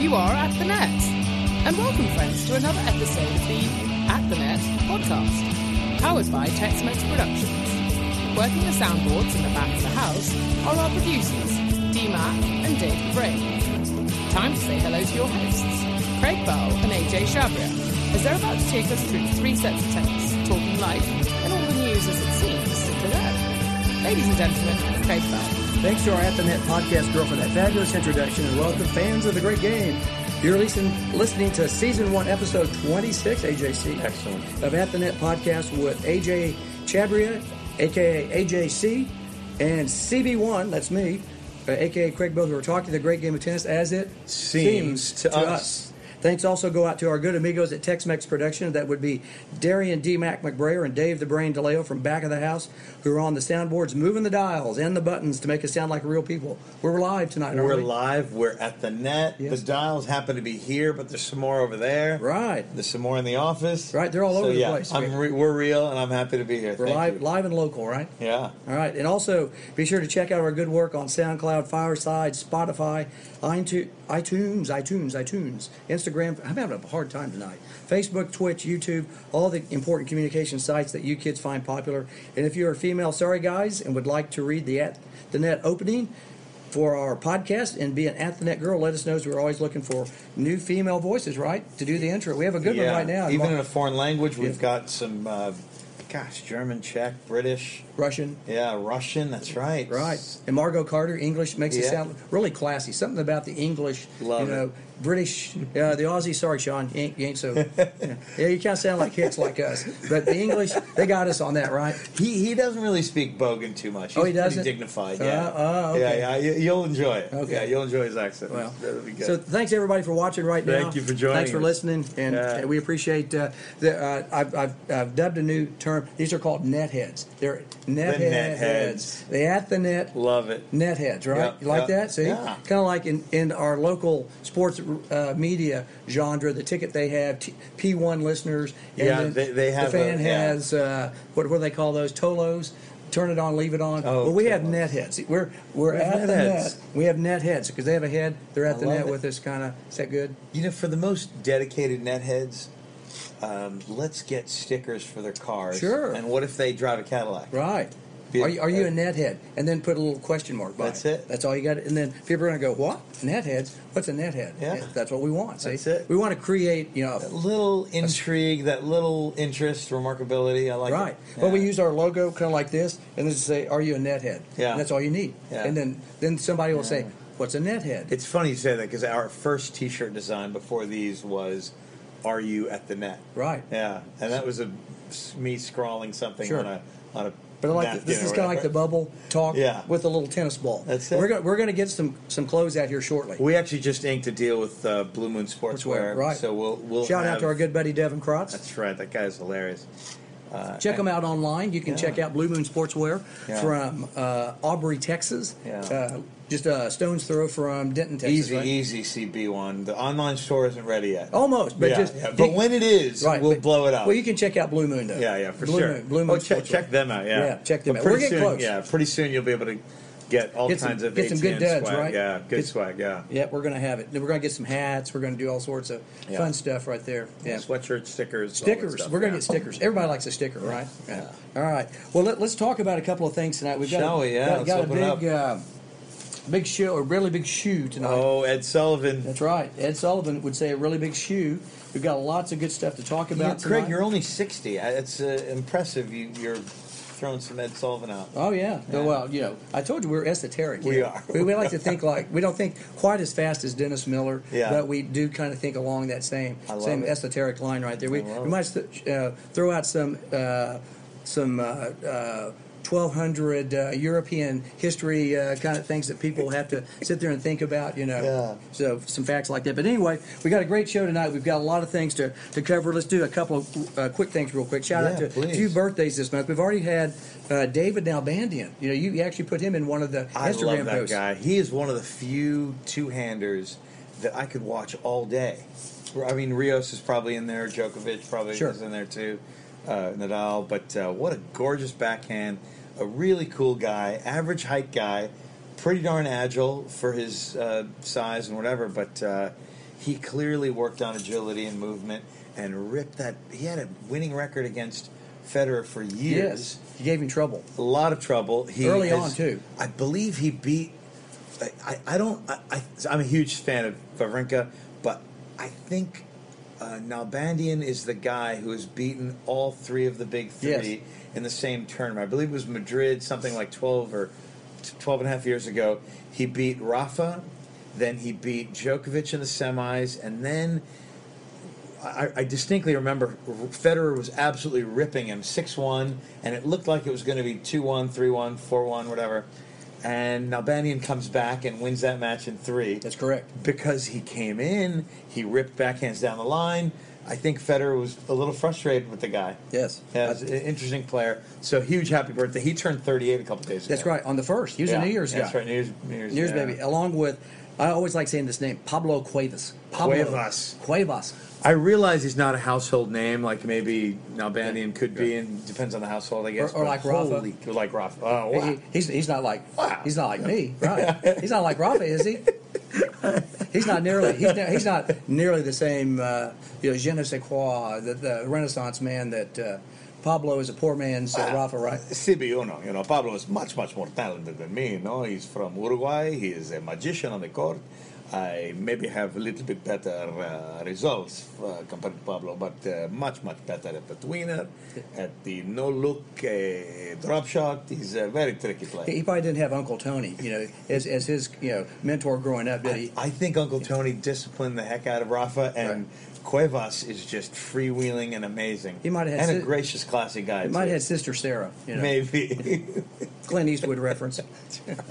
You are at the net. And welcome, friends, to another episode of the At the Net podcast, powered by TextMex Productions. Working the soundboards in the back of the house are our producers, DMAC and David Bray. Time to say hello to your hosts, Craig Bell and AJ Shabria, as they're about to take us through three sets of tennis, talking life, and all the news as it seems to them. Ladies and gentlemen, Craig Bell. Thanks to our At the Net podcast girl for that fabulous introduction and welcome fans of the great game. You're listening, listening to season one, episode 26, AJC. Excellent. Of At the Net podcast with AJ Chabria, aka AJC, and CB1, that's me, uh, aka Craig Both. We're talking the great game of tennis as it Seems to us. Thanks also go out to our good amigos at Tex Mex Production. That would be Darian D. Mac McBrayer and Dave the Brain DeLeo from Back of the House, who are on the soundboards moving the dials and the buttons to make us sound like real people. We're live tonight, aren't We're we? live. We're at the net. Yes. The dials happen to be here, but there's some more over there. Right. There's some more in the office. Right, they're all So, over the yeah, place. I'm re- we're real, and I'm happy to be here. We're Thank live, you. live and local, right? Yeah. All right, and also be sure to check out our good work on SoundCloud, Fireside, Spotify, iTunes, iTunes, iTunes, iTunes, Instagram. I'm having a hard time tonight. Facebook, Twitch, YouTube, all the important communication sites that you kids find popular. And if you're a female, sorry guys, and would like to read the at the net opening for our podcast and be an at the net girl, let us know. as We're always looking for new female voices, right, to do the intro. We have a good yeah. one right now. Even in a foreign language, we've Yeah. got some, uh, gosh, German, Czech, British. Russian. Yeah, Russian. That's right. Right. And Margot Carter, English makes it Yeah. sound really classy. Something about the English, Love you know, it. British, uh, the Aussie. Sorry, Sean, you ain't, you ain't so. yeah. Yeah, you kind of sound like hicks like us. But the English, they got us on that, right? He, he doesn't really speak Bogan too much. He's Oh, he doesn't? Pretty dignified. Uh, Yeah. oh, okay. Yeah, yeah. You, you'll enjoy it. Okay. Yeah, you'll enjoy his accent. Well, That'll be good. so thanks everybody for watching right now. Thank you for joining Thanks for us. listening, and Yeah. uh, we appreciate. Uh, the, uh, I've, I've, I've dubbed a new term. These are called net heads. They're net, The head net heads. heads. They at the net Love it. net heads, right? Yeah, you like yeah, that? See, yeah. kind of like in, in our local sports uh, media genre, the ticket they have t- P1 listeners. And Yeah, then they- they have the fan a- yeah. has uh, what what do they call those tolos? Turn it on, leave it on. Oh, well, we have tolos. net heads. We're we're We have at net the heads. net. We have net heads because they have a head. They're at I the love net it. with us. Kind of is that good? You know, for the most dedicated netheads, um, let's get stickers for their cars. Sure. And what if they drive a Cadillac? Right. Be- Are you, are you a net head? And then put a little question mark by uh, That's it. That's all you got. And then people are going to go, what? Net heads? What's a net head? Yeah. That's what we want. See? That's it. We want to create, you know, That little intrigue, that little interest, remarkability. I like it. Right. Yeah. Well, we use our logo kind of like this, and then say, "Are you a nethead?" Yeah. And that's all you need. Yeah. And then then somebody will say, Yeah. "What's a nethead?" It's funny you say that because our first T-shirt design before these was, "Are you at the net?" right. Yeah, and that was a me scrawling something Sure. on a on a. But I like napkin this or is kind of like whatever. the bubble talk Yeah. with a little tennis ball. That's it. We're gonna we're gonna get some some clothes out here shortly. We actually just inked a deal with uh, Blue Moon Sportswear, right. So we'll we'll Shout out have- to our good buddy Devin Krotz. That's right. That guy's hilarious. Uh, Check them out online. You can Yeah. check out Blue Moon Sportswear Yeah. from uh, Aubrey, Texas. Yeah. Uh, just a stone's throw from Denton, Texas. easy, right? easy CB one. The online store isn't ready yet. Almost, but Yeah, just yeah. but when it is, Right, we'll but- blow it up. Well, you can check out Blue Moon though. yeah, yeah, for Blue sure. Moon, Blue Moon oh, check, Sportswear. check them out. Yeah, Yeah, check them But out. Pretty We're getting soon, close. Yeah, pretty soon you'll be able to get all Get some- kinds of get some good ATN duds, swag. right? Yeah, good Get- swag. Yeah. Yeah, we're gonna have it. Then we're gonna get some hats. We're gonna do all sorts of Yeah. fun stuff right there. Yeah. sweatshirt stickers. all that Stickers. stuff, We're going yeah. to get stickers. Everybody likes a sticker, right? Yeah. All right. Well, let, let's talk about a couple of things tonight. We've got Shall a, we? Yeah, got, let's got open it a big, uh, big shoe, a really big shoe tonight. Oh, Ed Sullivan. That's right. Ed Sullivan would say a really big shoe. We've got lots of good stuff to talk You know, about. Craig, tonight. you're only sixty. I- It's uh, impressive. You, you're throwing some Ed Sullivan out. Oh yeah. Well, you know, I told you we're esoteric. We yeah. are. We, we like to think like we don't think quite as fast as Dennis Miller. Yeah. But we do kind of think along that same I love same it. esoteric line right there. We, I love we it. might th- uh, throw out some uh, some. Uh, uh, 1200 uh, European history uh, kind of things that people have to sit there and think about, you know. Yeah. So, some facts like that. But anyway, we got a great show tonight. We've got a lot of things to, to cover. Let's do a couple of uh, quick things, real quick. Shout out to Yeah, a please. few birthdays this month. We've already had uh, David Nalbandian. You know, you, you actually put him in one of the I Instagram love that posts. guy. He is one of the few two-handers that I could watch all day. I mean, Rios is probably in there. Djokovic probably Sure. is in there too. Uh, Nadal, but uh, what a gorgeous backhand! A really cool guy. Average height guy, pretty darn agile for his uh, size and whatever. But uh, He clearly worked on agility and movement and ripped that. He had a winning record against Federer for years. He gave him trouble. A lot of trouble. He Early on, too. I believe he beat. I, I, I don't. I, I, I'm a huge fan of Vavrinka, but I think uh, Nalbandian is the guy who has beaten all three of the big three Yes. in the same tournament. I believe it was Madrid, something like 12 or t- 12 and a half years ago. He beat Rafa, then he beat Djokovic in the semis, and then I, I distinctly remember Federer was absolutely ripping him 6 1, and it looked like it was going to be 2 1, 3 1, 4 1, whatever. And Nalbandian comes back and wins that match in three That's correct. because he came in, he ripped backhands down the line. I think Federer was a little frustrated with the guy. Yes. Yeah, it's an interesting player. So huge happy birthday. He turned 38 a couple days ago. That's right. On the first, he was Yeah, a New Year's That's guy. right. New Year's, New Year's, New Year's yeah. baby. Along with, I always like saying this name, Pablo Cuevas. Pablo Cuevas. Cuevas. I realize he's not a household name like maybe Nalbandian could be, and depends on the household, I guess. Or- or but like Rafa. holy- like Rafa. Oh, wow. He- he's, he's not like Wow. he's not like me, right? he's not like Rafa, is he? He's not nearly he's, ne- he's not nearly the same uh, you know je ne sais quoi the, the Renaissance man that uh, Pablo is a poor man's uh, Rafa, right? CB1, you know, Pablo is much, much more talented than me, you know. He's from Uruguay, he is a magician on the court. I maybe have a little bit better uh, results uh, compared to Pablo, but uh, much, much better at the tweener, at the no look uh, drop shot. He's a very tricky player. He probably didn't have Uncle Tony, you know, as, as his you know mentor growing up, did I, he? I think Uncle Tony disciplined the heck out of Rafa, and Cuevas is just freewheeling and amazing. He might have had and a si- gracious, classy guy. It might too. have had Sister Sarah, you know, maybe. Clint Eastwood reference.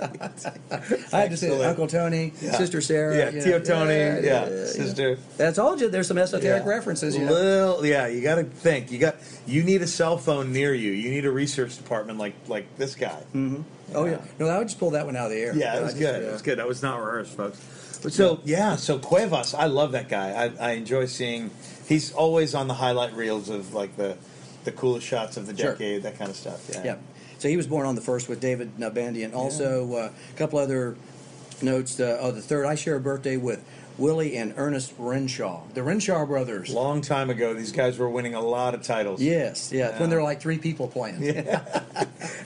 I had to say Excellent. Uncle Tony, Yeah. Sister Sarah, yeah, you know, Tio Tony, yeah, yeah. sister. I told you there's some esoteric Yeah. references. You know? Little, yeah, you got to think. You got you need a cell phone near you. You need a research department like like this guy. Oh yeah, no, I would just pull that one out of the air. Yeah, it I was just- uh, good. yeah. It was good. That was not rehearsed, folks. But so yeah, so Cuevas, I love that guy. I, I enjoy seeing. He's always on the highlight reels of like the the coolest shots of the Sure. decade, that kind of stuff. Yeah. Yeah. So he was born on the first with David Nabandian. Also, uh, a couple other notes. Uh, oh, the third, I share a birthday with Willie and Ernest Renshaw, the Renshaw brothers. Long time ago, these guys were winning a lot of titles. Yes, yeah. Yeah. When they're like three people playing.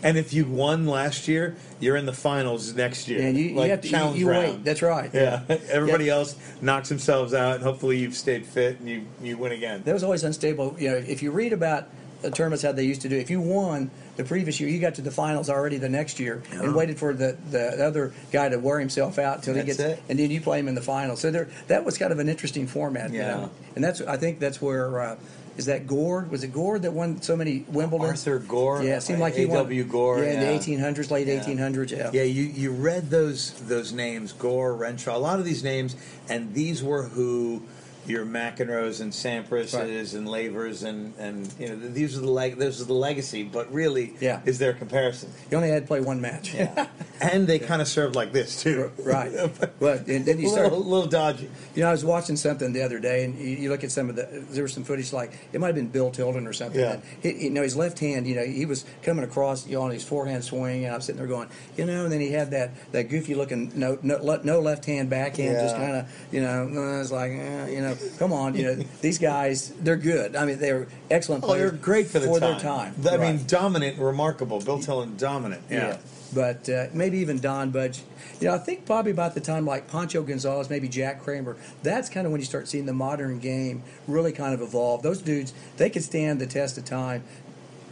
And if you won last year, you're in the finals next year. And you, Like, you have to you, challenge you wait. round. That's right. Yeah, everybody Yeah. else knocks themselves out, and hopefully you've stayed fit and you you win again. That was always unstable. You know, if you read about the tournaments how they used to do, if you won the previous year, you got to the finals already the next year Yeah. and waited for the, the other guy to wear himself out till he That's gets, it. and then you play him in the finals. So there, that was kind of an interesting format. you Yeah. know. and that's I think that's where uh, is that Gord? Was it Gord that won so many Wimbledon? Arthur Gore, Yeah, it seemed like he won. A.W. Gore, Yeah, in the yeah. 1800s, late Yeah. 1800s. Yeah. Yeah, you, you read those those names, Gore, Renshaw, a lot of these names, and these were who your McEnroes and Sampras's Right. and Lavers and and you know these are the leg this is the legacy, but really Yeah. is their comparison. He only had to play one match. Yeah, and they kind of served like this too, right. But and then a you start. little, little dodgy. You know, I was watching something the other day, and you, you look at some of the. There was some footage like it might have been Bill Tilden or something. Yeah. And He, you know, his left hand. You know, he was coming across you know, on his forehand swing, and I'm sitting there going, you know. And then he had that that goofy looking no no, le- no left hand backhand, just Yeah. kind of you know. and I was like, eh, you know, come on, you know, these guys, they're good. I mean, they're excellent Oh, players. they're great for the time. their time. I Right. mean, dominant, remarkable. Bill Tillen, dominant. Yeah. But uh, maybe even Don Budge. You know, I think probably about the time like Pancho Gonzalez, maybe Jack Kramer, that's kind of when you start seeing the modern game really kind of evolve. Those dudes, they could stand the test of time,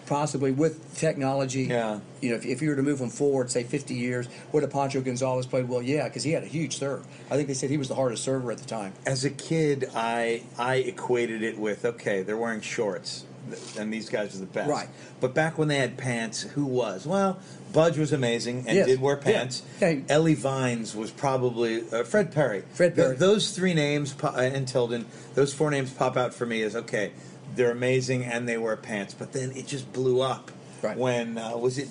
possibly with technology. Yeah. You know, if, if you were to move them forward, say 50 years, would a Pancho Gonzalez played? Well, yeah, because he had a huge serve. I think they said he was the hardest server at the time. As a kid, I I equated it with okay, they're wearing shorts, th- and these guys are the best. Right. But back when they had pants, who was? Well, Budge was amazing and Yes. did wear Yeah. pants. Yeah. Ellie Vines was probably uh, Fred Perry. Fred Th- Perry. those three names po- uh, and Tilden. Those four names pop out for me as okay. They're amazing and they wear pants. But then it just blew up Right. when uh, was it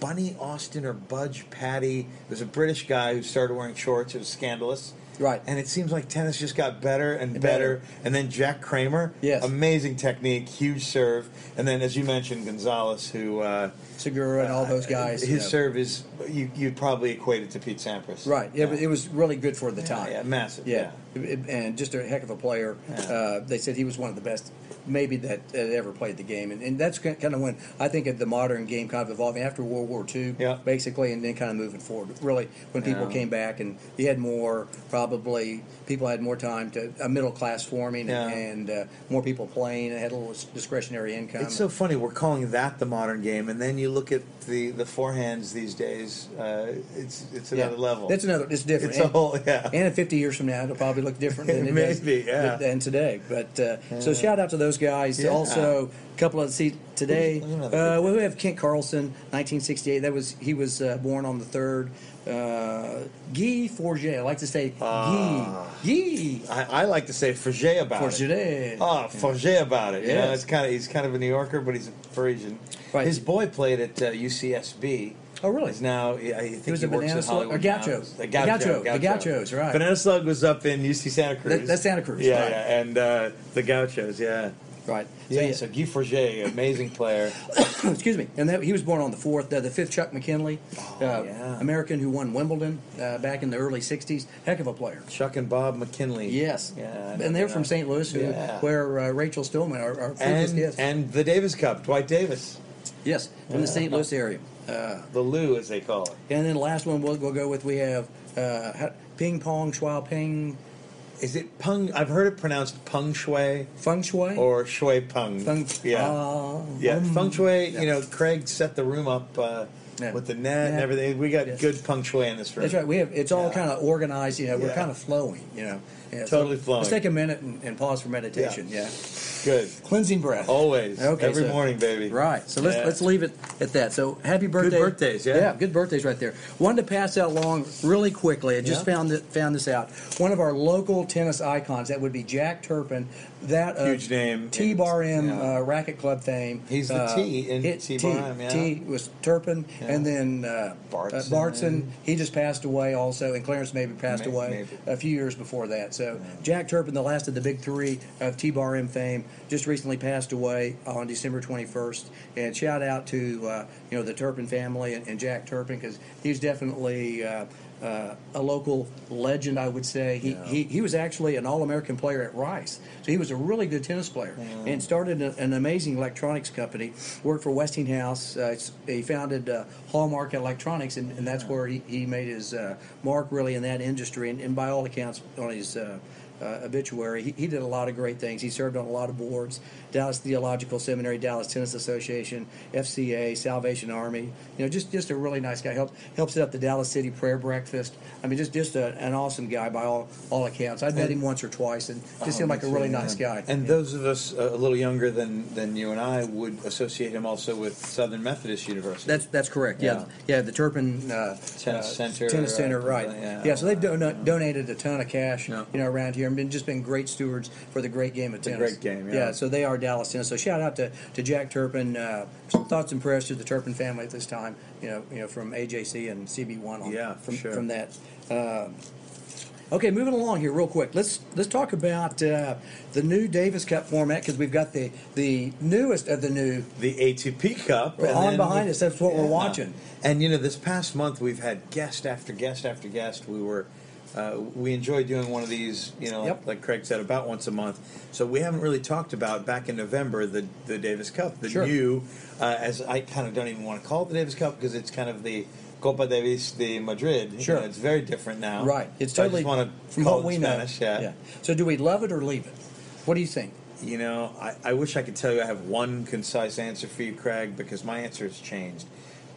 Bunny Austin or Budge Patty. There's a British guy who started wearing shorts. It was scandalous. Right. And it seems like tennis just got better and better. Better. And then Jack Kramer, Yes. amazing technique, huge serve. And then, as you mentioned, Gonzalez, who uh, Segura and all those guys. his yeah. serve is you you'd probably equate it to Pete Sampras, Right. Yeah, but it was really good for the time. yeah, massive, Yeah. It- it- And just a heck of a player. Uh, they said he was one of the best, maybe that had ever played the game. And, and that's kind of when I think of the modern game kind of evolving after World War II, Yeah. basically, and then kind of moving forward. Really, when people Yeah. came back and you had more, probably, people had more time to, a middle class forming Yeah. and, uh, more people playing and had a little discretionary income. It's so funny. We're calling that the modern game, and then you look at the the forehands these days. Uh, it's it's Yeah. another level. That's another, it's different. It's a And- whole yeah. And in 50 years from now, it'll probably look different than it does Maybe, yeah. than today. But uh, so shout out to those guys. Yeah. Also, a couple of see today. Look at another Uh, good we have Kent Carlson, 1968. That was he was uh, born on the third. Uh, Guy Forget. I like to say Ah. Guy. Guy I, I like to say Forget about it. Forget. Oh, Forget about it. You know, Yes. it's kind of he's kind of a New Yorker, but he's a Parisian. Right. His boy played at uh, UCSB. Oh, really? He's now I I think he, He was a works banana at slu- Hollywood or Gaucho. Mountains. A Gaucho, the Gauchos, right. Banana Slug was up in UC Santa Cruz. That- that's Santa Cruz, Yeah, right. yeah, and uh, the Gauchos. Yeah. Right. Yeah, so Guy Forget, amazing player. excuse me, and that, he was born on the fourth, uh, the fifth Chuck McKinley, uh, Oh, yeah. American who won Wimbledon uh, back in the early '60s. Heck of a player. Chuck and Bob McKinley. Yes. Yeah, I and they're know from that. St. Louis, who, uh, Yeah. where uh, Rachel Stillman, our, our previous And, guest. and the Davis Cup, Dwight Davis. yes, from the St. Louis area. Uh, The Lou, as they call it. and then the last one we'll, we'll go with we have uh, ha- Ping Pong, Chua Ping, Is it Pung? I've heard it pronounced Pung Shui Feng Shui. or Shui Pung. Feng, yeah. Ah, yeah. um, feng Shui, yeah. you know, Craig set the room up uh, Yeah. with the net and Yeah. everything. We got Yes. good Peng Shui in this room. That's right. We have it's all Yeah. kind of organized. You know, we're Yeah. kind of flowing. You know, Yeah, Totally flowing. Let's take a minute and, and pause for meditation. Yeah. Good. cleansing breath. Always. Okay, Every so- morning, baby. Right. So let's Yeah. let's leave it at that. So happy birthday. birthdays, yeah. good birthdays right there. Wanted to pass out long really quickly. I just Yeah. found that, found this out. One of our local tennis icons that would be Jack Turpin, that of Huge name. T Bar M Yeah. uh, racket club fame. He's the T in it- T Bar M, yeah. T was Turpin, and Yeah. then uh, Bartson. uh, Bartson. He just passed away also, and Clarence maybe passed May- away maybe. a few years before that. So Jack Turpin, the last of the big three of T Bar M fame, just recently passed away on December 21st. And shout out to uh, you know the Turpin family and, and Jack Turpin because he's definitely. Uh, uh, a local legend, I would say. He, Yeah. he he was actually an All American player at Rice, so he was a really good tennis player and started a, an amazing electronics company. Worked for Westinghouse. Uh, it's- he founded uh, Hallmark Electronics, and, and that's where he, he made his uh, mark really in that industry. And, and by all accounts, on his uh, uh, obituary, he, he did a lot of great things. He served on a lot of boards: Dallas Theological Seminary, Dallas Tennis Association, FCA, Salvation Army. You know, just just a really nice guy. Helps helps set up the Dallas City Prayer Breakfast. I mean, just just a, an awesome guy by all all accounts. I've met And- him once or twice, and just Oh, seemed like a me too, really yeah. nice guy. And Yeah. those of us uh, a little younger than, than you and I would associate him also with Southern Methodist University. That's that's correct. Yeah, yeah. the Turpin uh, Tennis uh, Center, Tennis uh, Center, right? yeah. Yeah. So they've don- donated a ton of cash, Yeah. you know, around here, and been just been great stewards for the great game of The tennis. great game, yeah. So they are Dallas tennis. So shout out to, to Jack Turpin. Uh, some thoughts and prayers to the Turpin family at this time. You know, you know, from AJC and CB One. on- Yeah, from sure. from that. Um, Okay, moving along here real quick. Let's let's talk about uh, the new Davis Cup format because we've got the the newest of the new the ATP Cup. Well, and on then behind we- us, that's what we're watching. And you know, this past month we've had guest after guest after guest. We were, uh, we enjoy doing one of these. You know, like- Yep. like Craig said, about once a month. So we haven't really talked about back in November the the Davis Cup, the Sure. new, uh, as I kind of don't even want to call it the Davis Cup because it's kind of the. Copa Davis de Madrid. You Sure. know, it's very different now. Right. It's Oh. So totally I just want to from call what it we Spanish, know. Yeah. So do we love it or leave it? What do you think? You know, I, I wish I could tell you I have one concise answer for you, Craig, because my answer has changed.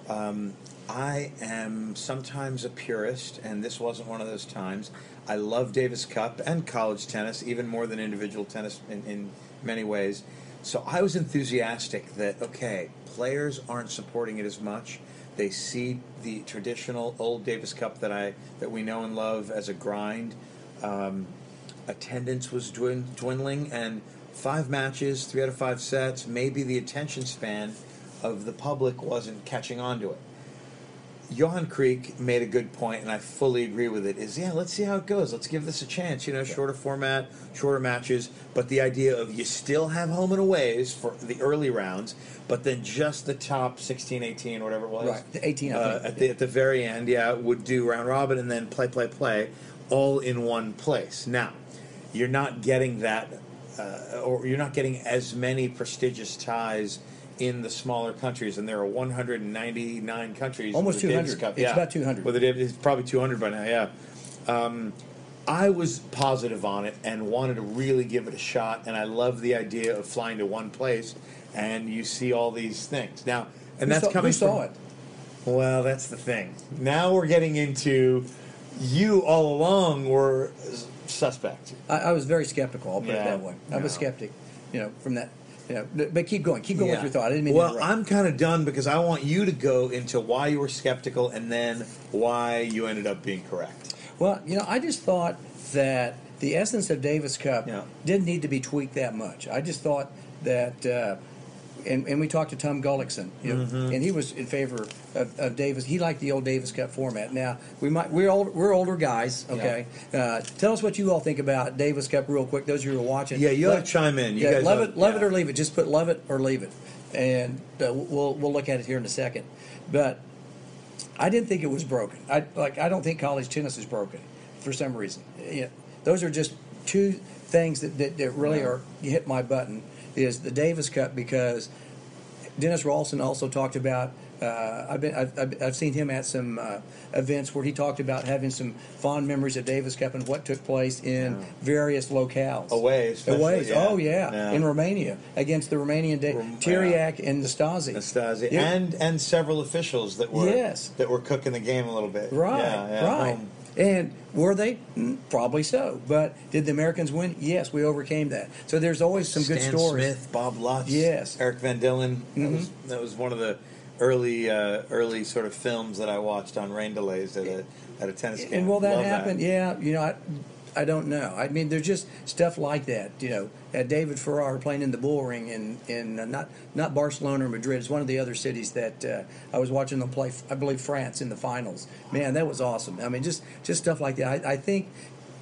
Um, I am sometimes a purist, and this wasn't one of those times. I love Davis Cup and college tennis, even more than individual tennis in, in many ways. So I was enthusiastic that, okay, players aren't supporting it as much. They see the traditional old Davis Cup that I that we know and love as a grind attendance was dwin- dwindling, and five matches, three out of five sets, maybe the attention span of the public wasn't catching on to it. Johan Creek made a good point, and I fully agree with it. Is yeah, let's see how it goes. Let's give this a chance. You know, shorter format, shorter matches, but the idea of you still have home and aways for the early rounds, but then just the top 16, 18, whatever it was, Right, the 18, I uh, think. at the at the very end, yeah, would do round robin and then play, play, play, all in one place. Now, you're not getting that, uh, or you're not getting as many prestigious ties in the smaller countries, and there are 199 countries. Almost with the Davis 200. Cup. It's about 200. With the Davis- it's probably 200 by now. Yeah. Um, I was positive on it and wanted to really give it a shot, and I love the idea of flying to one place and you see all these things now. And who that's saw, coming. who saw from- it? well, that's the thing. Now we're getting into you all along were suspect. I, I was very skeptical. I'll put it Yeah. that way. I was No. skeptic, you know, from that. You know, but- but keep going. Keep going with your thought. I didn't mean to well, interrupt. I'm kind of done because I want you to go into why you were skeptical and then why you ended up being correct. Well, you know, I just thought that the essence of Davis Cup Yeah. didn't need to be tweaked that much. I just thought that, uh, and, and we talked to Tom Gullickson, you know, Mm-hmm. and he was in favor of, of Davis. He liked the old Davis Cup format. Now we might we're old, we're older guys, okay. Uh, tell us what you all think about Davis Cup real quick. Those of you who are watching, Yeah, you ought Let- to chime in. You yeah, guys love ought- it, love it yeah. or leave it. Just put love it or leave it, and uh, we'll we'll look at it here in a second. But I didn't think it was broken. I like I don't think college tennis is broken for some reason. Yeah, those are just two things that that, that really Yeah. are hit my button is the Davis Cup because Dennis Rawson also talked about. Uh, I've been I've, I've- I've seen him at some uh, events where he talked about having some fond memories of Davis Cup and what took place in various locales. Away, especially, Away. yeah. Oh yeah. Yeah. in Romania against the Romanian da- Rom- Tiriac and Nastasi. Nastasi Yeah. and and several officials that were Yes. that were cooking the game a little bit. Right, Yeah, yeah. right. Um, And were they? Mm, Probably so. But did the Americans win? Yes, we overcame that. So there's always some good Stan stories. Smith, Bob Lutz, Yes. Mm-hmm. Eric Van Dillen. That, was, that was one of the early, uh, early sort of films that I watched on rain delays at a at a tennis game. And will that Love happen? Yeah, you know, I, I don't know. I mean, there's just stuff like that. You know, uh, David Farrar playing in the bullring in in uh, not not Barcelona or Madrid. It's one of the other cities that uh, I was watching them play. I believe France in the finals. Man, that was awesome. I mean, just just stuff like that. I, I think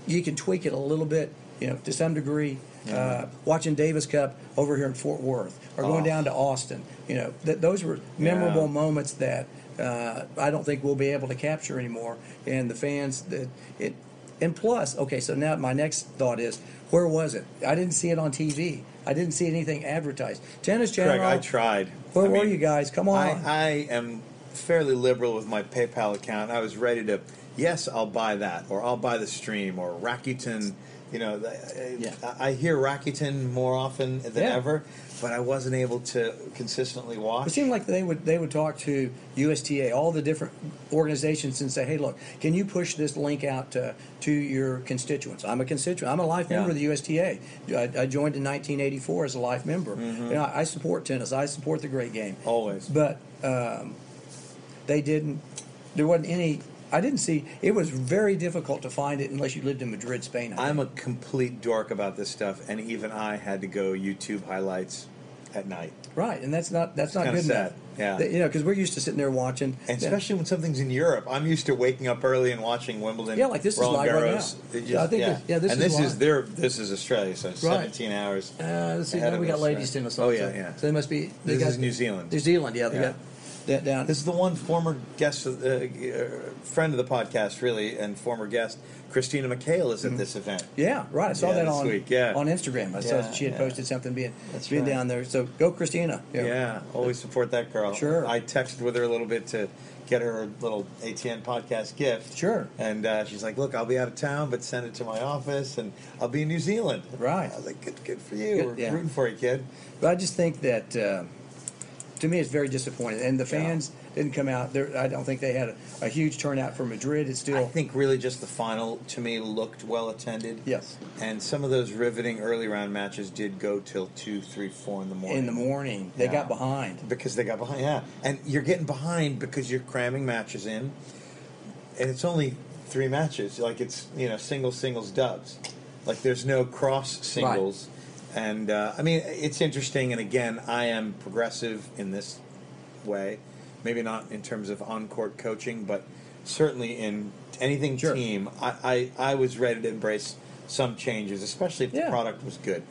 you can tweak it a little bit. You know, to some degree. Uh, watching Davis Cup over here in Fort Worth, or going Oh. down to Austin. You know, th- those were memorable Yeah. moments that uh, I don't think we'll be able to capture anymore. And the fans that it and plus, okay, so now my next thought is where was it? I didn't see it on TV. I didn't see anything advertised. Tennis Channel. Craig, I tried. Where I were mean, you guys? Come on. I, I am fairly liberal with my PayPal account. I was ready to, yes, I'll buy that, or I'll buy the stream, or Rakuten. You know, the, Yeah. I, I hear Rakuten more often than Yeah. ever, but I wasn't able to consistently watch. It seemed like they would they would talk to USTA, all the different organizations, and say, "Hey, look, can you push this link out to, to your constituents?" I'm a constituent. I'm a life member of the Yeah. USTA. I, I joined in 1984 as a life member. Mm-hmm. You know, I support tennis. I support the great game. Always. but um, they didn't. There wasn't any. I didn't see. It was very difficult to find it unless you lived in Madrid, Spain. I I'm a complete dork about this stuff, and even I had to go YouTube highlights at night, Right, and that's not that's not kinda good sad. Yeah. enough. You know, because we're used to sitting there watching, and especially when something's in Europe. I'm used to waking up early and watching Wimbledon. Yeah, like this is live right now. It Yeah, I think yeah. this- yeah, this and is this is live. their this is Australia, so it's Right. 17 hours. Uh, let's see. ahead Now of we got us, ladies right? tennis. Oh, also. yeah, yeah. So they must be. They This got, is New Zealand. New Zealand. Yeah, they Yeah. got that down. This is the one former guest, of the, uh, friend of the podcast, really, and former guest Christina McHale is at this event. yeah, right. I saw Yeah, that this on week, yeah. on Instagram. I saw Yeah, that she had yeah. posted something being That's being right. down there. So go, Christina. Yeah. always support that girl. Sure. I texted with her a little bit to get her a little ATN podcast gift. Sure. And uh, she's like, "Look, I'll be out of town, but send it to my office, and I'll be in New Zealand." Right. I was like, "Good, good for you. Good, We're yeah. rooting for you, kid." But I just think that uh, to me, it's very disappointing, and the Yeah. fans didn't come out. There, I don't think they had a, a huge turnout for Madrid. It's still I think really just the final to me looked well attended. Yes. And some of those riveting early round matches did go till two, three, four in the morning. in the morning. They Yeah. got behind. because they got behind. Yeah, and you're getting behind because you're cramming matches in, and it's only three matches. Like it's you know singles, singles, dubs. Like there's no cross singles, and uh, I mean it's interesting. And again, I am progressive in this way Maybe not in terms of on court coaching, but certainly in anything Sure. team, I, I, I was ready to embrace some changes, especially if Yeah. the product was good.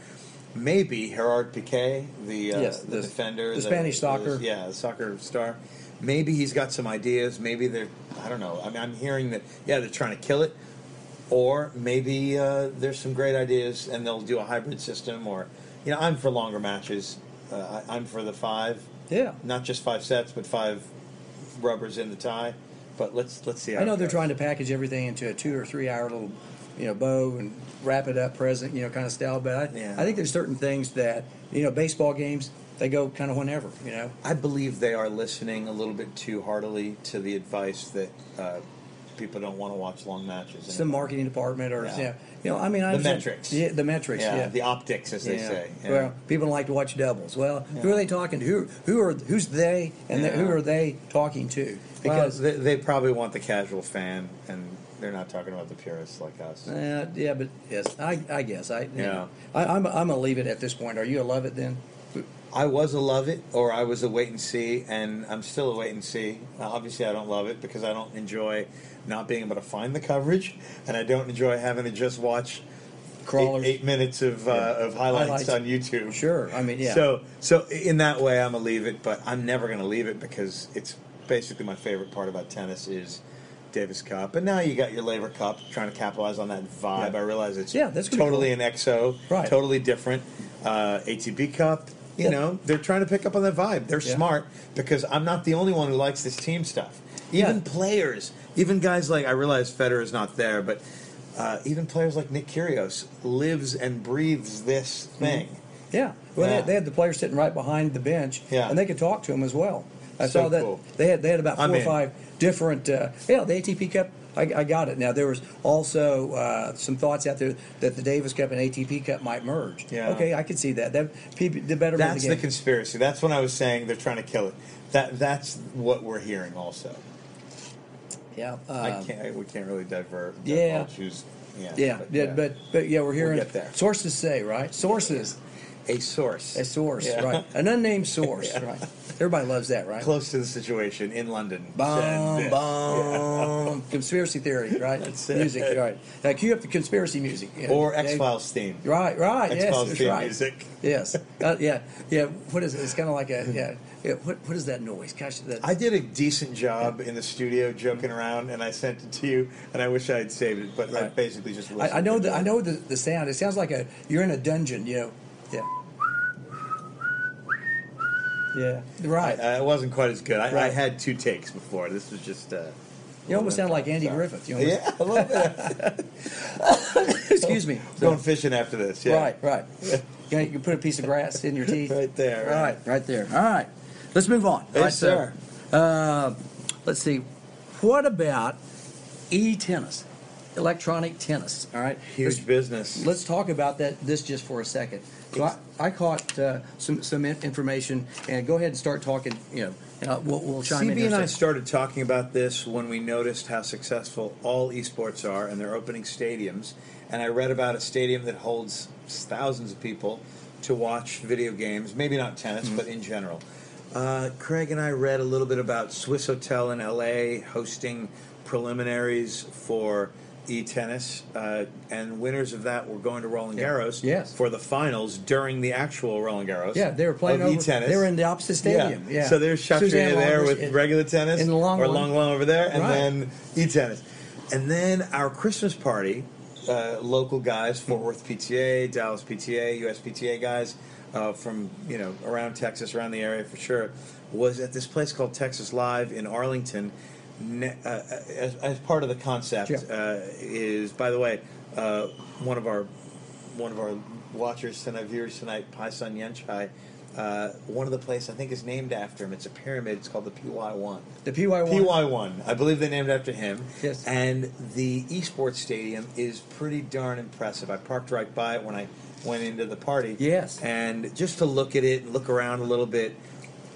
Maybe Gerard Piqué, the uh, Yes, the, the- defender, the Spanish soccer. yeah, the soccer star. Maybe he's got some ideas. Maybe they're I don't know. I mean, I'm hearing that yeah, they're trying to kill it, or maybe uh, there's some great ideas and they'll do a hybrid system. Or you know, I'm for longer matches. Uh, I, I'm for the five, Yeah. not just five sets, but five rubbers in the tie. But let's let's see. How I know it they're goes. trying to package everything into a two or three hour little, you know, bow and wrap it up present, you know, kind of style. But I, Yeah. I think there's certain things that you know, baseball games they go kind of whenever, you know. I believe they are listening a little bit too heartily to the advice that uh, people don't want to watch long matches. It's the anymore. marketing department or Yeah. yeah. you know, I mean, I The understand- metrics. yeah, the metrics, yeah, yeah. the optics, as they Yeah. say. Yeah. Well, people don't like to watch doubles. Well, who Yeah. are they talking to? Who who are who's they and the- who Yeah. are they talking to? Because because they, they probably want the casual fan, and they're not talking about the purists like us. uh, yeah, but yes, I, I guess I Yeah. I, I'm I'm gonna leave it at this point. Are you a love it then? I was a love it, or I was a wait and see, and I'm still a wait and see. Now, obviously, I don't love it because I don't enjoy not being able to find the coverage, and I don't enjoy having to just watch eight, Crawlers, eight minutes of uh, of highlights, Highlights. on YouTube. sure. I mean, yeah. So, so in that way, I'm gonna leave it, but I'm never gonna leave it because it's basically my favorite part about tennis is Davis Cup, and now you got your Labor Cup, trying to capitalize on that vibe. Yeah. I realize it's Yeah, that's gonna be totally an XO, Right. Totally different. Uh, ATB Cup, you Yeah. know, they're trying to pick up on that vibe. They're Yeah. smart because I'm not the only one who likes this team stuff. Yeah. Even players, even guys like I realize Federer is not there, but uh, even players like Nick Kyrgios lives and breathes this Mm-hmm. thing. Yeah. Well, Yeah. They, they had the player sitting right behind the bench, Yeah. and they could talk to him as well. I So saw that cool. they had they had about 4 I'm or in. five different. Uh, yeah, the ATP Cup. I, I got it. Now there was also uh, some thoughts out there that the Davis Cup and ATP Cup might merge. Yeah. Okay, I could see that. That people- the better That's the the game. conspiracy. That's when I was saying they're trying to kill it. That that's what we're hearing also. yeah. I um, can't. We can't really divert. yeah. Choose. Yeah. yeah, yeah, but but yeah, we're hearing get there. sources say right sources a source. a source Yeah. right an unnamed source right everybody loves that right Close to the situation in London. said Bomb, this. bomb. Conspiracy theory, right? That's it. music, right? Now cue up the conspiracy music. Yeah. Or Yeah. X Files theme. Right, right. X yes, Files that's theme right. music. Yes. Uh, yeah, yeah. What is it? It's kind of like a yeah. yeah. What what is that noise? Gosh, that. I did a decent job in the studio joking around, and I sent it to you. And I wish I had saved it, but I Right. basically just. I, I listened know to the I it. know the, the sound. It sounds like a you're in a dungeon. You know. Yeah. Yeah. Right. I, I Uh, wasn't quite as good. I, I Right. had two takes before. This was just. Uh, you almost sound like Andy Griffith. You almost, yeah, I love that. Excuse me. Going fishing after this. Yeah. Right, right. You, know, you can put a piece of grass in your teeth. Right there, Right, right. right, there. All right. Let's move on. Yes, Right, Uh, let's see. What about e tennis, electronic tennis? All right. Huge business. Let's, let's talk about that. This just for a second. So I, I caught uh, some some in- information, and go ahead and start talking. You know, and I, we'll, we'll chime in. CB here in and a I second. started talking about this when we noticed how successful all esports are and they're opening stadiums. And I read about a stadium that holds thousands of people to watch video games, maybe not tennis, Mm-hmm. but in general. Uh, Craig and I read a little bit about Swiss Hotel in LA hosting preliminaries for e tennis, uh, and winners of that were going to Roland Garros Yes. for the finals during the actual Roland Garros. Yeah, they were playing of over. e-tennis. They were in the opposite stadium. Yeah. So there's Shaftrina Suzanne there Longworth with and- regular tennis and the long or one. long one over there, and Right. then e tennis, and then our Christmas party. Uh, local guys, Fort Worth PTA, Dallas PTA, US PTA guys uh, from you know around Texas, around the area for sure, was at this place called Texas Live in Arlington. Ne- uh, as, as part of the concept Yeah. uh, is, by the way, uh, one of our one of our watchers tonight, viewers tonight, Paisan Yenchai. Uh, one of the places I think is named after him. It's a pyramid. It's called the PY1. The PY1. PY1. I believe they named it after him. Yes. And the esports stadium is pretty darn impressive. I parked right by it when I went into the party. Yes. And just to look at it and look around a little bit,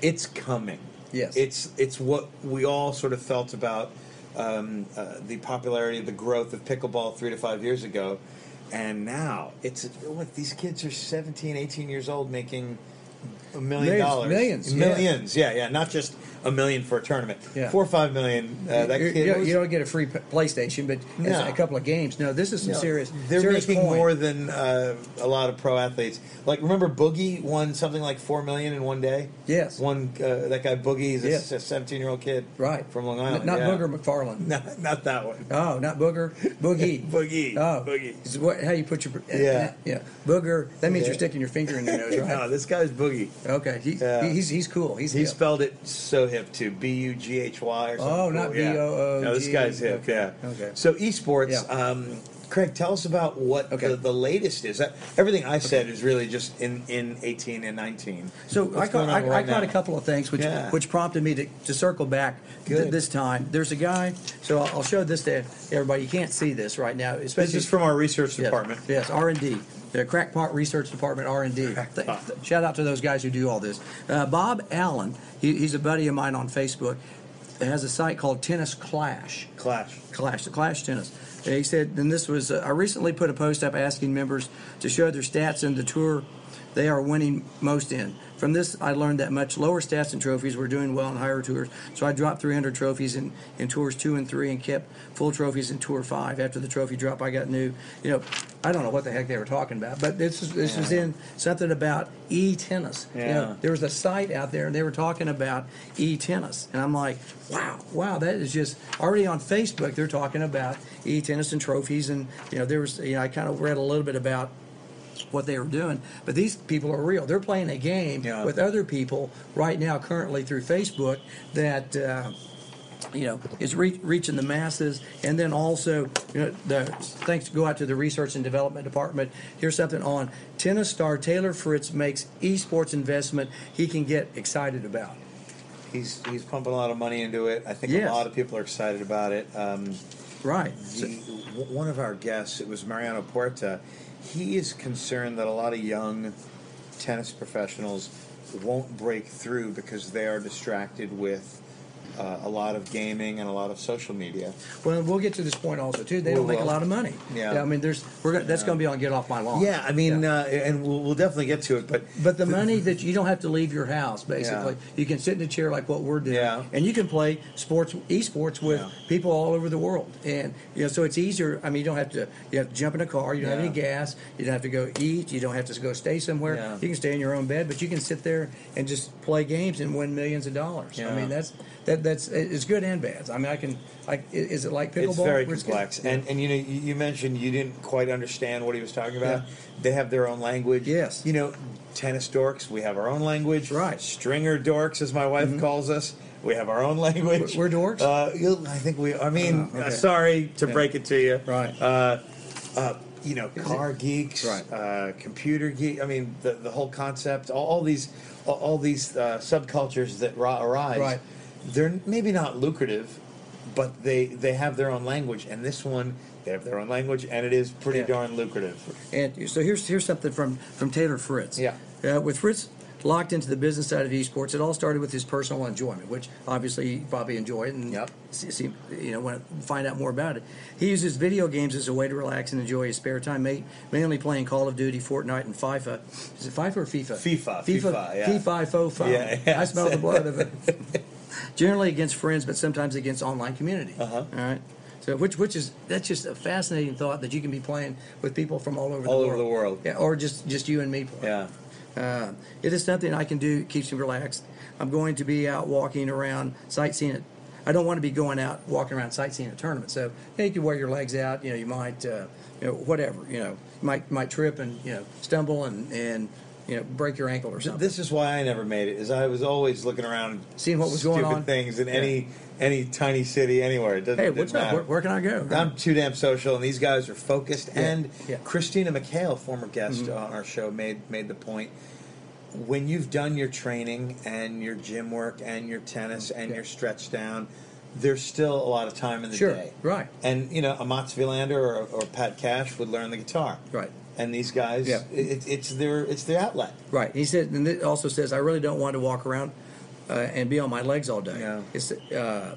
it's coming. Yes. It's it's what we all sort of felt about um, uh, the popularity, the growth of pickleball three to five years ago. And now it's look, these kids are 17, 18 years old making a million Millions, dollars. millions, yeah. Millions, yeah, yeah. Not just a million for a tournament. Yeah. Four or five million. Uh, that you, kid. you- what was- you don't get a free p- PlayStation, but it's No. a couple of games. No, this is some No, serious. They're serious making coin. more than uh, a lot of pro athletes. Like remember Boogie won something like four million in one day. Yes. One uh, that guy Boogie is Yes. a seventeen-year-old kid. right From Long Island. Not yeah. Booger McFarland. Not, not that one. Oh, not Booger, Boogie. Boogie. Oh, Boogie. Is what, how you put your uh, Yeah. yeah Booger? That means Yeah. you're sticking your finger in your nose, right? No, this guy's Boogie. Okay, he, Yeah. he's he's cool. He's He hip. spelled it so hip too. B U G H Y or something. Oh, cool, not yeah. B-O-O-G. No, this guy's hip. Okay, Yeah. okay. So esports. Yeah. Um, Craig, tell us about what Okay. the, the latest is. That, everything I said is really just in, in eighteen and nineteen. So What's I caught, going on I, right I caught a now? couple of things, which Yeah. which prompted me to, to circle back th- Good. this time. There's a guy. So I'll, I'll show this to everybody. You can't see this right now, especially This is from our research Yes, department. Yes, R and D, the Crackpot Research Department, R and D. Th- th- Shout out to those guys who do all this. Uh, Bob Allen, he, he's a buddy of mine on Facebook, has a site called Tennis Clash. Clash. Clash, the Clash Tennis. And he said, and this was, uh, I recently put a post up asking members to show their stats in the tour they are winning most in. From this, I learned that much lower stats and trophies were doing well in higher tours, so I dropped 300 trophies in, in tours two and three and kept full trophies in tour five. After the trophy drop, I got new. You know, I don't know what the heck they were talking about, but this is, this was Yeah. in something about e tennis. You know, Yeah. there was a site out there and they were talking about e tennis. And I'm like, wow, wow, that is just already on Facebook. They're talking about e tennis and trophies. And, you know, there was, you know, I kind of read a little bit about what they were doing. But these people are real. They're playing a game Yeah. with other people right now, currently through Facebook, that. Uh, you know, is re- reaching the masses, and then also, you know, the thanks go out to the research and development department. Here's something on tennis star Taylor Fritz makes esports investment he can get excited about. He's he's pumping a lot of money into it. I think Yes. a lot of people are excited about it. Um, Right. the, w- one of our guests, it was Mariano Puerta. He is concerned that a lot of young tennis professionals won't break through because they are distracted with uh, a lot of gaming and a lot of social media. Well, we'll get to this point also too. They We don't make a will. lot of money. Yeah. I mean, there's we're gonna, that's going to be on get off my lawn. Yeah, I mean, Yeah. Uh, and we'll, we'll definitely get to it, but But the money that you don't have to leave your house, basically, Yeah. you can sit in a chair like what we're doing, Yeah. and you can play sports, esports with Yeah. people all over the world, and you know, so it's easier. I mean, you don't have to you have to jump in a car, you don't have Yeah. any gas, you don't have to go eat, you don't have to go stay somewhere. Yeah. You can stay in your own bed, but you can sit there and just play games and win millions of dollars. I Yeah. mean, that's that that's it's good and bad. I mean, I can, I, is it like pickleball? It's very where good? complex, and and you know you, you mentioned you didn't quite understand what he was talking about. Yeah. They have their own language. Yes. you know, tennis dorks. We have our own language. Right. Mm-hmm. Stringer dorks, as my wife calls us. We have our own language. We're- we're dorks? Uh, you- I think we. I mean, Oh, okay. uh, sorry to Yeah. break it to you. Right. Uh, uh, you know, car geeks. Right. Uh, computer geek. I mean, the the whole concept. All, all these, all, all these uh, subcultures that ra- arise Right. they're maybe not lucrative, but they they have their own language, and this one they have their own language, and it is pretty Yeah. darn lucrative. And so here's here's something from from Taylor Fritz. Yeah. Uh, with Fritz locked into the business side of esports, it all started with his personal enjoyment, which obviously he probably enjoyed and Yep. see, see- you know want to find out more about it. He uses video games as a way to relax and enjoy his spare time, ma- mainly playing Call of Duty, Fortnite, and FIFA. Is it FIFA or FIFA? FIFA, FIFA, FIFA, yeah. FIFA, FOFA. Yeah, yeah. I smell the blood of it. Generally against friends, but sometimes against online community. Uh-huh. All right. So which which is that's just a fascinating thought that you can be playing with people from all over All the over world. the world. Yeah, or just just you and me. Yeah, Uh, it is something I can do. Keeps me relaxed. I'm going to be out walking around sightseeing. At, I don't want to be going out walking around sightseeing at tournaments. So yeah, you can wear your legs out. You know, you might uh, you know whatever. You know, you might might trip and you know stumble and and you know break your ankle or something. this is why I never made it. Is I was always looking around, Seeing what was stupid going on. things in Yeah. any any tiny city anywhere. It doesn't, hey, doesn't what's up? matter. Where, where can I go? I'm too damn social, and these guys are focused. Yeah, And yeah. Mm-hmm. Christina McHale, former guest on our show, made made the point. When you've done your training and your gym work and your tennis and Mm-hmm. Yeah. your stretch down, there's still a lot of time in the Sure, day. right. And you know, Amats Vilander or, or Pat Cash would learn the guitar. Right. And these guys, Yeah. it, it's their it's their outlet. Right. He said, and it also says, I really don't want to walk around uh, and be on my legs all day. Yeah. It's, uh,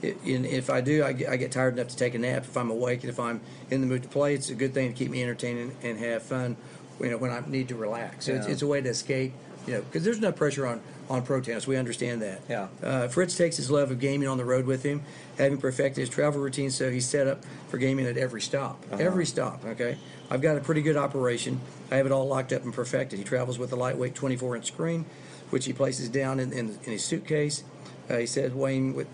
it, and if I do, I get, I get tired enough to take a nap. If I'm awake and if I'm in the mood to play, it's a good thing to keep me entertained and, and have fun. You know, when I need to relax, so it's, Yeah. it's a way to escape you know, because there's no pressure on on pro tennis. We understand that. Yeah. Uh, Fritz takes his love of gaming on the road with him, having perfected his travel routine, so he's set up for gaming at every stop. Uh-huh. Every stop. Okay. I've got a pretty good operation. I have it all locked up and perfected. He travels with a lightweight 24 inch screen, which he places down in, in, in his suitcase. Uh, he says weighing with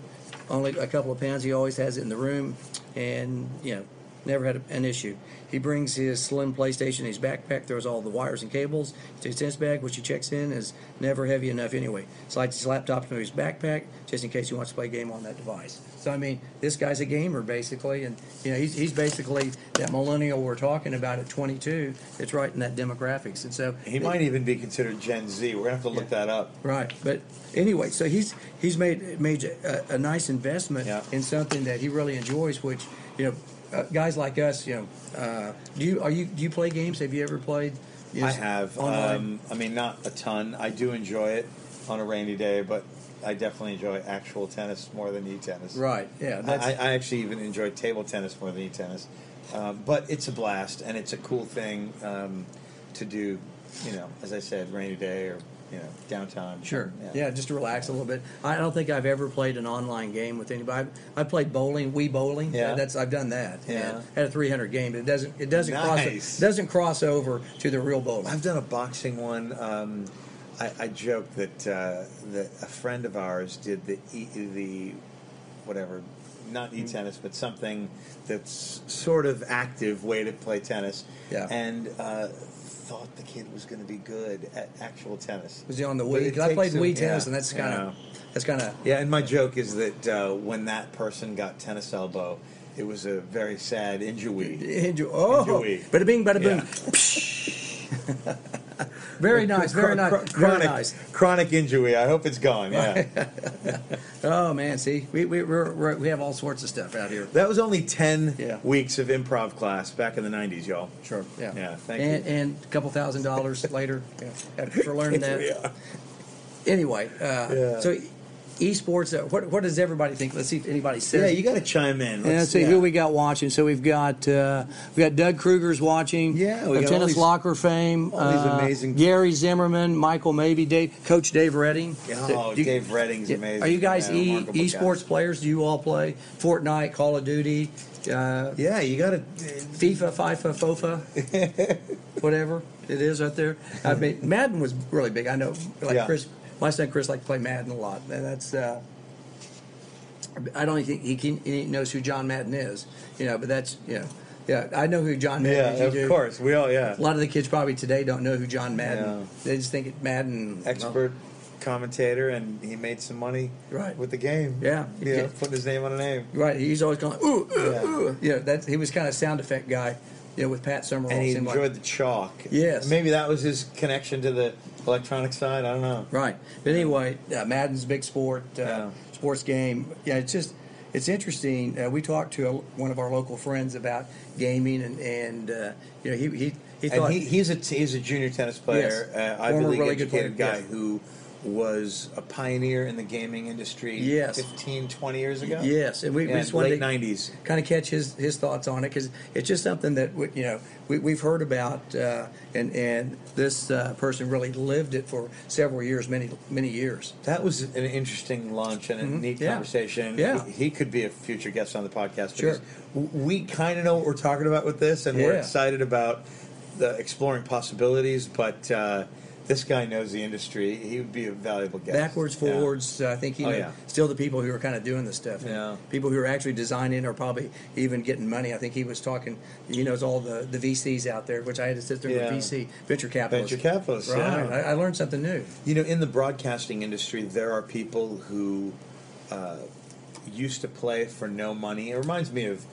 only a couple of pounds. He always has it in the room, and you know, never had a, an issue. He brings his slim PlayStation in his backpack, throws all the wires and cables to his tennis bag, which he checks in is never heavy enough anyway. Slides his laptop into his backpack just in case he wants to play a game on that device. So I mean, this guy's a gamer basically, and you know, he's, he's basically that millennial we're talking about at 22. That's right in that demographics, and so He might even be considered Gen Z. We're gonna have to look that up. Right, but anyway, so he's he's made made a, a nice investment Yeah. in something that he really enjoys, which you know, uh, guys like us, you know, uh, do you are you do you play games? Have you ever played? I Yes, have. online. Um, I mean, not a ton. I do enjoy it on a rainy day, but I definitely enjoy actual tennis more than e-tennis. right, yeah, I, that's I I actually even enjoy table tennis more than e-tennis, um, but it's a blast and it's a cool thing um, to do. You know, as I said, rainy day or you know downtime. sure, yeah. just to relax a little bit. I don't think I've ever played an online game with anybody. I have played bowling, Wii bowling. Yeah. that's I've done that. Yeah. and had a 300 game, but it doesn't it doesn't Nice. cross doesn't cross over to the real bowling. I've done a boxing one. Um, I, I joke that uh, that a friend of ours did the e, the whatever, not Mm-hmm. e tennis, but something that's sort of active way to play tennis. Yeah. And uh, thought the kid was going to be good at actual tennis. was on the But Wii? it 'Cause I takes played him- Wii tennis, yeah, and that's kind of yeah. that's kind of Yeah, and my joke is that uh, when that person got tennis elbow, it was a very sad injury. Enjoy. Oh, Enjoy. bada bing, bada boom. very nice, very nice, Chronic, very nice. chronic injury. I hope it's gone. Yeah. Oh man, see, we we we're, we're, we have all sorts of stuff out here. That was only 10 Yeah. weeks of improv class back in the 90s, y'all. Sure, yeah, Yeah, thank and, you. And a couple thousand dollars later yeah, for learning that. uh, Anyway, uh, Yeah. so esports. Uh, what what does everybody think? Let's see if anybody says. Yeah, you got to chime in. And let's see yeah. who we got watching. So we've got uh, we got Doug Kruger's watching. Yeah, we of got all tennis these- locker fame. all these uh, amazing- Gary Zimmerman, Michael Maybe, Dave, Coach Dave Redding. Oh, Do you- Dave Redding's amazing. Are you guys Yeah, e remarkable guy. esports players? Do you all play Fortnite, Call of Duty, uh, Yeah, you got to. FIFA, FIFA, FOFA, whatever it is out there? I mean, Madden was really big. I know, like Yeah. Chris, my son Chris liked to play Madden a lot, and that's. Uh, I don't think he, can, he knows who John Madden is, you know. But that's you know, yeah. I know who John Madden is. Yeah, you of do. course. We all, yeah. A lot of the kids probably today don't know who John Madden. Yeah. They just think it Madden. Expert commentator, and he made some money Right. with the game. Yeah. You Yeah. know, putting his name on a name. Right, he's always going ooh, ooh, Yeah. ooh. Yeah, that he was kind of sound effect guy. You know, with Pat Summerall. And he seemed like- enjoyed the chalk. Yes. Maybe that was his connection to the electronic side. I don't know. right, but anyway, uh, Madden's a big sport, uh, Yeah. sports game. Yeah, it's just it's interesting. Uh, we talked to a, one of our local friends about gaming, and and uh, you know he he he and thought he, he's a he's a junior tennis player, Yes. uh, I Former believe, really good educated player, guy yes. who was a pioneer in the gaming industry. Yes. 15, 20 years ago. yes, and we, we Yeah, just wanted late to- nineties. kind of catch his, his thoughts on it because it's just something that we, you know we, we've heard about uh, and and this uh, person really lived it for several years many many years That was an interesting launch and a neat Mm-hmm. Yeah. conversation. Yeah. He, he could be a future guest on the podcast. Sure. because w- We kind of know what we're talking about with this, and we're Yeah. excited about the exploring possibilities. But uh, this guy knows the industry; he would be a valuable guest. backwards, Yeah. forwards. uh, I think you Oh, know, yeah. still the people who are kind of doing the stuff. Yeah. People who are actually designing or probably even getting money. I think he was talking. He knows all the, the VCs out there, which I had to sit through Yeah. with VC venture capitalists. Venture capitalists, Right. yeah. I, I learned something new. You know, in the broadcasting industry, there are people who uh, used to play for no money. It reminds me of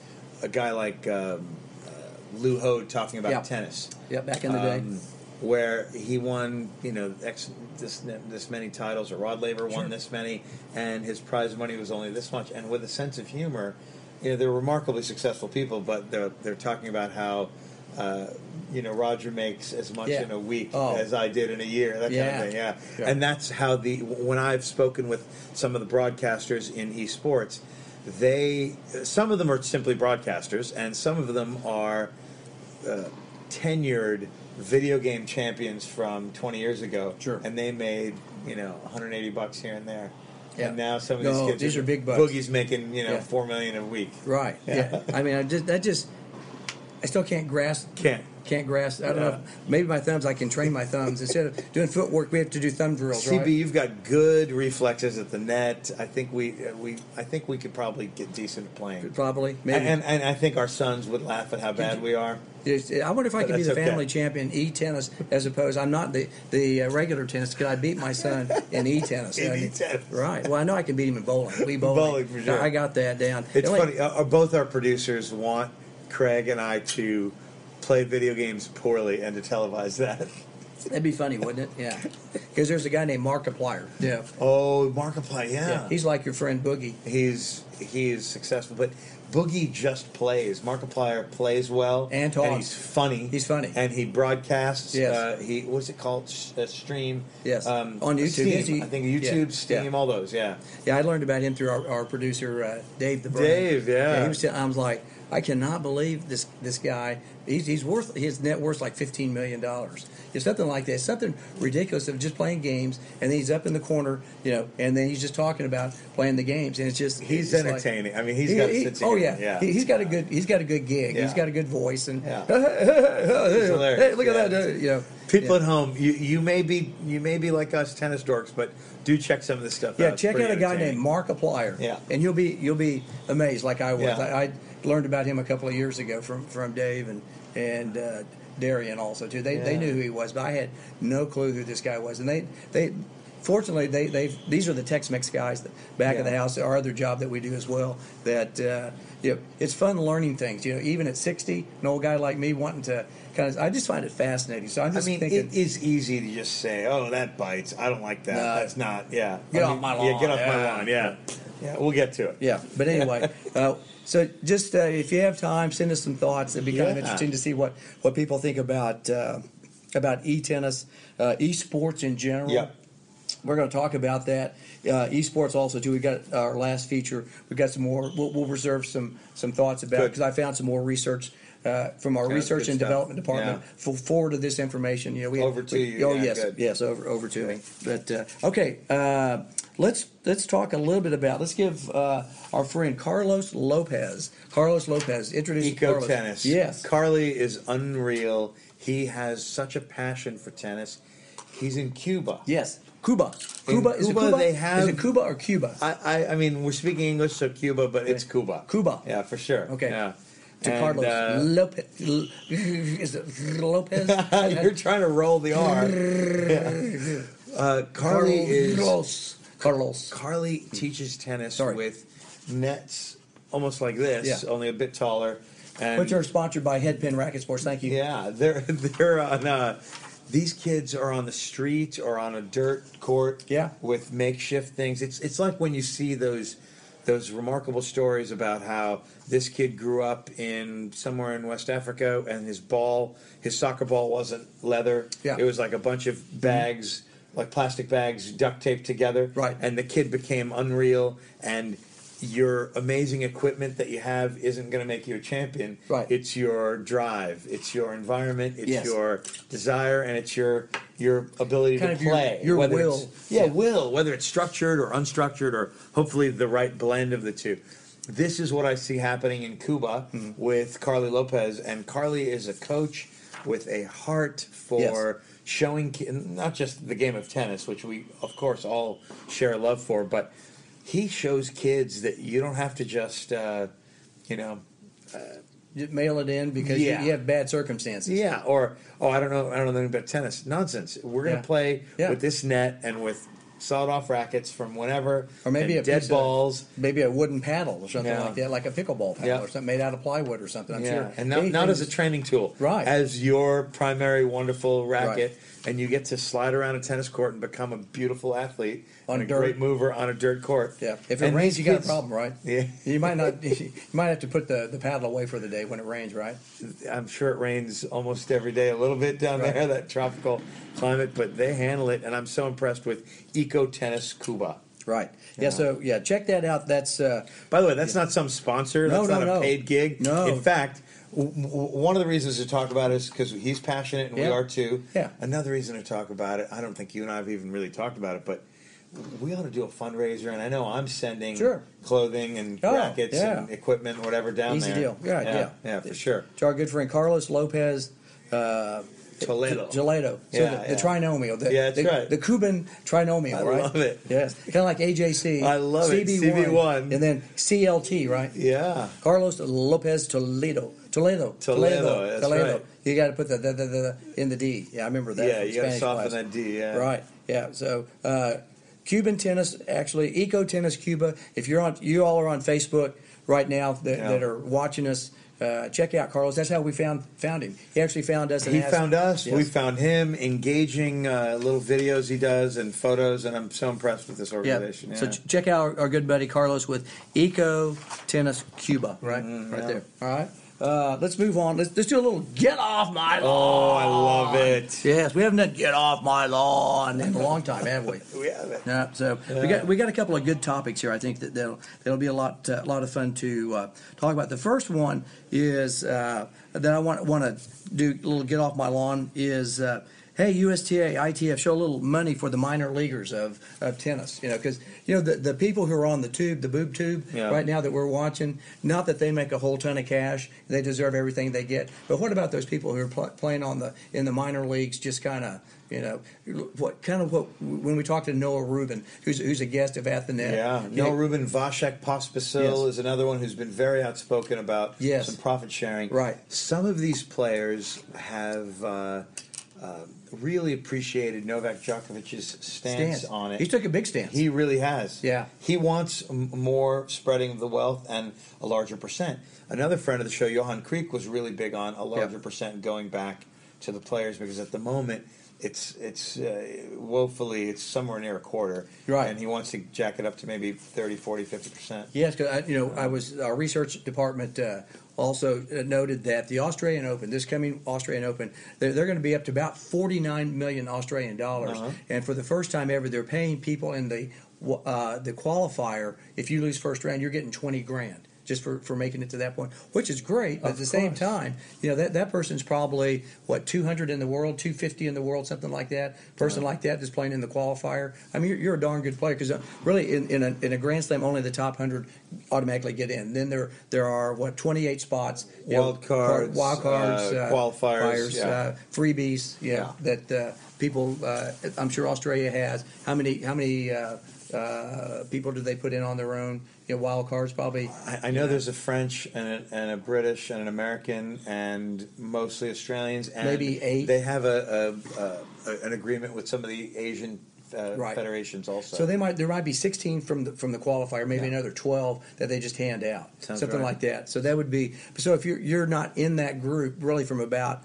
a guy like um, uh, Lou Hode talking about Yeah. tennis, Yeah. Back in the day. um, where he won, you know, X, this this many titles, or Rod Laver won Sure. this many, and his prize money was only this much. And with a sense of humor, you know, they're remarkably successful people, but they're they're talking about how. Uh, you know, Roger makes as much Yeah. in a week Oh. as I did in a year. That kind Yeah. of thing, yeah. Yeah. And that's how the when I've spoken with some of the broadcasters in esports, they some of them are simply broadcasters, and some of them are uh, tenured video game champions from 20 years ago. Sure. And they made, you know, 180 bucks here and there. Yeah. And now some of these No, kids these are big bucks. Boogie's making, you know, Yeah. 4 million a week. Right. Yeah. I mean, I just that just I still can't grasp. Can't. Can't grasp. I don't Yeah. know. Maybe my thumbs. I can train my thumbs instead of doing footwork. We have to do thumb drills. CB, Right? you've got good reflexes at the net. I think we uh, we I think we could probably get decent at playing. Probably. Maybe. And, and and I think our sons would laugh at how bad we are. Just- I wonder if I But could be the that's okay. family champion e tennis as opposed. I'm not the the uh, regular tennis. Could I beat my son in e tennis? In e-tennis. Right. Well, I know I can beat him in bowling. We bowling. Bowling, for sure. I got that down. It's The only- funny. Uh, both our producers want Craig and I to play video games poorly and to televise that. That'd be funny, wouldn't it? Yeah. Because there's a guy named Markiplier. Yeah. Oh, Markiplier, yeah. yeah. He's like your friend Boogie. he's he's successful, but Boogie just plays. Markiplier plays well And talks. he's funny. He's funny. and he broadcasts. Yes. uh, he what's it called? S- uh, stream. Yes. um, On YouTube. Steam. Easy. I think YouTube, Yeah. Steam, Yeah. all those. Yeah, Yeah, I learned about him through our, our producer uh, Dave the Brain. Dave, yeah. he was. T- I was like, I cannot believe this this guy. He's, he's worth his net worth like fifteen million dollars. It's something like that. Something ridiculous of just playing games, and then he's up in the corner, you know, and then he's just talking about playing the games, and it's just he's it's like- entertaining. I mean, he's He- got he- a sense of oh humor. yeah, He, has got a good he's got a good gig. Yeah. He's got a good voice, and Yeah. hey, hilarious. look Yeah. at that, uh, you know. People yeah. at home, you, you may be you may be like us tennis dorks, but do check some of this stuff out. Yeah, It's check pretty out a guy named entertaining. Markiplier. Yeah. and you'll be you'll be amazed, like I was. Yeah. I, I learned about him a couple of years ago from from Dave and and uh, Darian also too. They they Yeah. knew who he was, but I had no clue who this guy was. And they they fortunately they they these are the Tex-Mex guys that back of the Yeah. house. Our other job that we do as well. That uh, you know, it's fun learning things. You know, even at sixty, an old guy like me wanting to kind of I just find it fascinating. So I'm I just mean, thinking. it is easy to just say, "Oh, that bites. I don't like that. No. That's not." Yeah, Get I off mean, my Yeah, lawn, get off my yeah. lawn. Yeah, yeah. We'll get to it. Yeah, but anyway, uh, so just uh, if you have time, send us some thoughts. It'd be kind of Yeah. interesting to see what, what people think about uh, about e tennis, uh, esports in general. Yeah. We're going to talk about that. Uh, esports also too. We got our last feature. We got some more. We'll, we'll reserve some some thoughts about Good. because I found some more research uh, from our Okay, that's research good and stuff. development department. Yeah. For forward of this information, you know, we Over to we- you. Oh Yeah, yes, good. yes, over over to me. But uh, okay, uh, let's let's talk a little bit about. Let's give uh, our friend Carlos Lopez. Carlos Lopez, introduce Eco Carlos. tennis. Yes, Carly is unreal. He has such a passion for tennis. He's in Cuba. yes, Cuba. Cuba is Cuba, it Cuba? they is have- it Cuba or Cuba? I, I, I mean, we're speaking English, so Cuba, but it's Cuba. Cuba. Yeah, for sure. Okay. Yeah. to And, Carlos uh, Lopez. L- is it Lopez? uh, you're trying to roll the R. Uh, Carly is Carlos. Carlos. Carly teaches tennis Hmm. Sorry. with nets almost like this, Yeah. only a bit taller. And Which are sponsored by Headpin Racket Sports. Thank you. yeah, they're they're on. Uh, these kids are on the street or on a dirt court. Yeah. with makeshift things. It's it's like when you see those those remarkable stories about how this kid grew up in somewhere in West Africa and his ball, his soccer ball wasn't leather. Yeah. Mm-hmm. it was like a bunch of bags, like plastic bags, duct taped together. Right. and the kid became unreal and. Your amazing equipment that you have isn't going to make you a champion. Right. It's your drive. It's your environment. It's Yes. your desire, and it's your your ability Kind to of your- play. your whether will. it's- Yeah, will. Whether it's structured or unstructured, or hopefully the right blend of the two. This is what I see happening in Cuba Mm-hmm. with Carly Lopez, and Carly is a coach with a heart for showing ki- not just the game of tennis, which we of course all share a love for, but he shows kids that you don't have to just uh, you know You mail it in because you- Yeah. you, have bad circumstances. Yeah, or oh, I don't know, I don't know anything about tennis. Nonsense. We're gonna Yeah. play Yeah. with this net and with sawed off rackets from whenever, Or maybe a and dead piece of- balls. Maybe a wooden paddle or something Yeah. like that, like a pickleball paddle Yeah. or something made out of plywood or something. I'm yeah, sure. and not, not Anything- as a training tool, Right. As your primary wonderful racket, and you get to slide around a tennis court and become a beautiful athlete On and dirt. a great mover on a dirt court. Yeah. If it And rains, these you got a kids- problem, right? Yeah. You might not. You might have to put the, the paddle away for the day when it rains, right? I'm sure it rains almost every day a little bit down Right. there, that tropical climate, but they handle it, and I'm so impressed with Eco Tennis Cuba. Right. Yeah. So yeah, check that out. That's uh, By the way, that's not some sponsor. No, That's no, not a no. paid gig. No. In fact, w- w- one of the reasons to talk about it is because he's passionate and Yeah. we are too. Yeah. Another reason to talk about it, I don't think you and I have even really talked about it, but we ought to do a fundraiser. And I know I'm sending Sure. clothing and Oh, brackets and yeah. equipment and whatever down Easy there. deal. Yeah, yeah. yeah. for sure. to our good friend Carlos Lopez Toledo. Gelato. So Yeah, the, yeah. the trinomial. The, Yeah, that's the, right. The Cuban trinomial. I right? love it. Yes. Kind of like AJC. I love it. CB1. And then CLT. Right. Yeah. Carlos Lopez Toledo. Toledo. Toledo, that's right. You got to put the, the, the, the in the D. Yeah, I remember that. Yeah, from you got to Spanish soften class. that D. Yeah. Right. Yeah. So uh, Cuban tennis, actually, Eco Tennis Cuba. If you're on, you all are on Facebook right now that, Yeah. that are watching us. Uh, check out Carlos. That's how we found found him. He actually found us. And He asked- found us. Yes. We found him. Engaging uh, little videos he does and photos, and I'm so impressed with this organization. So yeah. ch- check out our, our good buddy Carlos with Eco Tennis Cuba. Right. right Mm-hmm, yeah. there. All right. Uh, let's move on. Let's, let's do a little get off my oh, lawn. I love it. Yes, we haven't done get off my lawn in a long time, have we? We have it. Yeah, so we got we got a couple of good topics here. I think that that'll that'll be a lot uh, lot of fun to uh, talk about. The first one is uh, that I want want to do a little get off my lawn is. Uh, Hey USTA ITF, show a little money for the minor leaguers of, of tennis, you know, because you know the, the people who are on the tube, the boob tube, Yeah. right now that we're watching. Not that they make a whole ton of cash; they deserve everything they get. But what about those people who are pl- playing on the in the minor leagues, just kind of you know what kind of what when we talked to Noah Rubin, who's who's a guest of Athanet. Yeah, you Noel know, Rubin Vashek Pospisil Yes. is another one who's been very outspoken about Yes. some profit sharing. Right. Some of these players have uh, uh, really appreciated Novak Djokovic's stance stance. on it. He took a big stance. He really has. Yeah. He wants m- more spreading of the wealth and a larger percent. Another friend of the show, Johan Creek, was really big on a larger Yeah. percent going back to the players because at the moment it's it's uh, woefully it's somewhere near a quarter. Right. And he wants to jack it up to maybe 30, 40, 50 percent. Yes, because you know I was our research department uh, also uh, noted that the Australian Open, this coming Australian Open, they're, they're going to be up to about forty nine million Australian dollars, Uh-huh. and for the first time ever, they're paying people in the uh, the qualifier. If you lose first round, you're getting twenty grand just for, for making it to that point, which is great. But Of at the same course. time, you know that that person's probably what two hundred in the world, two fifty in the world, something like that. Person like that that's playing in the qualifier. I mean, you're, you're a darn good player because really, in, in a in a Grand Slam, only the top hundred automatically get in. Then there there are what twenty eight spots, you know, Wild cards, wild cards, uh, qualifiers, yeah. uh, freebies. Yeah, that uh, people. Uh, I'm sure Australia has how many how many. Uh, uh, people do they put in on their own? You know, wild cards probably. I, I know there's a French and a, and a British and an American and mostly Australians. And Maybe eight. They have a, a, a an agreement with some of the Asian uh, Right. federations also. So they might there might be 16 from the from the qualifier, maybe Yeah. another 12 that they just hand out, Sounds something right. like that. So that would be so if you're you're not in that group really from about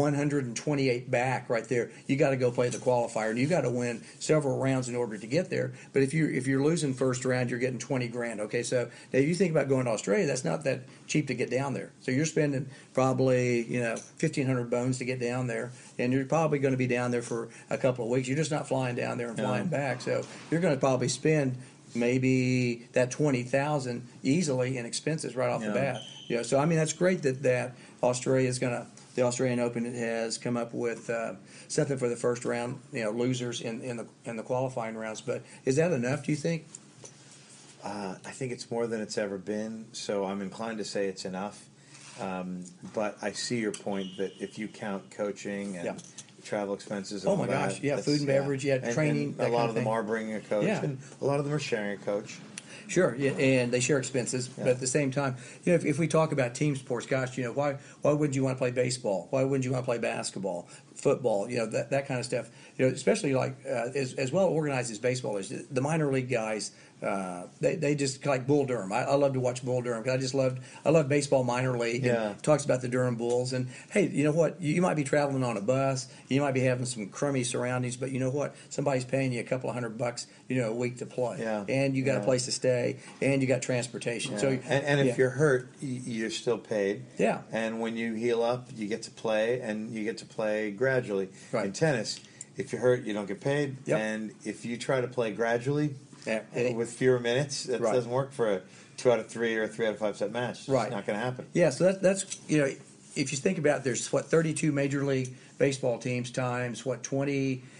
128 back right there, you got to go play the qualifier and you got to win several rounds in order to get there. But if you if you're losing first round, you're getting 20 grand. Okay, so now if you think about going to Australia, that's not that cheap to get down there. So you're spending probably you know 1500 bones to get down there, and you're probably going to be down there for a couple of weeks. You're just not flying down there and No. flying back. So you're going to probably spend maybe that 20,000 easily in expenses right off Yeah. the bat. Yeah, so I mean that's great that that Australia is going to the Australian Open has come up with uh, something for the first round, you know, losers in, in the in the qualifying rounds. But is that enough? Do you think? Uh, I think it's more than it's ever been, so I'm inclined to say it's enough. Um, but I see your point that if you count coaching and Yeah. travel expenses, and Oh all my that, gosh, yeah, that's- food and beverage, yeah, And- and training, that a kind lot of of them thing. are bringing a coach, Yeah. and a lot of them are sharing a coach. Sure, yeah, and they share expenses, but Yeah. at the same time, you know, if, if we talk about team sports, gosh, you know, why why wouldn't you want to play baseball? Why wouldn't you want to play basketball, football? You know, that, that kind of stuff. You know, especially like uh, as, as well organized as baseball is, the minor league guys. Uh, they, they just like Bull Durham. I, I love to watch Bull Durham because I just loved I love baseball minor league. and Yeah. talks about the Durham Bulls and hey, you know what? You, you might be traveling on a bus, you might be having some crummy surroundings, but you know what? Somebody's paying you a couple of hundred bucks, you know, a week to play, Yeah. and you got a Yeah. place to stay, and you got transportation. So, Yeah. and, and if yeah. you're hurt, y- you're still paid. Yeah. And when you heal up, you get to play, and you get to play gradually. Right. In tennis, if you're hurt, you don't get paid, Yep. and if you try to play gradually, Yeah, And it- with fewer minutes, that Right. doesn't work for a two out of three or a three out of five set match. It's Right. not going to happen. Yeah, so that, that's, you know, if you think about it, there's what, 32 Major League Baseball teams times what,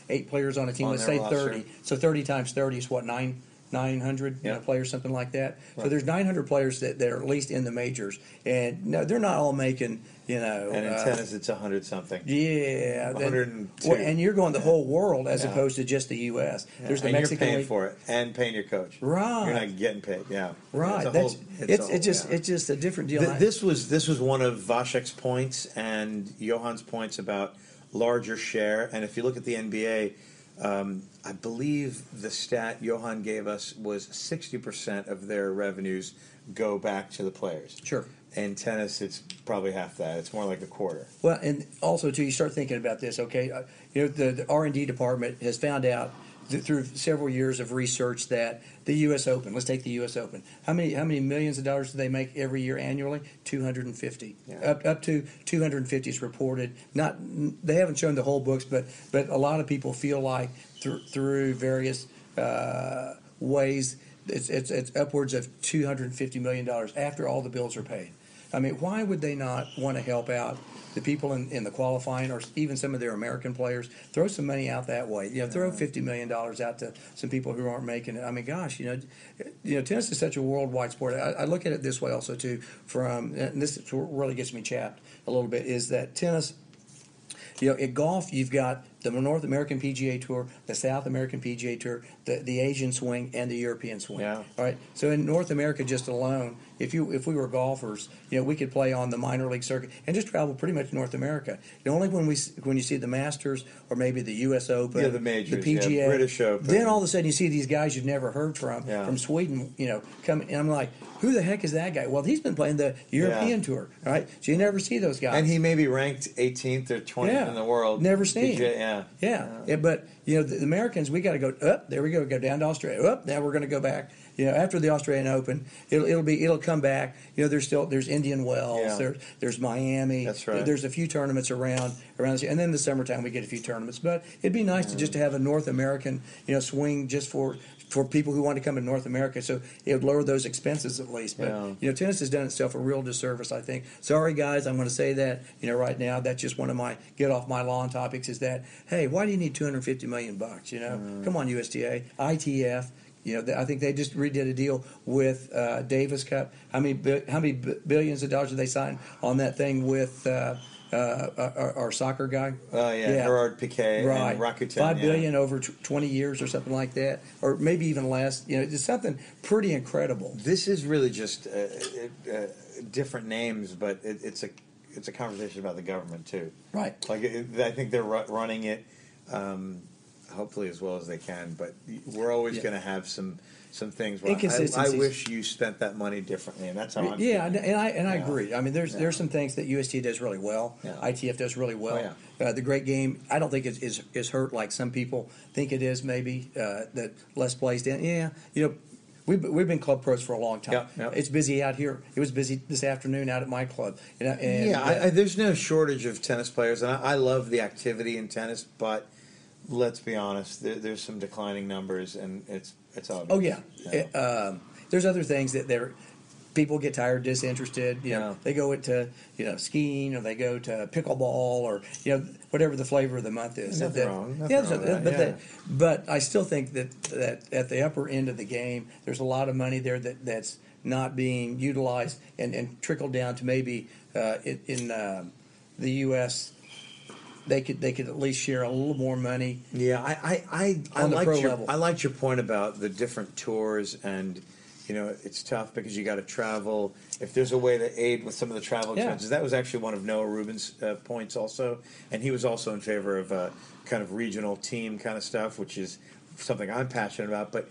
28 players on a team, On let's their say roster. 30. So 30 times 30 is what, nine, 900 you know, Yeah. players, something like that. So Right. there's 900 players that, that are at least in the majors. And no, they're not all making, you know. And in uh, tennis, it's hundred something. yeah, then- 102. well, and you're going the whole world as Yeah. opposed to just the U.S. Yeah, There's the and Mexican you're paying League. for it and paying your coach. Right. You're not getting paid. Yeah. right? It's a That's whole- it's, a it's, whole- just yeah. it's just a different deal. Th- this was this was one of Vashek's points and Johan's points about larger share. And if you look at the NBA, um, I believe the stat Johan gave us was sixty percent of their revenues go back to the players. Sure. In tennis, it's probably half that. It's more like a quarter. Well, and also too, you start thinking about this. Okay, uh, you know the, the R and D department has found out th- through several years of research that the U.S. Open. Let's take the U.S. Open. How many how many millions of dollars do they make every year annually? Two hundred and fifty. Yeah. Up up to two hundred and fifty is reported. Not they haven't shown the whole books, but but a lot of people feel like through through various uh, ways. It's, it's, it's upwards of two hundred and fifty million dollars after all the bills are paid. I mean, why would they not want to help out the people in, in the qualifying or even some of their American players? Throw some money out that way. You know, throw fifty million dollars out to some people who aren't making it. I mean, gosh, you know, you know, tennis is such a worldwide sport. I, I look at it this way also too. From and this really gets me chapped a little bit is that tennis you know, at golf, you've got the North American PGA Tour, the South American PGA Tour, the, the Asian swing, and the European swing. Yeah. All right. So in North America, just alone, if you if we were golfers, you know, we could play on the minor league circuit and just travel pretty much North America. And only when we s- when you see the Masters or maybe the U.S. Open, Yeah, the majors, the yeah, PGA, British Open. then all of a sudden you see these guys you've never heard from Yeah. from Sweden, you know, come and I'm like, who the heck is that guy? Well, he's been playing the European Tour, all right? So you never see those guys. And he may be ranked 18th or 20th Yeah. in the world. Never seen. PGA, yeah. Yeah. yeah, but you know the, the Americans, we got to go up. There we go. Go down to Australia. Up. Now we're going to go back. You know, after the Australian Open, it'll, it'll be it'll come back. You know, there's still there's Indian Wells. Yeah. There, there's Miami. That's right. There's a few tournaments around around, this, and then the summertime we get a few tournaments. But it'd be nice to just to have a North American you know swing just for for people who want to come to North America. So it would lower those expenses at least. But Yeah. you know, tennis has done itself a real disservice. I think. Sorry, guys, I'm going to say that. You know, right now, that's just one of my get off my lawn topics. Is that hey, why do you need 250 million bucks? You know, Mm. come on, USDA, ITF. You know, th- I think they just redid a deal with uh, Davis Cup. How many bi- how many b- billions of dollars did they sign on that thing with uh, uh, our, our soccer guy? Uh, yeah, Gerard Piquet Right, and Rakuten. five yeah. billion over tw- twenty years or something like that, or maybe even less. You know, it's something pretty incredible. This is really just uh, uh, uh, different names, but it, it's a it's a conversation about the government too. Right. Like it, I think they're ru- running it, um, hopefully as well as they can. But we're always Yeah. going to have some some things. Where I, I Inconsistencies. wish you spent that money differently, and that's how I'm. yeah, and, and I and I Yeah. agree. I mean, there's Yeah. there's some things that UST does really well. Yeah. ITF does really well. Oh, uh, the great game, I don't think is, is is hurt like some people think it is. Maybe uh, that less plays down. Yeah, you know. We've, we've been club pros for a long time. Yeah, yeah. It's busy out here. It was busy this afternoon out at my club. And, I- and yeah, uh, I, I, there's no shortage of tennis players, and I, I love the activity in tennis. But let's be honest, there, there's some declining numbers, and it's it's obvious. Oh yeah. Uh, um, there's other things that they're people get tired, disinterested. You know, Yeah. they go into you know skiing or they go to pickleball or you know whatever the flavor of the month is. Nothing That- wrong- yeah, nothing there's wrong with nothing- that, but yeah. that- but I still think that that at the upper end of the game, there's a lot of money there that that's not being utilized and and trickled down to maybe uh, in, in um, the U.S. They could they could at least share a little more money. Yeah, I I I, I On the pro liked your level. I liked your point about the different tours and you know it's tough because you got to travel. If there's a way to aid with some of the travel Yeah. expenses, that was actually one of Noah Rubin's uh, points also, and he was also in favor of uh, kind of regional team kind of stuff, which is something I'm passionate about. But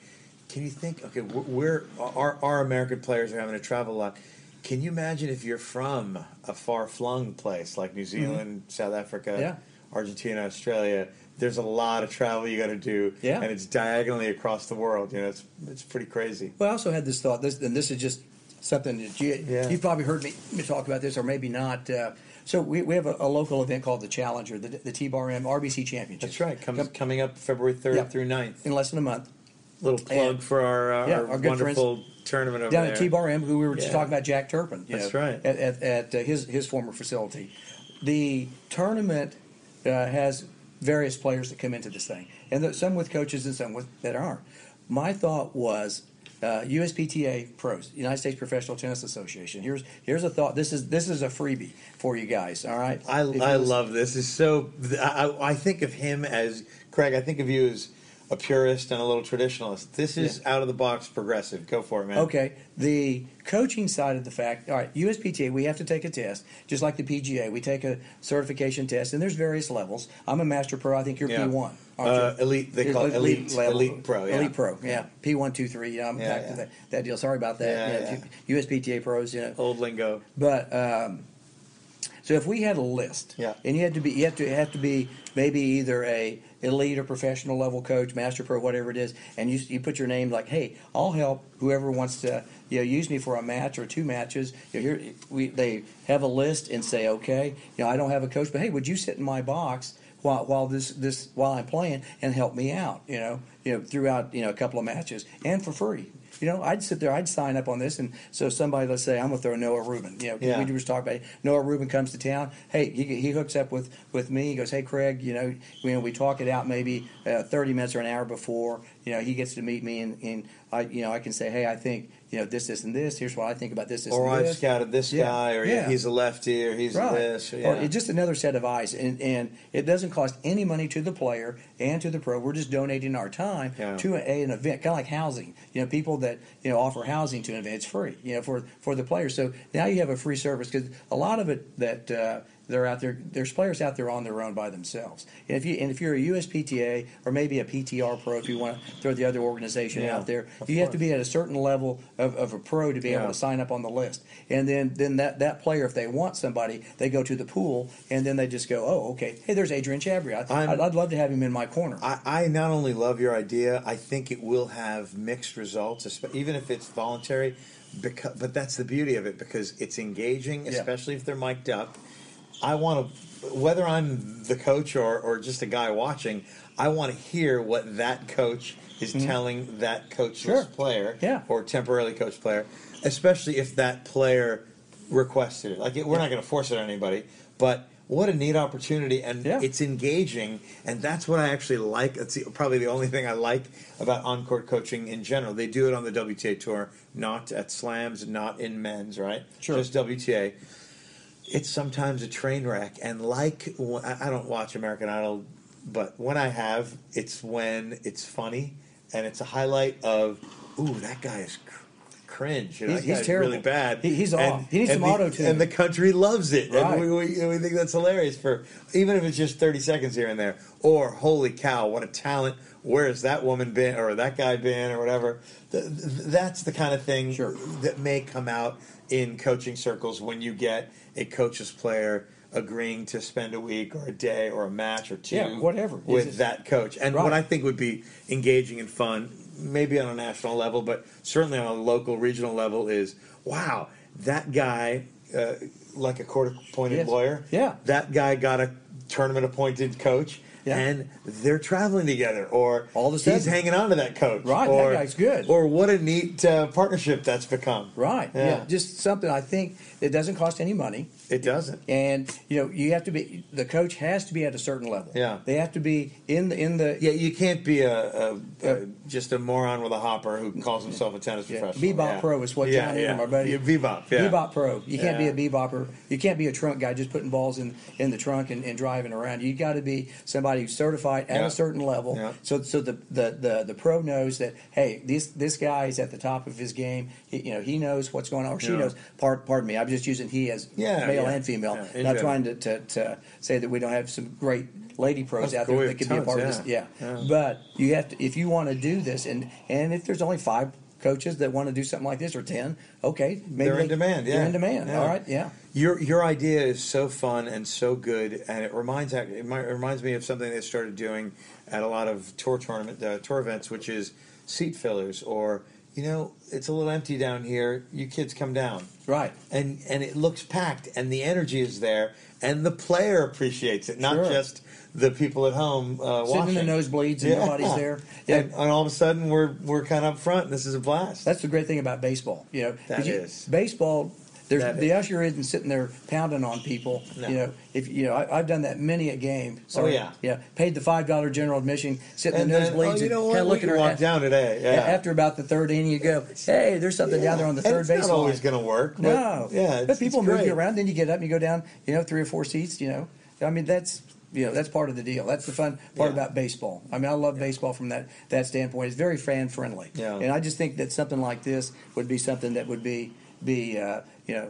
can you think? Okay, wh- we're our our American players are having to travel a lot. Can you imagine if you're from a far flung place like New Mm-hmm. Zealand, South Africa, Yeah. Argentina, Australia. There's a lot of travel you got to do, Yeah. and it's diagonally across the world. You know, it's it's pretty crazy. Well, I also had this thought, this, and this is just something that you, Yeah. you've probably heard me, me talk about this, or maybe not. Uh, so we, we have a, a local event called the Challenger, the, the T-Bar M RBC Championship. That's right. Comes Come- coming up February third Yeah. through 9th. in less than a month. little plug And- for our, uh, Yeah, our, our good friends wonderful tournament over down there. at T Bar M, who we were just Yeah. talking about, Jack Turpin. you That's know, right. At, at, at uh, his his former facility, the tournament uh, has various players that come into this thing, and there- some with coaches and some with that aren't. My thought was. Uh, USPTA pros, United States Professional Tennis Association. Here's here's a thought. This is this is a freebie for you guys. All right. I, If you I listen- love this. It's so I, I- I think of him as Craig. I think of you as a purist and a little traditionalist. This is out of the box progressive. Go for it, man. Okay, the coaching side of the fact. All right, USPTA, we have to take a test, just like the PGA. We take a certification test, and there's various levels. I'm a master pro. I think you're Yeah. P1. aren't Uh, you? elite. They call it elite. Elite, level. pro. Yeah. Elite pro. Yeah, P1, 2, 3. Yeah, I'm Yeah, back yeah. to that, that deal. Sorry about that. Yeah, Yeah, yeah. you- USPTA pros. You know, Old lingo. but um, so if we had a list, Yeah. and you had to be, you have to have to be maybe either a elite or professional level coach, master pro, whatever it is, and you you put your name like, hey, I'll help whoever wants to, you know, use me for a match or two matches. You know, here we they have a list and say, okay, you know, I don't have a coach, but hey, would you sit in my box? While, while this this while I'm playing and help me out, you know, you know throughout you know a couple of matches and for free, you know, I'd sit there, I'd sign up on this, and so somebody, let's say, I'm gonna throw Noah Rubin. You know, Yeah. we just talked about it. Noah Rubin comes to town. Hey, he, he hooks up with with me. He goes, hey Craig, you know, we, we talk it out maybe uh, 30 minutes or an hour before. You know, he gets to meet me, and, and I, you know, I can say, hey, I think you know this, this, and this. Here's what I think about this, this, Or and I've this. scouted this Yeah. guy, or Yeah. he's a lefty, or he's Right. this. Or, Or yeah. it's just another set of eyes, and, and it doesn't cost any money to the player and to the pro. We're just donating our time Yeah. to a, an event, kind of like housing. You know, people that you know offer housing to an event, it's free. You know, for for the players. So now you have a free service because a lot of it that. Uh, they're out there. There's players out there on their own by themselves. And if you and if you're a USPTA or maybe a PTR pro, if you want to throw the other organization Yeah, out there, you of have to course. be at a certain level of, of a pro to be Yeah. able to sign up on the list. And then, then that, that player, if they want somebody, they go to the pool and then they just go, oh, okay, hey, there's Adrian Chabry. I, I'm- I'd, I'd love to have him in my corner. I, I not only love your idea, I think it will have mixed results, espe- even if it's voluntary. Because, but that's the beauty of it because it's engaging, Yeah. especially if they're mic'd up. I want to, whether I'm the coach or, or just a guy watching, I want to hear what that coach is telling that coachless Mm-hmm. Sure. player Yeah. or temporarily coach player, especially if that player requested it. Like, it, we're not going to force it on anybody, but what a neat opportunity. And Yeah. it's engaging, and that's what I actually like. It's the- probably the only thing I like about on-court coaching in general. They do it on the WTA tour, not at slams, not in men's, right? Sure. Just WTA. It's sometimes a train wreck, and like wh- I I don't watch American Idol, but when I have, it's when it's funny and it's a highlight of, ooh, that guy is. Cr- Cringe. You know, He's- that he's guy's terrible. Really bad. He- he's off. He needs and some the- auto-tune. And the country loves it. Right. And we, we, we think that's hilarious for even if it's just 30 seconds here and there. Or holy cow, what a talent! Where has that woman been, or that guy been, or whatever? Th- th- that's the kind of thing Sure. that may come out in coaching circles when you get a coach's player agreeing to spend a week or a day or a match or two, Yeah, whatever. with Is it- that coach. And Right. what I think would be engaging and fun, maybe on a national level, but certainly on a local, regional level, is wow, that guy, uh, like a court appointed Yes. lawyer, Yeah. that guy got a tournament appointed coach. Yeah. And they're traveling together, or All of a he's sudden. hanging on to that coach, Right, that Or, guy's good. Or what a neat uh, partnership that's become. right. Yeah. Just something I think that doesn't cost any money. It doesn't. And, you know, you have to be, the coach has to be at a certain level. Yeah. They have to be in the, in the, Yeah, you can't be a, a, Yeah. a just a moron with a hopper who calls himself a tennis Yeah. professional. Bebop yeah. pro is what yeah, John yeah. Ingram, our buddy- Yeah, bebop. Yeah. Bebop pro. You can't Yeah. be a bebopper. You can't be a trunk guy just putting balls in, in the trunk and, and driving around. You got to be somebody who's certified at Yeah. a certain level. Yeah. So so the, the, the, the pro knows that hey this this guy is at the top of his game. He, you know he knows what's going on or she Yeah. knows. Part, pardon me. I'm just using he as Yeah, male yeah. and female. Yeah, in not general. trying to, to, to say that we don't have some great lady pros Of out there course, that could be a tons, part of yeah. this. Yeah. Yeah. But you have to if you want to do this and and if there's only five coaches that want to do something like this or ten, okay, They're in demand, yeah. they're in demand. Yeah. All right. Yeah. Your your idea is so fun and so good, and it reminds act- it mi- it reminds me of something they started doing at a lot of tour tournament uh, tour events, which is seat fillers or you know, it's a little empty down here. You kids come down. Right. And and it looks packed and the energy is there and the player appreciates it, not Sure. just the people at home uh, Sitting watching. in the nosebleeds and Yeah. nobody's there. Yeah. And, and all of a sudden we're we're kind of up front and this is a blast. That's the great thing about baseball. You know, 'cause That you- is. baseball. There's That the is. usher isn't sitting there pounding on people. No. Oh, You know, if you know, I, I've done that many a game. So yeah. yeah. Paid the five dollar general admission, sitting and in the then, nosebleeds, oh, you know and kind what? of We looking can around. walk down today. Yeah. After about the third inning, you go, "Hey, there's something down there on the And third it's base not always going to work. But No, Yeah. but it's- people it's move great. you around. Then you get up and you go down. You know, three or four seats. You know, I mean that's you know that's part of the deal. That's the fun part Yeah. about baseball. I mean, I love baseball from that that standpoint. It's very fan friendly. Yeah. and I just think that something like this would be something that would be be uh, you know.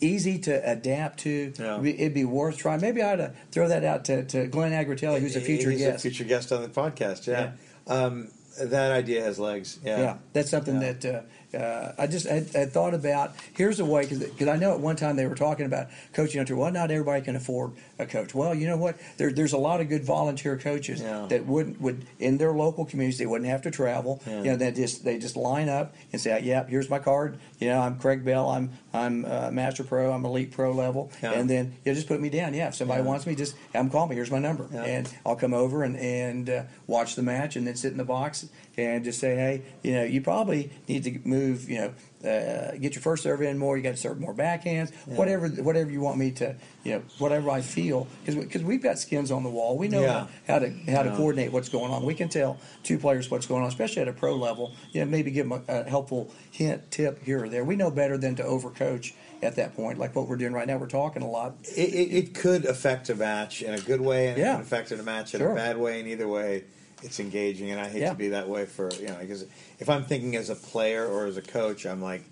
Easy to adapt to. Yeah. It'd, be, it'd be worth trying. Maybe I ought to throw that out to, to Glenn Agritelli, who's a future He's guest. A future guest on the podcast. Yeah. Um, that idea has legs. Yeah. Yeah, that's something Yeah. that uh, uh, I just I, I thought about. Here's a way because I know at one time they were talking about coaching under. Well, not everybody can afford a coach. Well, you know what? There, there's a lot of good volunteer coaches Yeah. that wouldn't would in their local communities they wouldn't have to travel. Yeah. You know, they just they just line up and say, "Yeah, here's my card. You know, I'm Craig Bell. I'm I'm uh, Master Pro. I'm Elite Pro level." Yeah. And then you know, just put me down. Yeah, if somebody Yeah. wants me, just have them call me. Here's my number, Yeah. and I'll come over and and uh, watch the match, and then sit in the box and just say, hey, you know, you probably need to move, you know, uh, get your first serve in more. You got to serve more backhands, whatever, whatever you want me to, you know, whatever I feel, because we've got skins on the wall. We know Yeah. how to how to Yeah. coordinate what's going on. We can tell two players what's going on, especially at a pro level. You know, maybe give them a, a helpful hint, tip here or there. We know better than to overcoach at that point, like what we're doing right now. We're talking a lot. It, it, it could affect a match in a good way, and it Yeah. can affect a match in Sure. a bad way. And either way, it's engaging. And I hate Yeah. to be that way for you know because if I'm thinking as a player or as a coach, I'm like,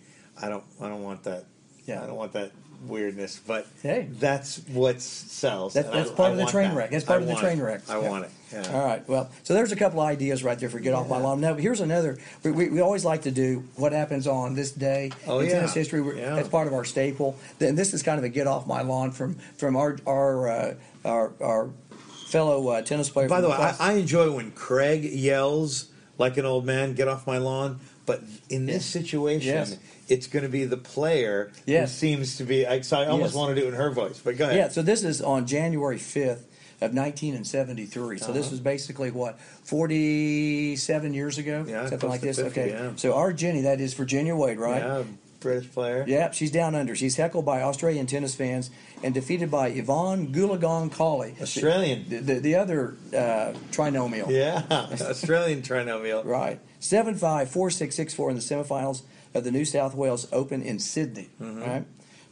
I don't, I don't want that. Yeah. I don't want that weirdness. But Hey. that's what sells. That- and I- that's part I of the want train that. wreck. That's part I of the want it. train wreck. I Yeah. want it. Yeah. All right. Well, so there's a couple ideas right there for get off my lawn. Now, here's another. We, we, we always like to do what happens on this day Oh, in yeah. tennis history. We're, Yeah. That's part of our staple. Then this is kind of a get off my lawn from from our our uh, our, our fellow uh, tennis player. By from the way, I, class. I enjoy when Craig yells like an old man, "Get off my lawn!" But in this situation, Yes. it's going to be the player Yes. who seems to be. I, so I Yes. almost want to do it in her voice, but go ahead. Yeah, so this is on January 5th of 1973. So this Uh-huh. was basically what 47 years ago, Yeah, something close like to this. 50, okay. yeah. So our Jenny, that is Virginia Wade, right? Yeah, British player. Yep, she's down under. She's heckled by Australian tennis fans and defeated by Yvonne Goolagong Colley, Australian. the, the, the other uh, trinomial. Yeah, Australian trinomial. Right. 7 5, 4 6, 6 4 in the semifinals of the New South Wales Open in Sydney. Mm-hmm. Right?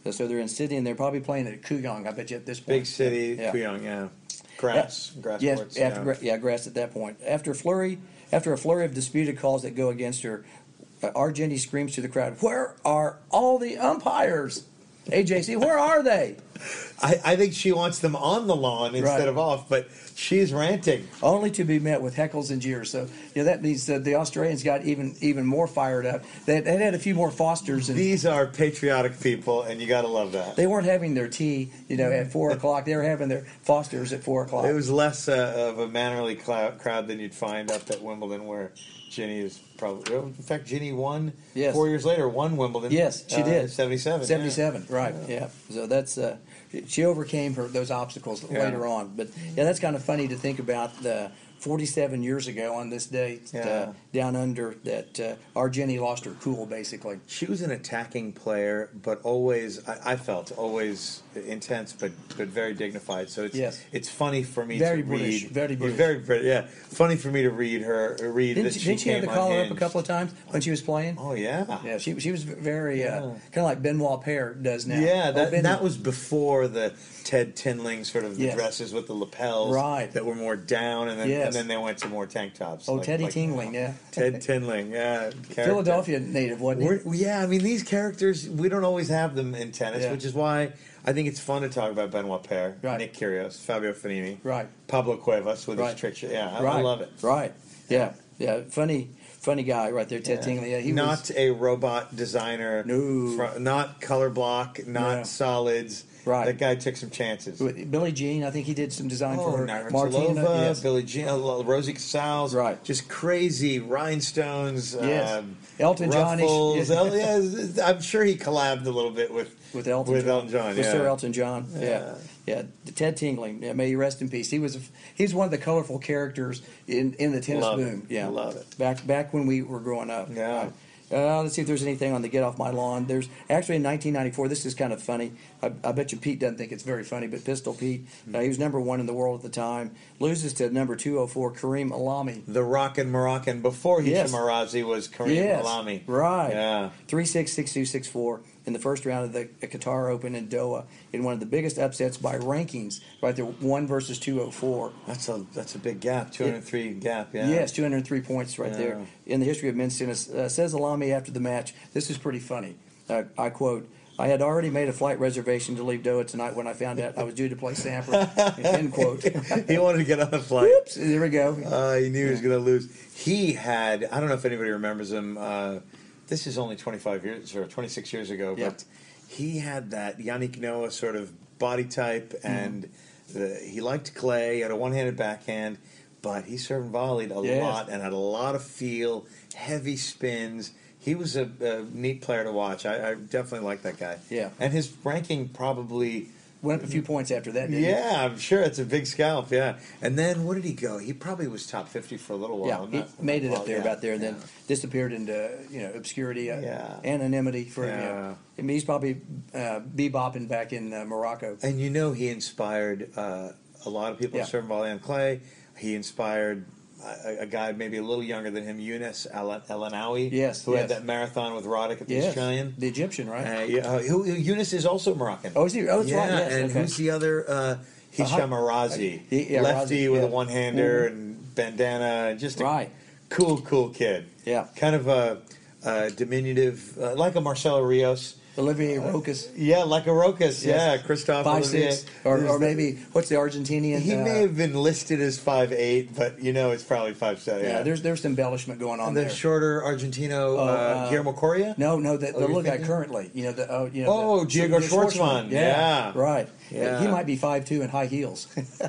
So, so they're in Sydney and they're probably playing at Kugong, I bet you, at this point. Big city, Yeah. Kuyong, yeah. Grass, grass yes, courts. after, yeah. gra- yeah, grass at that point. After a flurry, after a flurry of disputed calls that go against her, uh, our Jenny screams to the crowd, "Where are all the umpires? AJC, where are they?" I, I think she wants them on the lawn instead Right. of off, but she's ranting. only to be met with heckles and jeers. So yeah, that means that the Australians got even even more fired up. They, they had a few more Fosters and. These are patriotic people, and you got to love that. they weren't having their tea, you know, at four o'clock. They were having their Fosters at four o'clock. It was less uh, of a mannerly clou- crowd than you'd find up at Wimbledon, where Ginny is probably. In fact, Ginny won Yes. four years later, won Wimbledon. Yes, she uh, did. Seventy-seven. yeah. 77 right yeah. so that's uh, she overcame her those obstacles Yeah. later on but yeah that's kind of funny to think about the 47 years ago on this day Yeah. uh, down under that uh, our jenny lost her cool basically She was an attacking player, but always I, I felt always intense, but but very dignified. So it's Yes. it's funny for me Very to British, read. very Yeah, British. Very British. Yeah, funny for me to read her. Read didn't that she, she, didn't she have to came call her up a unhinged. couple of times when she was playing Oh yeah. yeah she, she was very uh, Yeah. kind of like benoit Paire does now Yeah, Oh, that, Ben- that was before the Ted Tinling sort of the Yes. dresses with the lapels Right. that were more down, and then Yes. and then they went to more tank tops. oh like- teddy like- tingling yeah Ted Tinling, yeah, character. philadelphia native wasn't he We're, yeah, I mean these characters we don't always have them in tennis, Yeah. which is why I think it's fun to talk about Benoit Paire, Right. Nick Kyrgios, Fabio Fanini, Right. Pablo Cuevas with Right. his trick shot. Yeah, I, I right love it. right yeah yeah funny funny guy right there ted Yeah. tingling yeah he not was a robot designer. No. fro- not color block. Not No. solids. Right. That guy took some chances. With Billie Jean, I think he did some design Oh, for her. Martina, Navratilova, yes. Billie Jean, uh, Rosie Casals, Right. Just crazy rhinestones. Yes. um, Elton John is- ruffles. El- yeah, I'm sure he collabed a little bit with with Elton with John. Elton John, with yeah. Sir Elton John. Yeah, yeah. Ted Tingling, yeah, may he rest in peace. He was a, he's one of the colorful characters in in the tennis Love it. boom. Yeah, Love it. Back back when we were growing up. Yeah. Uh, let's see if there's anything on the get off my lawn. There's actually in 1994. This is kind of funny. I, I bet you Pete doesn't think it's very funny, but Pistol Pete, uh, he was number one in the world at the time, loses to number 204 Kareem Alami. the Rockin' Moroccan before Hisham Yes. Arazi was Kareem Yes, Alami. right. Yeah. Three six six two six four in the first round of the Qatar Open in Doha in one of the biggest upsets by rankings, right there, one versus two hundred four. That's a that's a big gap, 203 gap, yeah. Yes, two hundred three points right there Yeah. in the history of men's tennis. Uh, says Alami after the match, "This is pretty funny." Uh, I quote. I had already made a flight reservation to leave Doha tonight when I found out I was due to play Sampras. End quote. he wanted to get on the flight. Oops, there we go. Uh, he knew he was going to lose. He had, I don't know if anybody remembers him. Uh, this is only 25 years or 26 years ago, Yeah. but he had that Yannick Noah sort of body type, Mm-hmm. and the, he liked clay, had a one handed backhand, but he served and volleyed a Yes. lot and had a lot of feel, heavy spins. He was a, a neat player to watch. I, I definitely like that guy. Yeah. And his ranking probably. Went up a few points after that. didn't he? Yeah, I'm sure it's a big scalp. Yeah, and then where did he go? He probably was top fifty for a little while. Yeah, I'm he not- made it up well, there yeah, about there, and then yeah. disappeared into you know obscurity, uh, Yeah. anonymity for him. Yeah. Yeah. I mean, he's probably uh, bebopping back in uh, Morocco. And you know, he inspired uh, a lot of people Yeah. to serve volley on clay. He inspired uh, a, a guy maybe a little younger than him, Eunice Al- Elanawi. Yes, who had yes. that marathon with Roddick at the Yes, Australian. the Egyptian, right? Uh, yeah, uh, who, who- Eunice is also Moroccan. Oh, is he? Oh, that's yeah, right, yes, and okay. who's the other? Uh, Hisham Uh-huh. Arazi, He- yeah, lefty Arazi, with a yeah. Mm-hmm. one-hander and bandana, and just a Right. cool, cool kid. Yeah. kind of a, a diminutive, uh, like a Marcelo Rios. Olivier Rocas, Yeah, like a Rokas. Yeah, Christophe five Olivier. six, or, or maybe what's the Argentinian? he uh, may have been listed as five eight, but you know it's probably five seven. yeah, there's there's embellishment going on and the there. shorter Argentino uh, uh, Guillermo Coria. No, no, the, Oh, the you're little guy thinking? currently, you know, the oh, you know, Oh, the- Diego the Schwartzman, yeah. right. Yeah. He might be five two in high heels,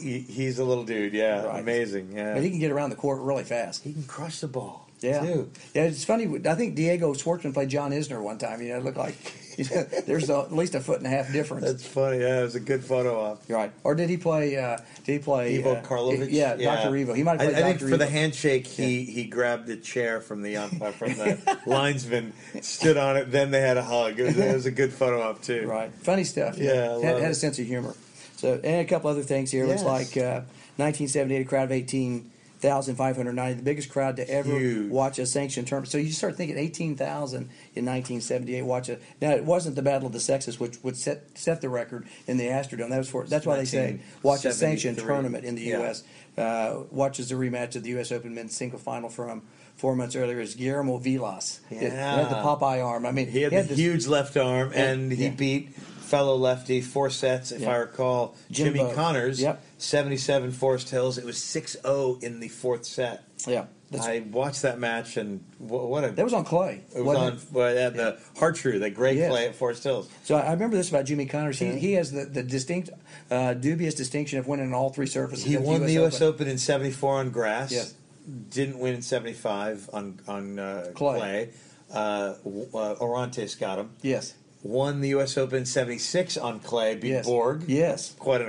He, he's a little dude. Yeah, Right. amazing. Yeah, but he can get around the court really fast. He can crush the ball. Yeah, too. yeah. It's funny. I think Diego Schwartzman played John Isner one time. You know, it looked like there's a, at least a foot and a half difference. That's funny. Yeah, it was a good photo op. You're right. Or did he play? Uh, did he play Ivo uh, Karlovic. Yeah, Doctor Evo. He might I, have I played think Doctor for the Evo. handshake, he he grabbed the chair from the umpire, from the linesman, stood on it. Then they had a hug. It was, it was a good photo op too. Right. Funny stuff. Yeah, I had, love had it. a sense of humor. So, and a couple other things here. Looks Yes. like uh, 1978, a crowd of 18,590, the biggest crowd to ever Huge. watch a sanctioned tournament. So you start thinking 18,000 in 1978. Watch it. Now it wasn't the Battle of the Sexes, which would set set the record in the Astrodome. That was for. That's why they say watch a sanctioned 1973. tournament in the Yeah. U.S. Uh, watches the rematch of the U.S. Open men's single final from four months earlier is Guillermo Vilas. He had the Yeah. Popeye arm. I mean, He had, the this- huge left arm, and he Yeah. beat fellow lefty four sets, if Yeah. I recall. Jimbo. Jimmy Connors, Yep. 77 Forest Hills. It was 6-0 in the fourth set. Yeah. That's I watched that match, and wha- what a That was on clay. it was wasn't on well, at the Hartrue, the great Yes. play at Forest Hills. So I remember this about Jimmy Connors. He, he has the, the distinct, uh, dubious distinction of winning all three surfaces. He at won the U.S. Open. Open, in '74 on grass. Yes. Didn't win in '75 on on uh, Clay. clay. Uh, w- uh, Orantes got him. Yes. Won the U.S. Open in '76 on clay. Beat Yes. Borg. Yes. Quite an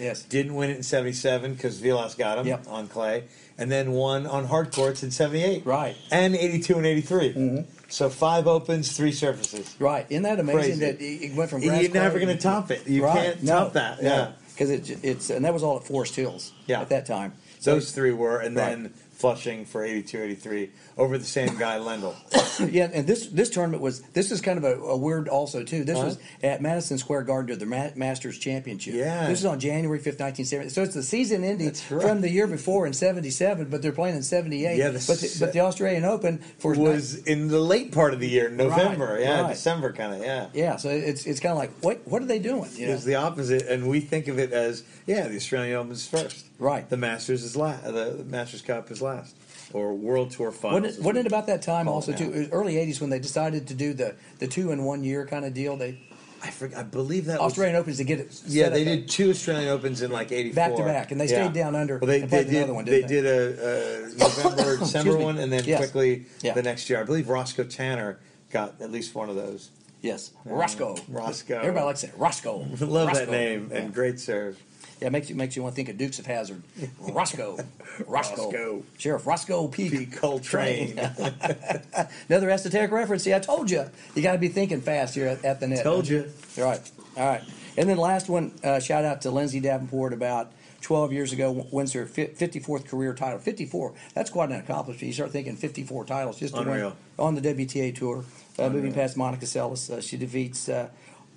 Accomplishment, yes. Didn't win it in '77 because Vilas got him Yep. on clay, and then won on hard courts in '78. Right. Mm-hmm. And '82 and '83. So five opens, three surfaces. Right. Isn't that amazing Crazy. that it it went from grass You're never clay- going to top it. You Right. can't No, top that. no. Yeah. Because it, it's, and that was all at Forest Hills Yeah. at that time. Those three were, and Right. then Flushing for 82 83 over the same guy, Lendl. Yeah, and this this tournament was this is kind of a, a weird also too. This was Uh-huh. at Madison Square Garden to the Ma- Masters Championship. Yeah. this is on January fifth, nineteen seventy. So it's the season ending That's right. from the year before in seventy seven, but they're playing in seventy eight. Yeah, the but the, se- but the Australian Open for was in the late part of the year, November, Right, yeah, right. December kind of, yeah. yeah. So it's it's kind of like what what are they doing? You know? It's the opposite, and we think of it as yeah, the Australian Open's first, Right. The Masters is last, the Masters Cup is last, or World Tour Finals. Wasn't it, is- wasn't it about that time Oh, also yeah. too? It was early '80s when they decided to do the the two in one year kind of deal. They I forget. I believe that Australian was. Opens to get it. set Yeah, up uh, they there. did two Australian Opens in like '84 Back to back, and they stayed down under Well, they, and they played did. another one, they didn't did a, a uh, November, December me. one, and then Yes. quickly Yeah. the next year. I believe Roscoe Tanner got at least one of those. Yes, Roscoe. Uh, Roscoe. Everybody likes it. Roscoe. Love that Roscoe. name Yeah. and great serve. Yeah, it makes you makes you want to think of Dukes of Hazard. Roscoe. Roscoe. Roscoe. Sheriff Roscoe Peak. Pete Coltrane. Another esoteric reference. See, I told you. You got to be thinking fast here at, at the net. Told you. All right. All right. And then last one, uh, shout out to Lindsay Davenport about 12 years ago, w- wins her fi- 54th career title. 54. That's quite an accomplishment. You start thinking 54 titles just to win Unreal. on the WTA tour. Uh, moving Unreal. past Monica Seles, uh, she defeats uh,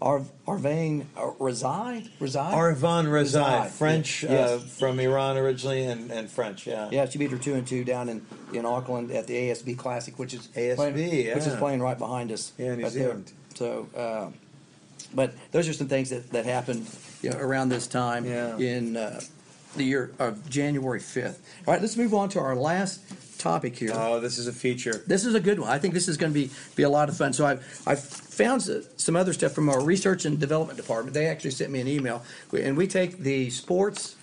Ar- Arvain uh, Razai. Razai? Arvan Rezai, Rezai, French yeah. Yes. uh, from Iran originally, and, and French, yeah. Yeah, she beat her two and two down in, in Auckland at the ASB Classic, which is ASB, playing, which is yeah. playing right behind us. Yeah, New right there. Zealand. So, uh, but those are some things that, that happened you know, around this time Yeah. in uh, the year of January fifth. All right, let's move on to our last topic here. Oh, this is a feature. This is a good one. I think this is going to be be a lot of fun. So I've I've found s- some other stuff from our research and development department. They actually sent me an email, and we take the sports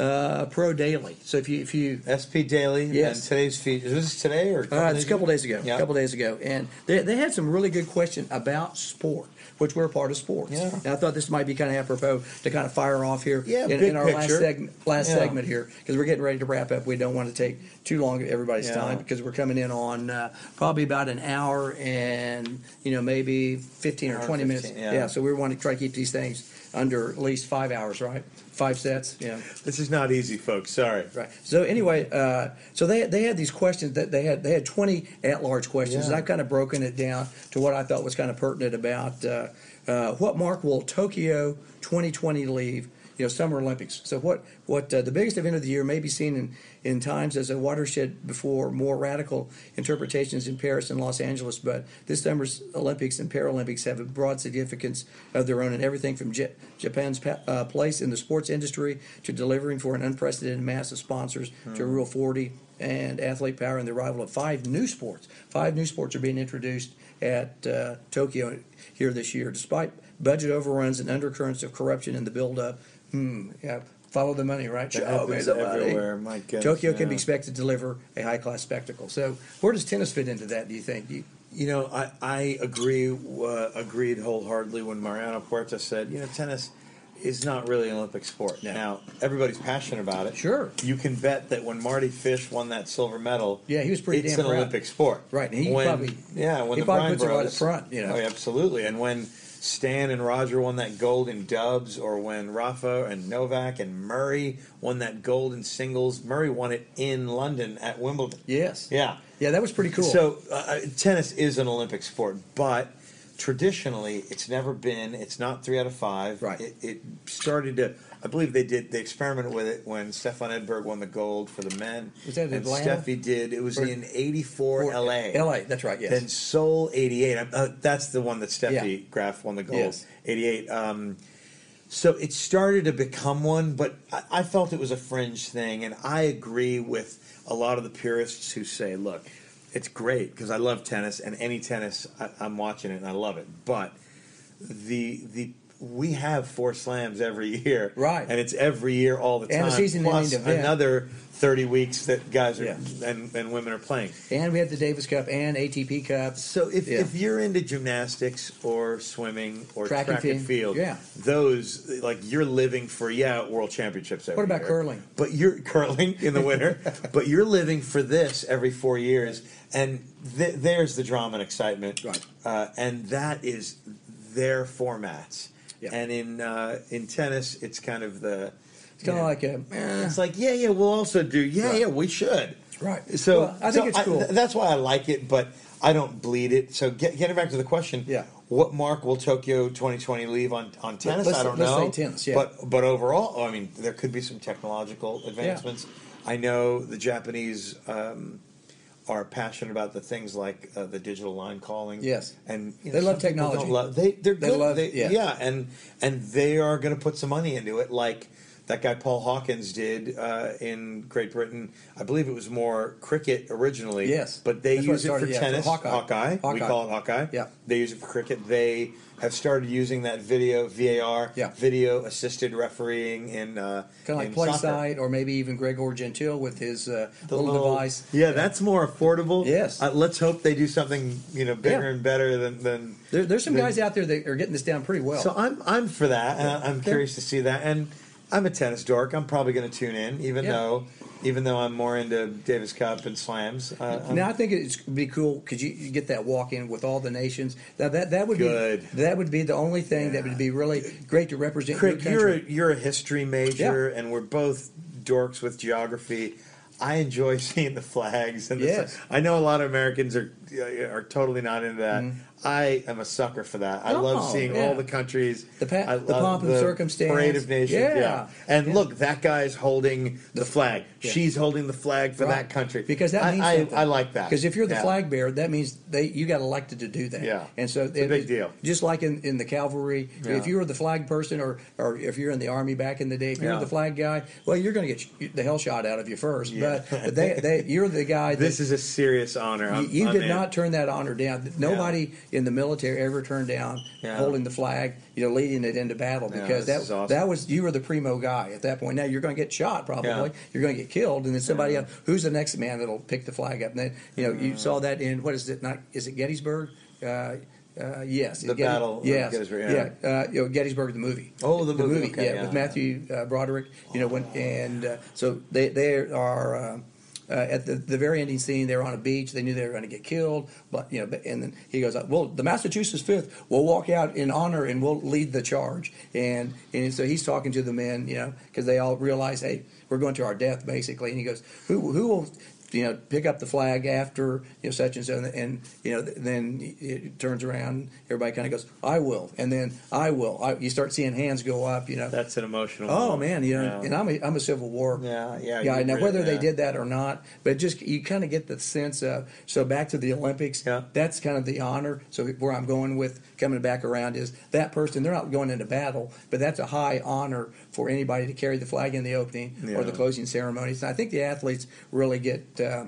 uh, pro daily. So if you if you SP Daily Yes. and today's feature. Is this today or? Uh, it's a couple days ago. Yeah. A couple days ago, and they, they had some really good question about sport, which we're a part of sports. Yeah. And I thought this might be kind of apropos to kind of fire off here. Yeah, in, big in our last picture. segment, last Yeah. segment here, because we're getting ready to wrap up. We don't want to take too long of everybody's Yeah. time because we're coming in on uh, probably about an hour and you know maybe fifteen or Hour twenty 15, minutes. yeah. so we want to try to keep these things under at least five hours, right? Five sets. Yeah. This is not easy, folks. Sorry. Right. So anyway, uh, so they they had these questions that they had they had twenty at large questions. Yeah. And I've kind of broken it down to what I thought was kind of pertinent about uh, uh, what mark will Tokyo 2020 leave. You know, Summer Olympics. So what? What uh, the biggest event of the year may be seen in, in times as a watershed before more radical interpretations in Paris and Los Angeles. But this summer's Olympics and Paralympics have a broad significance of their own, and everything from Ja- Japan's pa- uh, place in the sports industry to delivering for an unprecedented mass of sponsors to Rule 40 and athlete power and the arrival of five new sports. Five new sports are being introduced at uh, Tokyo here this year, despite budget overruns and undercurrents of corruption in the buildup. Hmm, yeah, follow the money, right? That Show me happens the money. everywhere. My goodness, Tokyo can be yeah. expected to deliver a high class spectacle. So, where does tennis fit into that? Do you think? You, You know, I, I agree, uh, agreed wholeheartedly when Mariano Puerta said, you know, tennis is not really an Olympic sport. No. Now, everybody's passionate about it. Sure. You can bet that when Marty Fish won that silver medal, Yeah, he was pretty it's damn an proud. Olympic sport. Right, and he when, probably- yeah, when he probably the Bryan puts it right brothers- up front, you know. Oh, yeah, absolutely. And when Stan and Roger won that gold in dubs, or when Rafa and Novak and Murray won that gold in singles, Murray won it in London at Wimbledon. yes. Yeah. Yeah, that was pretty cool. So uh, uh, tennis is an Olympic sport, but traditionally it's never been. It's not three out of five. Right. It, it started to. I believe they did. They experimented with it when Stefan Edberg won the gold for the men. Was that in and Atlanta? Steffi did. It was Or- in '84 Or- LA. LA. That's right. Yes. Then Seoul '88. Uh, that's the one that Steffi Graf won the gold. Yes. '88. Um, so it started to become one, but I, I felt it was a fringe thing, and I agree with a lot of the purists who say, "Look, it's great because I love tennis, and any tennis I, I'm watching it and I love it." But the the we have four slams every year, Right. And it's every year all the And a time, season-ending plus event. another thirty weeks that guys are Yeah. and, and women are playing. and we had the Davis Cup and ATP Cups. So if, Yeah. if you're into gymnastics or swimming or Track track, and and field, field, yeah. those like you're living for yeah world championships. Every What about year. curling? But you're curling in the winter, but you're living for this every four years, and th- there's the drama and excitement, Right. Uh, and that is their formats. Yeah. And in uh, in tennis, it's kind of the It's kind of like a. eh, it's like yeah yeah we'll also do yeah Right. yeah we should right. so Well, I think so it's cool. th- that's why I like it, but I don't bleed it. So get, getting back to the question, Yeah. What mark will Tokyo 2020 leave on, on tennis? let's- I don't let's know. say tennis, yeah. But but overall, I mean, there could be some technological advancements. I know the Japanese um, are passionate about the things like uh, the digital line calling. Yes. and you They love some people don't technology. love- they Uh, they're They good. love- They- yeah. yeah, and and they are going to put some money into it, like. that guy Paul Hawkins did uh, in Great Britain. I believe it was more cricket originally. Yes. but they That's where use it it, started, for yeah, for tennis. Hawkeye. we Hawkeye. call it Hawkeye. Yeah. they use it for cricket. They have started using that video VAR, Yeah. video assisted refereeing in uh, Kind of like in play soccer. side, or maybe even Gregor Gentile with his uh, The little, device. Yeah, that's more affordable. Yes. Uh, let's hope they do something you know bigger Yeah. and better than than. There, there's some than- guys out there that are getting this down pretty well. So I'm I'm for that, and I- I'm curious to see that. And I'm a tennis dork. I'm probably going to tune in, even Yeah. though even though I'm more into Davis Cup and slams. Uh, I'm- now I think it's be cool because you, you get that walk in with all the nations. Now that that would Good. be that would be the only thing that would be really great to represent Craig, your you're country. a, you're a history major, and we're both dorks with geography. I enjoy seeing the flags, and the- Yes. I know a lot of Americans are are totally not into that. I am a sucker for that. I love Mm-hmm. Oh, seeing yeah. all the countries, The pa- I the love pomp and circumstance. parade of nations. Yeah, Yeah. and look, that guy's holding the flag. Yeah. She's holding the flag for that Right. country because that I- means I, I, like that because if you're the Yeah. flag bearer that means they you got elected to do that Yeah. and so It's a big deal. just like in, in the cavalry Yeah. if you were the flag person or or if you're in the army back in the day if you're Yeah. the flag guy well you're going to get sh- the hell shot out of you first Yeah. but, but they, they you're the guy that This is a serious honor. you, I'm- you I'm did in. not turn that honor down. Nobody in the military ever turned down Yeah. holding the flag, you know, leading it into battle Yeah, because this that is awesome. that was you were the primo guy at that point. Now you're going to get shot probably. Yeah. You're going to get killed, and then somebody Yeah. else who's the next man that'll pick the flag up. And then you know you saw that in what is it? Not is it Gettysburg? Uh, uh, yes, The Gettys- Battle of Yes, Gettysburg, yeah. yeah. Uh, you know, Gettysburg, the movie. Oh, the movie, okay, yeah, yeah, with yeah. Matthew uh, Broderick. You know, when and uh, so they they are. um uh, at the, the very ending scene, they were on a beach. They knew they were going to get killed, but you know. but- And then he goes, "Well, the Massachusetts Fifth will walk out in honor and we'll lead the charge." And and so he's talking to the men, you know, because they all realize, "Hey, we're going to our death," basically. And he goes, "Who who will?" You know, pick up the flag after you know such and so, and, you know, th- then it turns around. Everybody kind of goes, "I will," and then "I will." I, you start seeing hands go up. You know, That's an emotional. oh moment. man, you know, Yeah. and I'm a, I'm a Civil War Yeah, yeah, guy. you Now read- whether they yeah. did that or not, but just you kind of get the sense of. So back to the Olympics, Yeah. that's kind of the honor. So where I'm going with coming back around is that person. They're not going into battle, but that's a high honor for anybody to carry the flag in the opening or the Yeah. closing ceremonies. And I think the athletes really get. Uh,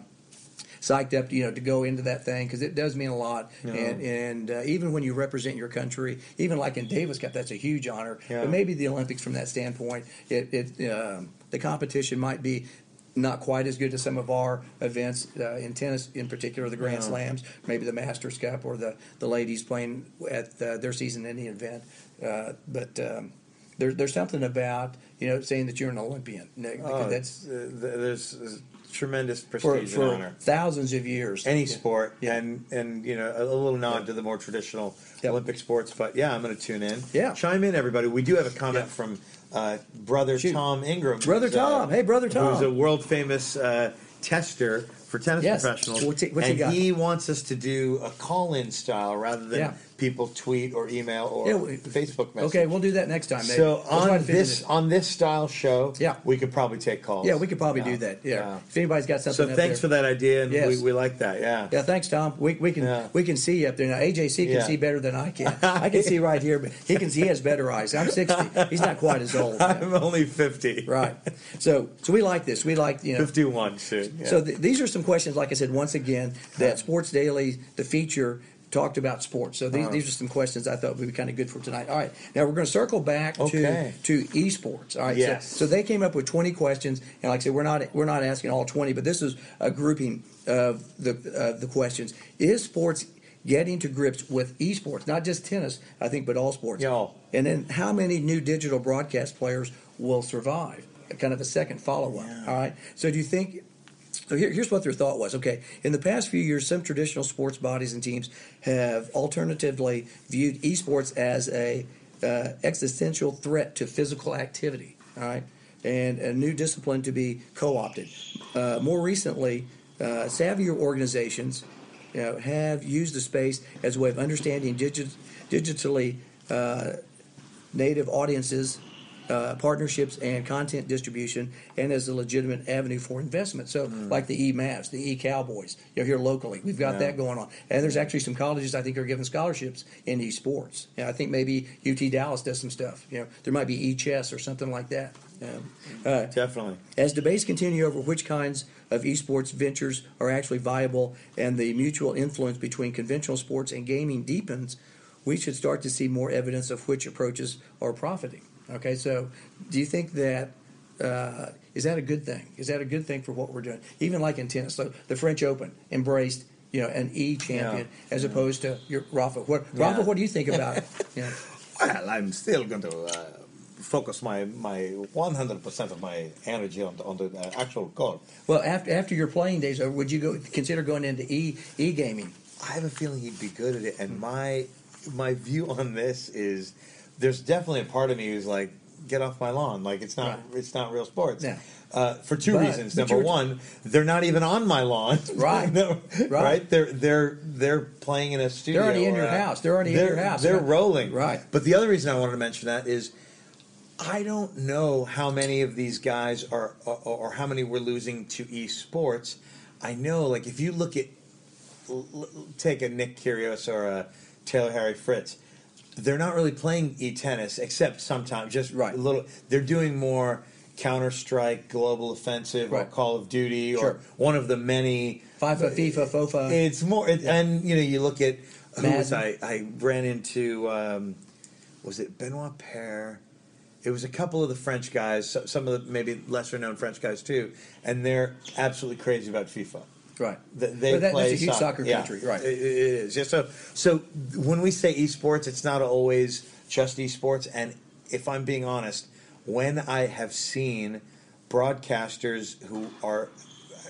psyched up, you know, to go into that thing because it does mean a lot. And and uh, even when you represent your country, even like in Davis Cup, that's a huge honor. Yeah. But maybe the Olympics, from that standpoint, it, it um the competition might be. Not quite as good as some of our events uh, in tennis, in particular the Grand Yeah. Slams, maybe the Masters Cup or the, the ladies playing at uh, their season-ending event. Uh, but um, there, there's something about you know saying that you're an Olympian. Nick, because Oh, that's uh, th- there's uh, tremendous for, prestige and for honor. thousands of years. Any Yeah. sport, Yeah. and and you know a, a little nod to the more traditional Yeah. Olympic sports, but yeah, I'm going to tune in. Yeah. chime in, everybody. We do have a comment Yeah. from uh, brother Shoot. Tom Ingram, Brother who's, uh, Tom. Hey, Brother who's a Tom. world famous uh, tester for tennis Yes. professionals, What's he- what's he and got? he wants us to do a call in style rather than Yeah. people tweet or email or Yeah, we- Facebook message. Okay, we'll do that next time. Maybe. So Let's try on to figure this on this style show, Yeah. we could probably take calls. yeah, we could probably do that. Yeah. if anybody's got something. So up thanks there. for that idea, and Yes. we, we like that. Yeah. Yeah, thanks, Tom. We, we can Yeah. we can see you up there now. AJC can Yeah. see better than I can. I can see right here, but he can. He has better eyes. I'm 60. He's not quite as old. I'm only fifty. Right. So so we like this. We like you know. Fifty-one soon. Yeah. So th- these are some questions, like I said, once again, that Sports Daily, the feature, talked about sports. So Uh-huh. these, these are some questions I thought would be kind of good for tonight. All right, now we're going to circle back Okay. to to esports. All right, Yes. so, so they came up with twenty questions, and like I said, we're not we're not asking all twenty, but this is a grouping of the of the questions. Is sports getting to grips with esports, not just tennis, I think, but all sports? Yeah. And then how many new digital broadcast players will survive? Kind of a second follow up. All right. So do you think? So here, here's what their thought was. Okay, in the past few years, some traditional sports bodies and teams have alternatively viewed esports as a uh, existential threat to physical activity. All right, and a new discipline to be co-opted. Uh, more recently, uh, savvier organizations you know, have used the space as a way of understanding digi- digitally uh, native audiences, uh, partnerships, and content distribution, and as a legitimate avenue for investment. So, like the E Mavs, the E Cowboys, you know, here locally, we've got Yeah. that going on. And there's actually some colleges I think are giving scholarships in esports. You know, I think maybe UT Dallas does some stuff. You know, there might be e chess or something like that. Um, uh, Definitely. as debates continue over which kinds of esports ventures are actually viable and the mutual influence between conventional sports and gaming deepens, we should start to see more evidence of which approaches are profiting. Okay, so do you think that uh, is that a good thing? Is that a good thing for what we're doing? Even like in tennis, so the French Open embraced you know an E champion Yeah. as opposed to your Rafa. What Rafa? Yeah. What do you think about it? Yeah. Well, I'm still going to uh, focus my my 100% of my energy on the, on the uh, actual golf. Well, after after your playing days over, would you go consider going into e e gaming? I have a feeling he'd be good at it. And my my view on this is there's definitely a part of me who's like, get off my lawn. Like it's not Right. it's not real sports. Yeah. Uh, for two But- reasons. but Number you're- one, they're not even on my lawn. Right. No, right. Right. They're they're they're playing in a studio. already in or your a- house. They're already in they're- your house. They're Right. rolling. Right. But the other reason I wanted to mention that is I don't know how many of these guys are, or, or how many we're losing to esports. I know, like, if you look at, l- l- take a Nick Kyrgios or a Taylor Harry Fritz, they're not really playing e tennis except sometimes just Right. a little. They're doing more Counter Strike, Global Offensive, or Right. Call of Duty, or Sure. one of the many FIFA, FIFA, FOFA. it's more, it, and you know, you look at who was I? Madden. I ran into. Um, was it Benoit Paire? It was a couple of the French guys, so- some of the maybe lesser known French guys too, and they're absolutely crazy about FIFA. Right. Th- They But that- play that's a huge soccer Yeah. country, right. It, it is. Yeah, so, so when we say esports, it's not always just esports. And if I'm being honest, when I have seen broadcasters who are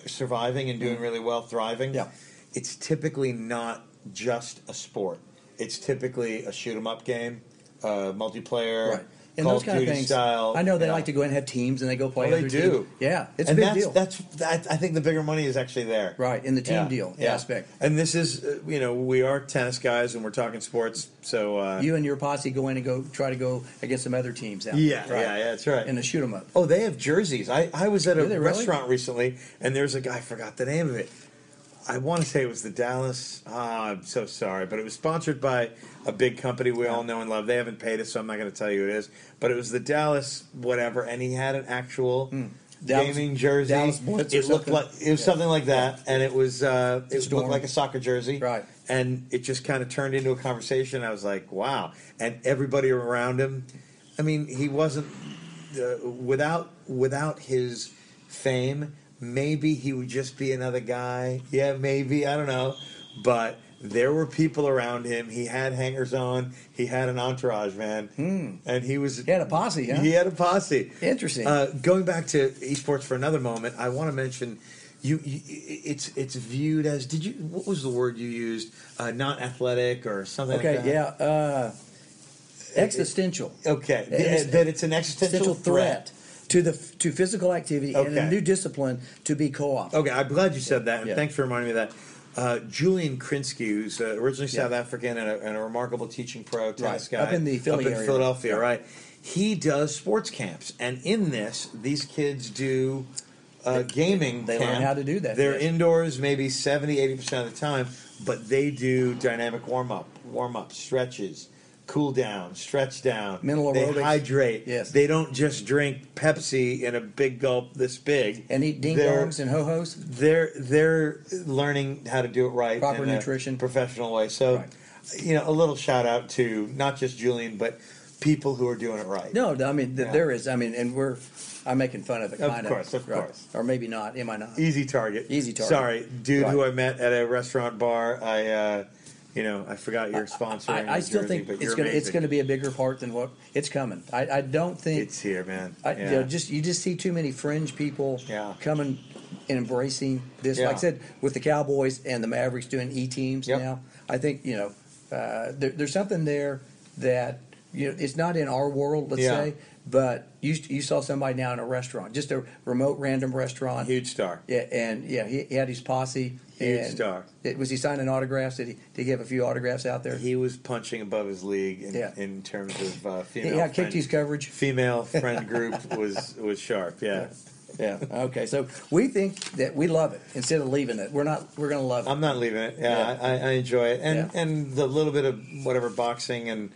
surviving and doing really well, thriving, Mm. Yeah. it's typically not just a sport. It's typically a shoot 'em up game, uh, multiplayer, Right. And Call those of kind of Duty things. style. I know they you like to go and have teams and they go play. Well, they other do. teams. Yeah, it's and a big that's, deal. That's that. I think the bigger money is actually there. right in the team Yeah, deal yeah. aspect. And this is, uh, you know, we are tennis guys and we're talking sports, so uh, You and your posse go in and go try to go against some other teams. Out yeah, there. yeah, yeah, that's right. and to shoot them up. oh, they have jerseys. I, I was at a Do they really? restaurant recently, and there's a guy. I forgot the name of it. I want to say it was the Dallas. Ah, I'm so sorry, but it was sponsored by a big company we all know and love. They haven't paid us, so I'm not going to tell you who it is. But it was the Dallas whatever, and he had an actual. Hmm. Dallas- gaming jersey. Dallas Blitz or it looked something. like it was something like that, and it was uh, it looked Storm. like a soccer jersey. Right. And it just kind of turned into a conversation. I was like, wow. And everybody around him, I mean, he wasn't uh, without without his fame. Maybe he would just be another guy. Yeah, maybe I don't know, but. There were people around him. He had hangers on. He had an entourage, man, Hmm. and he was He had a posse, huh? He had a posse. Interesting. Uh, going back to esports for another moment, I want to mention you, you. It's it's viewed as did you? What was the word you used? Uh, not athletic or something. okay, like that. yeah. Uh, existential, Okay, It is- Th- that it's an existential existential threat. threat to the to physical activity and Okay. Oh. a new discipline to be co-op. Okay, I'm glad you said that, and Yeah. thanks for reminding me of that. Uh, Julian Krinsky, who's uh, originally Yeah. South African and a, and a remarkable teaching pro tennis Right. guy Up in the Philly up in area. Philadelphia, Yeah. right? He does sports camps, and in this, these kids do uh, gaming. they learn camp. how to do that, They're yes. indoors, maybe 70, 80 percent of the time, but they do dynamic warm up, warm up stretches. Cool down, stretch down. Mental they aerobics. hydrate. Yes. They don't just drink Pepsi in a big gulp this big. And eat ding They're- dongs and ho hos. they're they're learning how to do it right Proper in a nutrition. professional way so Right. you know a little shout out to not just julian but people who are doing it right No, I mean th Yeah. there is. I mean, and we're I'm making fun of it. Of kinda. course, of Right. course. or maybe not. Am I not? easy target Easy target. sorry dude Right. who i met at a restaurant bar i uh you know i forgot your sponsor I, I still think but it's you're gonna it's amazing. gonna be a bigger part than what it's coming. I, I don't think it's here man I, yeah. you know, just you just see too many fringe people Yeah. coming and embracing this. Yeah. Like I said, with the Cowboys and the Mavericks doing e teams Yep. now, I think you know uh, there, there's something there that you know it's not in our world, let's Yeah. say, but you you saw somebody now in a restaurant, just a remote random restaurant, huge star yeah, and yeah, he, he had his posse. Huge and star. It, was he signing autographs? Did he, did he give a few autographs out there? He, he was punching above his league in, Yeah. in terms of uh, female yeah, friend- kicked his coverage. female friend group was was sharp yeah Yeah. Okay. So we think that we love it instead of leaving it. We're not. We're gonna love it. I'm not leaving it. Yeah, Yeah. I, I enjoy it, and Yeah. and the little bit of whatever boxing and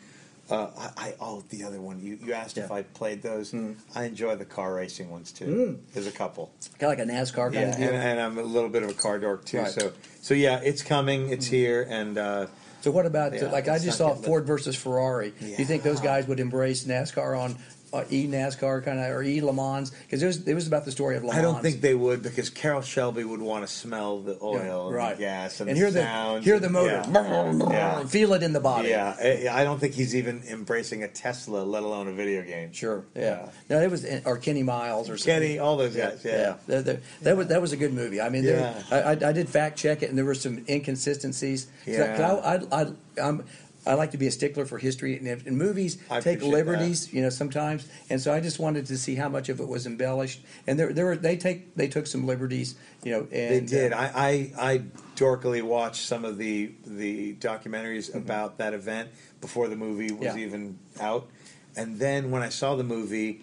Uh, I, I oh the other one you, you asked if Yeah. I played those. I enjoy the car racing ones too. There's a couple. Kind of like a NASCAR kind Yeah, of and, deal. and I'm Mm. a little bit of a car dork too. Right. So so yeah, it's coming. It's here, and uh, so what about Yeah, like I it's just not saw good, but- Ford versus Ferrari? Do you think those guys would embrace NASCAR on uh, e NASCAR kind of or e Le Mans? Because it was it was about the story of Le Mans. I don't think they would because Carol Shelby would want to smell the oil, and the gas, and, the hear sounds. hear and- the motor, yeah. Yeah. feel it in the body. Yeah, I I don't think he's even embracing a Tesla, let alone a video game. Sure. Yeah. No, it was or Kenny Miles or something. Kenny, all those guys. Yeah. That, that- that was that was a good movie. I mean, there, Yeah. I, I I did fact check it, and there were some inconsistencies. 'Cause I- 'cause I, I, I, am I like to be a stickler for history, and, if, and movies I take appreciate that. liberties, you know, sometimes. And so I just wanted to see how much of it was embellished, and there, there were they take they took some liberties, you know. They And, did. uh, I, I I dorkily watched some of the the documentaries about that event before the movie was Mm-hmm. Yeah. even out, and then when I saw the movie,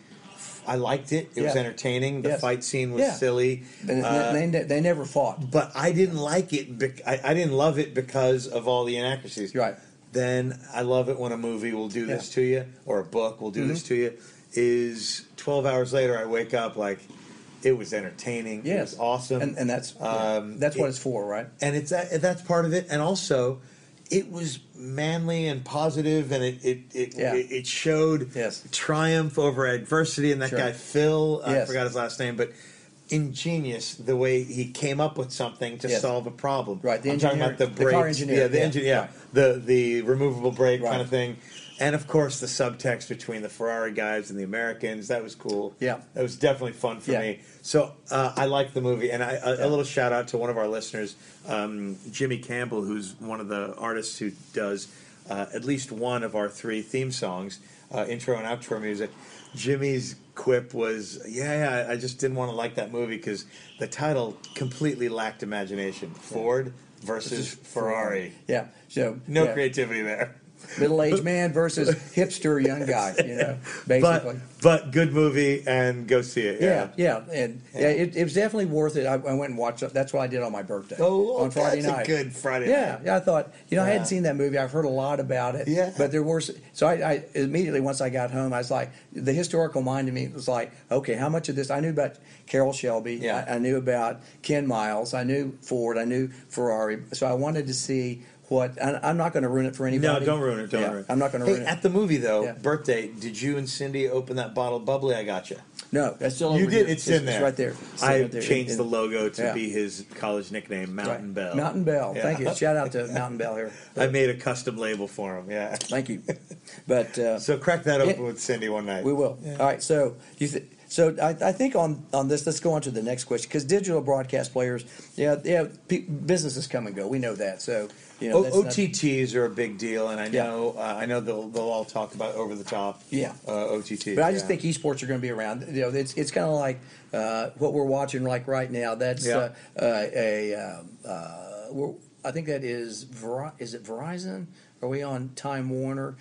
I liked it. It was Yeah. entertaining. The Yes. fight scene was Yeah. silly. and Uh, they, they, they never fought. but I didn't like it. Bec- I, I didn't love it because of all the inaccuracies. Right. Then I love it when a movie will do this to you, or a book will do this Mm-hmm. to you. Is twelve hours later, I wake up like it was entertaining. it Yes. was awesome, And, and that's Um, that's what it- it's for, right? and it's that, that's part of it. And also, it was manly and positive, and it it it, Yeah. it, it showed Yes. triumph over adversity. And that Sure. guy Phil, I Yes. forgot his last name, but ingenious the way he came up with something to Yes. solve a problem. Right, the I'm talking about the engineering- brakes, the car engineer, yeah, the yeah, engine, yeah, right. the the removable brake kind Right. of thing. And of course, the subtext between the Ferrari guys and the Americans—that was cool. Yeah. that was definitely fun for Yeah. me. So uh, I like the movie, and I, a, a little shout out to one of our listeners, um, Jimmy Campbell, who's one of the artists who does uh, at least one of our three theme songs, uh, intro and outro music. Jimmy's quip was, "Yeah, yeah I just didn't want to like that movie because the title completely lacked imagination. Ford versus Ferrari, Yeah. So no yeah. creativity there." middle-aged man versus hipster young guy. You know, basically. But but good movie, and go see it. yeah, yeah, and yeah, it, it was definitely worth it. I, I went and watched it. That's what I did on my birthday Oh, on Friday that's a night. good Friday Yeah, night. yeah. I thought you know I Yeah. hadn't seen that movie. I've heard a lot about it. Yeah. but there were s- so I, I immediately once I got home, I was like the historical mind in me was like, okay, how much of this I knew about Carol Shelby. Yeah. I, I knew about Ken Miles. I knew Ford. I knew Ferrari. So I wanted to see what. I, I'm not going to ruin it for No, anybody. don't ruin it. Don't Yeah, ruin it. I'm not going to Hey, ruin it. At the movie though, Yeah. birthday. Did you and Cindy open that bottle of bubbly? I got you. no, that's still you over did. here. It's, in there. It's right there. It's I right there. changed And- the logo to yeah. be his college nickname, Mountain Right. Bell. Mountain Bell. Yeah. Thank you. Shout out to Mountain Bell here. I made a custom label for him. Yeah. Thank you. But uh, So crack that open Yeah. with Cindy one night. we will. All right. So you. Th- so I, I think on, on this, let's go on to the next question because digital broadcast players, yeah, yeah, pe- businesses come and go. We know that. So you know, O- that's not- OTTs are a big deal, and I Yeah. know uh, I know they'll they'll all talk about over the top. Yeah. Uh, OTT. But I just yeah. think esports are going to be around. You know, it's it's kind of like uh, what we're watching like right now. That's Yeah. uh, uh, a um, uh, we're, I think that is Veri- is it Verizon? Are we on Time Warner?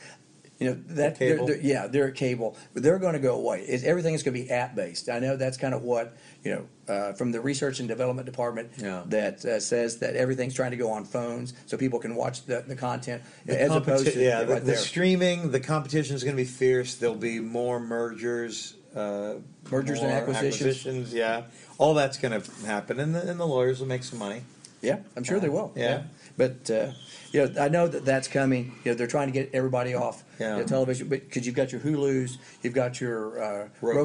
You know that they're- Cable. they're- yeah, they're at cable, but they're going to go away. It's, everything is going to be app based. I know that's kind of what you know uh, from the research and development department Yeah. that uh, says that everything's trying to go on phones so people can watch the, the content The as opposed competi- to yeah, the, right the there. streaming, the competition is going to be fierce. There'll be more mergers, uh, Mergers and more acquisitions. acquisitions, Yeah, all that's going to happen, and the, and the lawyers will make some money. Yeah, I'm sure they will. Yeah. but uh, you know, I know that that's coming. You know, they're trying to get everybody off Yeah. the television, but because you've got your Hulu's, you've got your uh, Roku,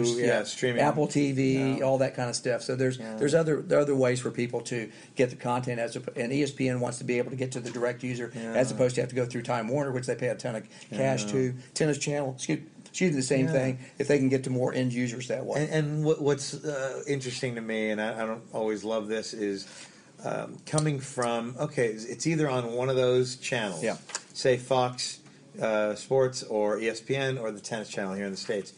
Roku's, yeah, streaming. Apple TV, Yeah. all that kind of stuff. So there's Yeah. there's other there are other ways for people to get the content as op- and E ESPN wants to be able to get to the direct user as Yeah. opposed to have to go through Time Warner, which they pay a ton of cash to. Tennis Channel, excuse, excuse me, the same Yeah. thing. If they can get to more end users that way, And, and what, what's uh, interesting to me, and I, I don't always love this, is um, coming from okay, it's- it's either on one of those channels, Yeah. say Fox uh, Sports or ESPN or the Tennis Channel here in the states.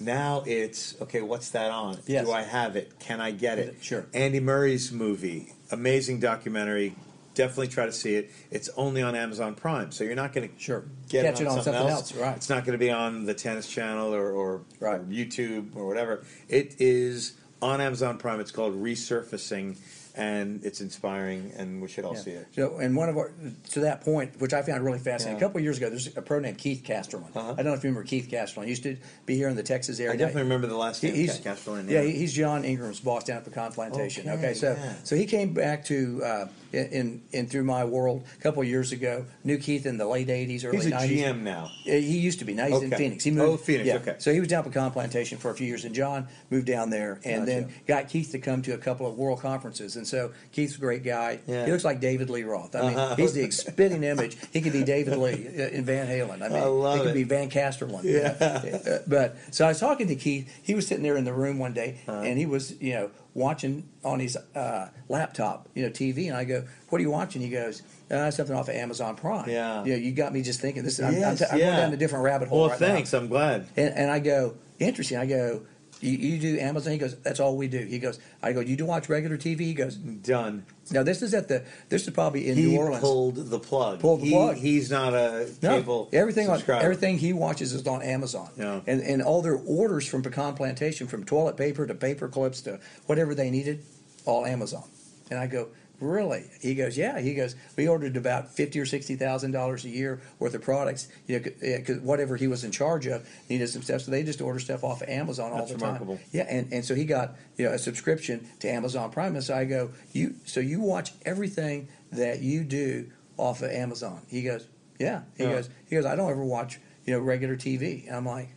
Now it's okay. What's that on? Yes. Do I have it? Can I get it? Sure. Andy Murray's movie, amazing documentary. Definitely try to see it. It's only on Amazon Prime, so you're not going to Sure. get Catch it on, something, else. right. It's not going to be on the tennis channel or, or, Right. or YouTube or whatever. It is on Amazon Prime. It's called Resurfacing, and it's inspiring, and we should all see it. So, and one of our to that point, which I found really fascinating, Yeah. a couple of years ago, there's a pro named Keith Casterman. Uh-huh. I don't know if you remember Keith Casterman. He used to be here in the Texas area. I definitely remember the last He- name. he's, Cat Castellan, yeah, he- he's John Ingram's boss down at Pecan Plantation. Okay, Okay, so yeah. so he came back to uh, in, in in through my world a couple of years ago. Knew Keith in the late '80s, early he's a '90s. GM now. Uh, He used to be. Now he's in Okay. Phoenix. He moved. Oh, Phoenix, okay. So he was down at Pecan Plantation for a few years, and John moved down there, and then Gotcha. got Keith to come to a couple of world conferences. And so Keith's a great guy. Yeah. Uh-huh. He looks like David Lee Roth. I mean, he's the spitting image. He could be David Lee uh, in Van Halen. I mean, love he could it. be Van Casterlin. Yeah. Uh, but so I was talking to Keith. He was sitting there in the room one day, Uh-huh. and he was, you know, watching on his uh, laptop, you know, TV. And I go, "What are you watching?" He goes, uh, "Something off of Amazon Prime." Yeah. You know, you got me just thinking. This I'm, Yes, I'm, t- I'm yeah. going down a different rabbit hole. Well, right now. thanks. I'm glad. And, and I go, interesting. I go, you, you do Amazon? He goes, that's all we do. He goes, I go, you do watch regular TV? He goes, Done. now this is at the, this is probably in he New Orleans. pulled the plug. Pulled the He- plug. He's not a No, cable everything on, subscriber. everything he watches is on Amazon, Yeah. and and all their orders from Pecan Plantation, from toilet paper to paper clips to whatever they needed, all Amazon. And I go, really? He goes, yeah. He goes, we ordered about fifty or sixty thousand dollars a year worth of products, you know, 'cause- yeah, 'cause whatever he was in charge of needed some stuff, so they just order stuff off of Amazon all That's the remarkable. time. Yeah, and, and so he got you know a subscription to Amazon Prime, and so I go, you so you watch everything that you do off of Amazon. He goes, yeah. He Yeah. goes, he goes, I don't ever watch you know regular TV. And I'm like,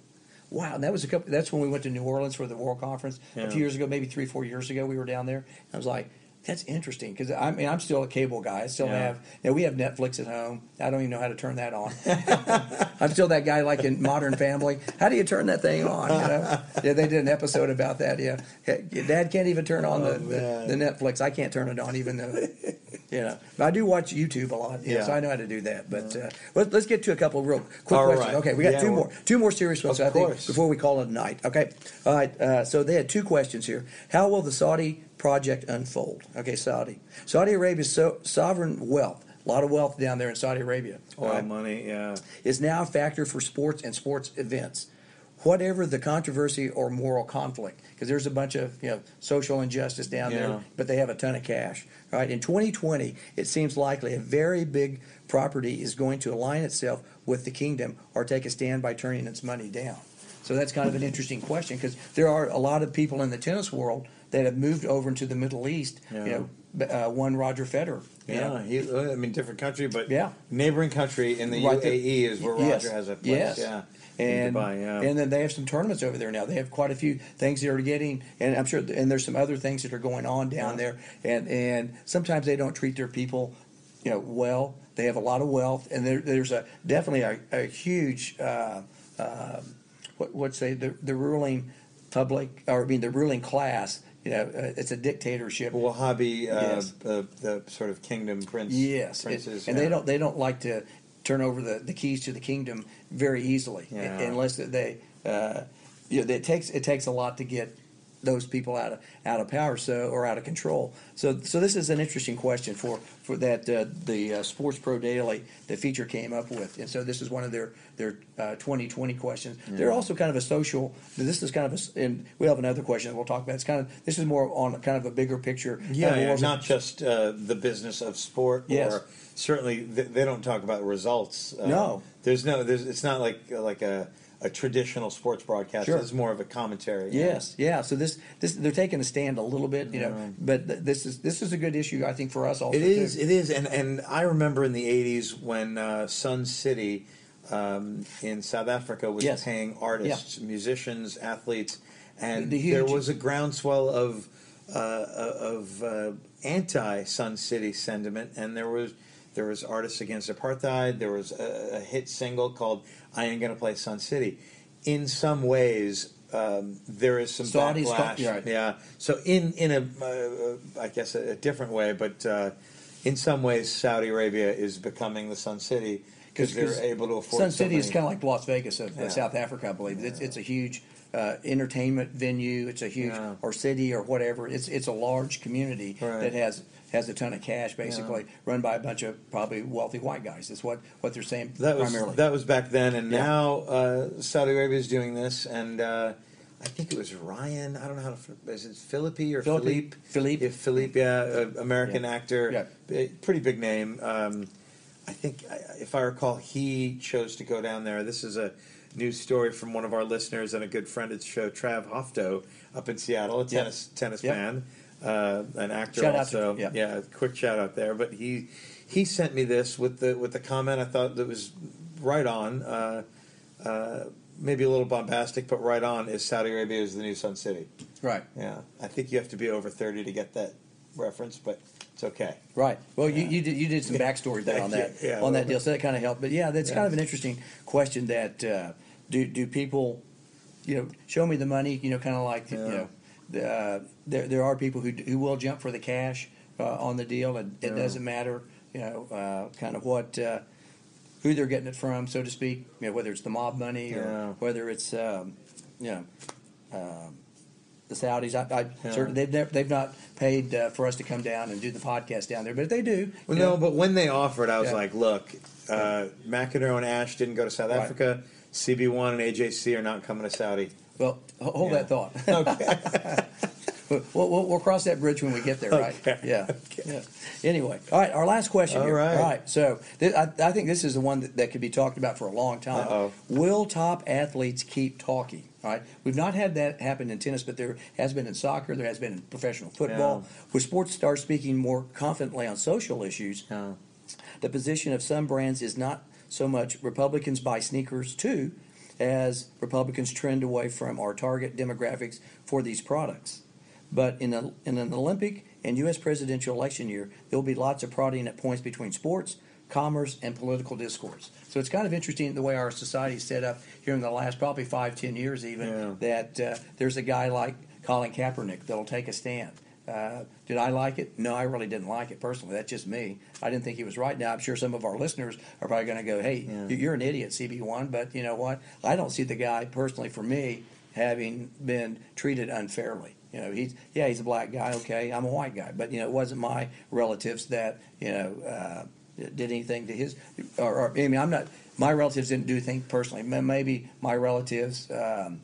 wow. And that was a couple. That's when we went to New Orleans for the World Conference Yeah. a few years ago, maybe three four years ago. We were down there. I was like. That's interesting because I mean I'm still a cable guy. I still Yeah. have you know, we have Netflix at home. I don't even know how to turn that on. I'm still that guy like in Modern Family. How do you turn that thing on? You know? Yeah, they did an episode about that. Yeah, Your dad can't even turn on Oh, the, the man. the Netflix. I can't turn it on even though. You know, but I do watch YouTube a lot, yeah, Yeah. so I know how to do that. But uh, let, let's get to a couple of real quick All questions. right. Okay, we got Yeah, two well- more, two more serious ones. Of I think course. before we call it a night. Okay, all right. Uh, so they had two questions here. How will the Saudi project unfold? Okay, Saudi, Saudi Arabia's so, sovereign wealth, a lot of wealth down there in Saudi Arabia. Um, all Oil right? money. Yeah. is now a factor for sports and sports events. Whatever the controversy or moral conflict, because there's a bunch of you know social injustice down Yeah. there, but they have a ton of cash. Right in 2020, it seems likely a very big property is going to align itself with the kingdom or take a stand by turning its money down. So that's kind of an interesting question because there are a lot of people in the tennis world that have moved over into the Middle East. Yeah. You know, b- uh, one Roger Federer. you know, Yeah, he, uh, I mean, different country, but Yeah. neighboring country in the Right there. UAE is where Roger Yes. has a place. Yes. Yeah, and in Dubai, yeah. and then they have some tournaments over there now. They have quite a few things that are getting, and I'm sure, and there's some other things that are going on down Yeah. there. And and sometimes they don't treat their people, you know, well. They have a lot of wealth, and there, there's a definitely a, a huge, uh, uh, what what say the the ruling public, or I mean the ruling class. You know, uh, it's a dictatorship. Wahhabi, uh, Yes. the, the sort of kingdom prince. Yes, and- princes, and yeah. they don't they don't like to turn over the, the keys to the kingdom very easily, Yeah. un- unless that they, uh, you know, it takes it takes a lot to get those people out of out of power so or out of control. So so this is an interesting question for for that uh, the uh, Sports Pro Daily the feature came up with, and so this is one of their their uh, 2020 questions. They're also kind of a social. This is kind of a s- and we have another question that we'll talk about. It's kind of this is more on kind of a bigger picture. Yeah, kind of yeah, more of a- not just uh, the business of sport. Yes. Or certainly, th- they don't talk about results. Uh, No. there's no. There's. It's not like like a, a traditional sports broadcast. Sure. It's more of a commentary. Yes, yeah. So this, this they're taking a stand a little bit, you know. But th- this is this is a good issue, I think, for us also. Mm-hmm. It is. too. It is. And and I remember in the '80s when uh, Sun City um, in South Africa was Yes. paying artists, musicians, athletes, and The huge- there was a groundswell of uh, of uh, anti Sun City sentiment, and there was. There was artists against apartheid. There was a, a hit single called "I Ain't Gonna Play Sun City." In some ways, um, there is some Saudi's co- backlash. yeah. Yeah. So in in a uh, I guess a, a different way, but uh, in some ways, Saudi Arabia is becoming the Sun City because they're able to afford. Sun so City is many- kind of like Las Vegas of, of Yeah. South Africa, I believe. It's, it's a huge uh, entertainment venue. It's a huge Yeah. or city or whatever. It's it's a large community Right. that has has a ton of cash, basically, run by a bunch of probably wealthy white guys. That's what what they're saying that was primarily. that was back then, and Yeah. now uh, Saudi Arabia is doing this, and uh, I think it was Ryan. I don't know how to. Is it Philippi or Philippi. Philippe. Philippe? Yeah, Philippe, yeah, a- American Yeah. actor. Yeah. B- Pretty big name. Um, I think, I- if I recall, he chose to go down there. This is a news story from one of our listeners and a good friend at the show, Trav Hofto, up in Seattle, a Yeah. tennis tennis Yeah. man, uh, an actor Shout out also. to- yeah. yeah, quick shout out there. But he he sent me this with the with the comment I thought that was right on. Uh, uh, maybe a little bombastic, but right on is Saudi Arabia is the new Sun City. Right. Yeah, I think you have to be over thirty to get that reference, but it's okay. Right. Well, you, you did you did some backstory there on that Thank you. Yeah, a on little that deal, so that kind of helped. But yeah, that's kind of an interesting question. That uh, do do people, you know, show me the money? You know, kind of like you Yeah. know, the, uh, there there are people who d- who will jump for the cash uh, on the deal, and it Yeah. doesn't matter. You know, uh, kind of what uh, who they're getting it from, so to speak. You know, whether it's the mob money or Yeah. whether it's um, you know. Um, the Saudis. I, I Yeah. certainly they've never, they've not paid uh, for us to come down and do the podcast down there, but if they do, Well, you no, know, but when they offered, I was Yeah. like, look, uh, McEnroe and Ash didn't go to South Right. Africa. CB1 and AJC are not coming to Saudi. well, ho- hold Yeah. that thought. we'll, we'll, we'll cross that bridge when we get there, right? Okay. Yeah. yeah. Anyway, all right. Our last question. All here. right. All right. So th- I, I think this is the one that, that could be talked about for a long time. Uh-oh. Will top athletes keep talking? All right. We've not had that happen in tennis, but there has been in soccer. There has been in professional football, where sports start speaking more confidently on social issues. No. The position of some brands is not so much Republicans buy sneakers too, as Republicans trend away from our target demographics for these products. But in, a, in an Olympic and U.S. presidential election year, there will be lots of prodding at points between sports, commerce, and political discourse. So it's kind of interesting the way our society is set up here in the last probably five, ten years, even Yeah. that uh, there's a guy like Colin Kaepernick that'll take a stand. Uh, did I like it? No, I really didn't like it personally. That's just me. I didn't think he was right. Now I'm sure some of our listeners are probably going to go, "Hey, Yeah. you- you're an idiot, CB1." But you know what? I don't see the guy personally for me having been treated unfairly. You know, he's yeah, he's a black guy. Okay, I'm a white guy, but you know, it wasn't my relatives that you know uh, did anything to his. Or, or I mean, I'm not. My relatives didn't do anything personally. Ma- Maybe my relatives. Um,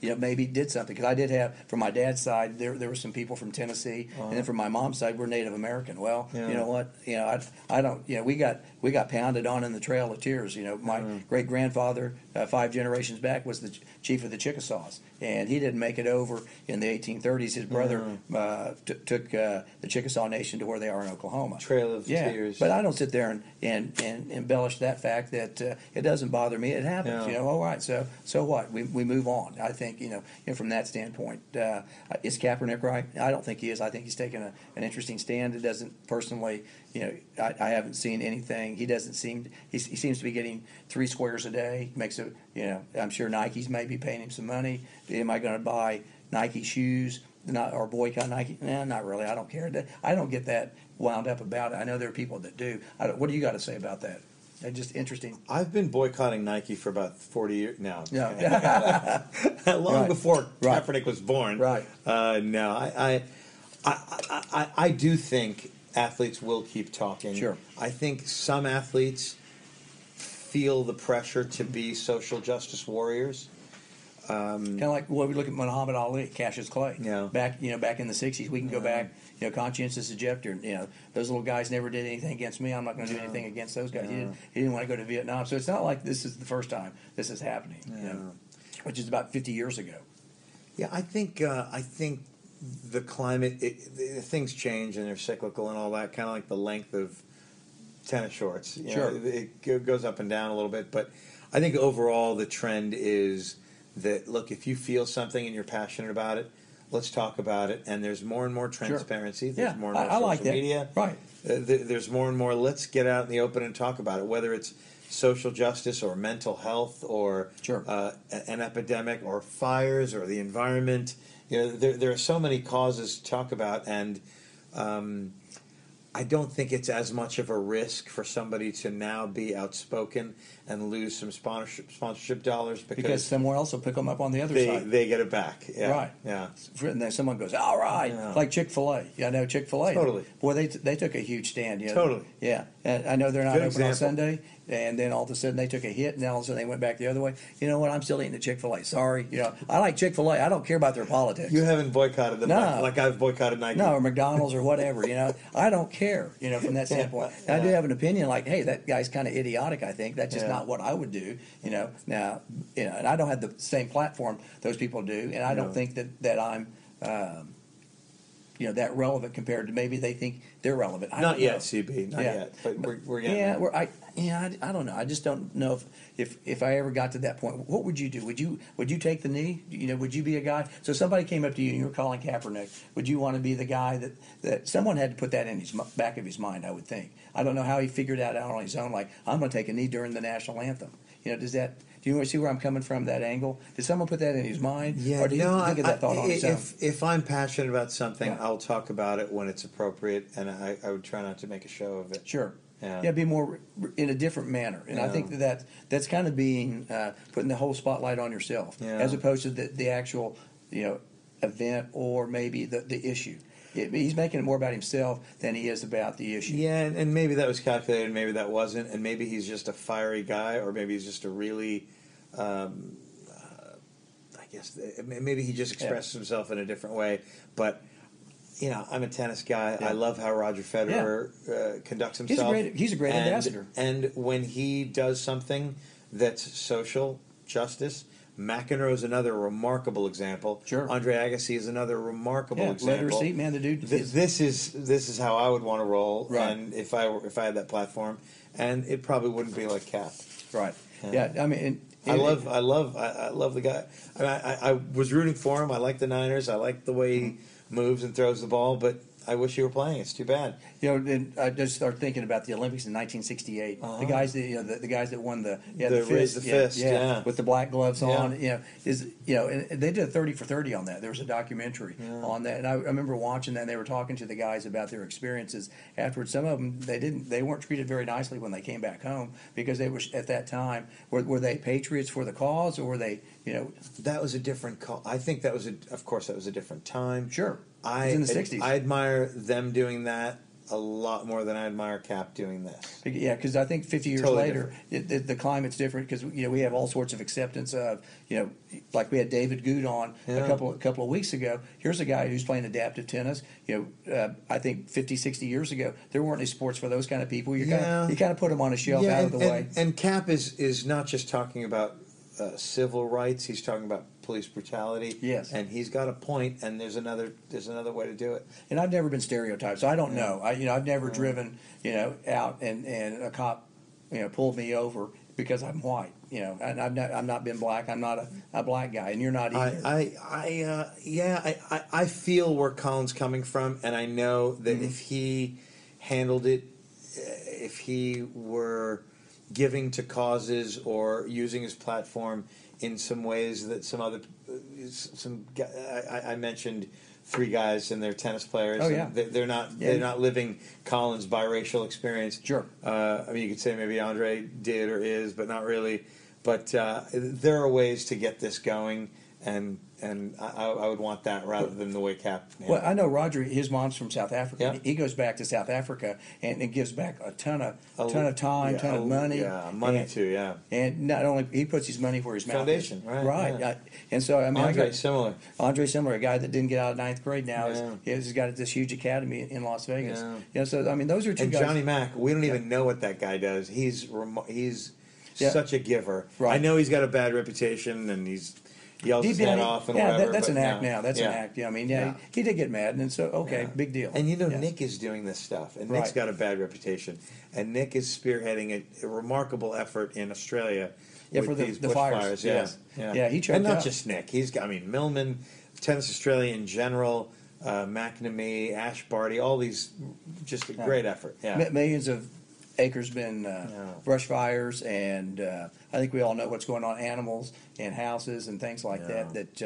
you know, maybe did something. Because I did have, from my dad's side, there there were some people from Tennessee, and then from my mom's side, we're Native American. Well, Yeah. you know what? You know, I, I don't. You know, we got we got pounded on in the Trail of Tears. You know, my great grandfather, uh, five generations back, was the ch- chief of the Chickasaws, and he didn't make it over in the 1830s. His brother uh, t- took uh, the Chickasaw Nation to where they are in Oklahoma. Trail of yeah, Tears. But I don't sit there and, and, and embellish that fact that uh, it doesn't bother me. It happens. Yeah. You know, all right, so so what? We, we move on. I think, you know, you know, from that standpoint, uh, is Kaepernick right? I don't think he is. I think he's taken a, an interesting stand. It doesn't personally, you know, I, I haven't seen anything. He doesn't seem, he, he seems to be getting three squares a day. Makes a, you know, I'm sure Nike's maybe paying him some money. Am I going to buy Nike shoes? Not, or boycott Nike? Nah, not really. I don't care. That- I don't get that wound up about it. I know there are people that do. I don't, what do you got to say about that? That's just interesting. I've been boycotting Nike for about 40 years now. Yeah. Long Right. before Right. Kaepernick was born. Right. Uh, no, I, I, I, I, I, I do think athletes will keep talking. Sure. I think some athletes feel the pressure to be social justice warriors. Kind of like well, we look at Muhammad Ali, Cassius Clay. Yeah. Back you know back in the '60s, we can go back. You know, conscientious objector. You know, those little guys never did anything against me. I'm not going to do anything against those guys. He, didn't, he didn't want to go to Vietnam, so it's not like this is the first time this is happening. You know, which is about 50 years ago. Yeah, I think uh, I think the climate it, the, things change and they're cyclical and all that. Kind of like the length of tennis shorts. You Sure. know, it, it go- goes up and down a little bit, but I think overall the trend is that look, if you feel something and you're passionate about it, let's talk about it. And there's more and more transparency. There's yeah, more and more I, I social like that. media. Right. Uh, th- there's more and more. Let's get out in the open and talk about it, whether it's social justice or mental health or Sure. uh, a- an epidemic or fires or the environment. You know, there, there are so many causes to talk about, and um, I don't think it's as much of a risk for somebody to now be outspoken and lose some sponsorship sponsorship dollars because, Because someone else will pick them up on the other they side. they get it back. Yeah. Right. Yeah. and then someone goes, "All right," Yeah. like Chick Fil A. Yeah, I know Chick Fil A. Totally. Boy, they they took a huge stand. You know? Totally. Yeah, and I know they're not Good open on example. Sunday, and then all of a sudden they took a hit, and then all of a sudden they went back the other way. You know what? I'm still eating the Chick Fil A. Sorry, you know I like Chick Fil A. I don't care about their politics. You haven't boycotted them No. like, like I've boycotted Nike. no, or McDonald's or whatever, you know. I don't care, you know, from that standpoint. And I do have an opinion like, hey, that guy's kind of idiotic, I think. That's just Yeah. not what I would do, you know. Now, you know, and I don't have the same platform those people do, and I No. don't think that, that I'm, um, you know, that relevant compared to maybe they think they're relevant. I Not don't yet, know. CB. Not Yeah. yet. But we're, we're Yeah, getting there. we're, I, yeah, I, I don't know. I just don't know if, if if I ever got to that point. What would you do? Would you would you take the knee? You know, would you be a guy? So somebody came up to you and you were calling Kaepernick. Would you want to be the guy that that someone had to put that in his mi- back of his mind? I would think. I don't know how he figured that out on his own. Like I'm going to take a knee during the national anthem. You know, does that? Do you see where I'm coming from? That angle? Did someone put that in his mind? Yeah, Or do you no, think of I- that thought I- on his own? if, if I'm passionate about something, Yeah. I'll talk about it when it's appropriate, and I, I would try not to make a show of it. Sure. Yeah. Yeah. be more in a different manner, and I think Yeah. that that that's kind of being uh, putting the whole spotlight on yourself, Yeah. as opposed to the, the actual, you know, event or maybe the the issue. It, he's making it more about himself than he is about the issue. Yeah, and, and maybe that was calculated, and maybe that wasn't, and maybe he's just a fiery guy, or maybe he's just a really, um, uh, I guess, uh, may- maybe he just expresses himself in a different way. But you know, I'm a tennis guy. I Yeah. love how Roger Federer uh, conducts a himself. great- he's a great And- ambassador. And when he does something that's social justice. McEnroe is another remarkable example. Sure. Andre Agassi is another remarkable Yeah, example. literacy, man. The dude Th- is- this is this is how I would want to roll, Right. and if I were, if I had that platform, and it probably wouldn't be like Kath. right. Yeah. Yeah, I mean, and, I love I love I, I love the guy. I, I I was rooting for him. I like the Niners. I like the way he moves and throws the ball, but I wish he were playing. It's too bad. You know, and I just start thinking about the Olympics in 1968. The guys that you know, the, the guys that won the yeah, Uh-huh. The the, raise fist, the yeah, fist, yeah. with the black gloves Yeah. on. You know, is you know, and they did a 30 for 30 on that. There was a documentary on that, and I, I remember watching that. and They were talking to the guys about their experiences afterwards. Some of them they didn't, they weren't treated very nicely when they came back home because they were at that time were, were they patriots for the cause or were they you know That was a different call. I think that was a, of course that was a different time. Sure. It was I in the 60s. I admire them doing that a lot more than I admire Cap doing this. Yeah, because I think 50 years Totally later, it, it, the climate's different because you know we have all sorts of acceptance of you know, like we had David Good on Yeah. a couple a couple of weeks ago. Here's a guy who's playing adaptive tennis. You know, uh, I think 50, 60 years ago there weren't any sports for those kind of people. You kind Yeah. of you kind of put them on a shelf out and, of the and- way. and Cap is is not just talking about uh, civil rights; he's talking about police brutality. Yes. and he's got a point, And there's another there's another way to do it. and I've never been stereotyped, so I don't know. I you know I've never driven you know out and and a cop you know pulled me over because I'm white. You know, and I've not I'm not been black. I'm not a, a black guy, and you're not either. I I, I uh, yeah I, I I feel where Colin's coming from, and I know that Mm-hmm. if he handled it, uh, if he were giving to causes or using his platform in some ways that some other uh, some gu- I, I- I mentioned three guys and they're tennis players. Oh, and yeah. they- they're not Yeah. they're not living Colin's biracial experience. Sure. Uh, I mean, you could say maybe Andre did or is, but not really. But uh, there are ways to get this going, and and I, I I would want that rather than the way Cap. handled Well, I know Roger. His mom's from South Africa. Yeah. He goes back to South Africa and it gives back a ton of A- ton of time, yeah, ton of a- money, yeah, money and, too, yeah. And not only he puts his money where his Foundation, mouth is. right, yeah. I- and so I mean, I Andre got, similar. Andre Similar, a guy that didn't get out of ninth grade now, Yeah. is, he's got this huge academy in Las Vegas. Yeah. You know, so I mean, those are two And guys. Johnny Mack, we don't even know what that guy does. He's remo- he's Yeah. such a giver. Right. I know he's got a bad reputation, and he's yells He his did- head off and yeah, that- whatever. that's but an act no. now. That's an Yeah. act. Yeah, I mean, yeah, Yeah. He, he did get mad, and so okay, big deal. And you know, Yeah. Nick is doing this stuff, and Nick's Right. got a bad reputation. And Nick is spearheading a, a remarkable effort in Australia. Yeah, with for the- these the bush fires, Yeah. yes. yeah, Yeah, he And choked not up. just Nick. He's got. I mean, Millman, Tennis Australia in general, uh, McNamee, Ash Barty, all these, just a great effort. Yeah, Mi- Millions of acres been uh, Yeah. brush fires, and uh, I think we all know what's going on animals and houses and things like Yeah. that that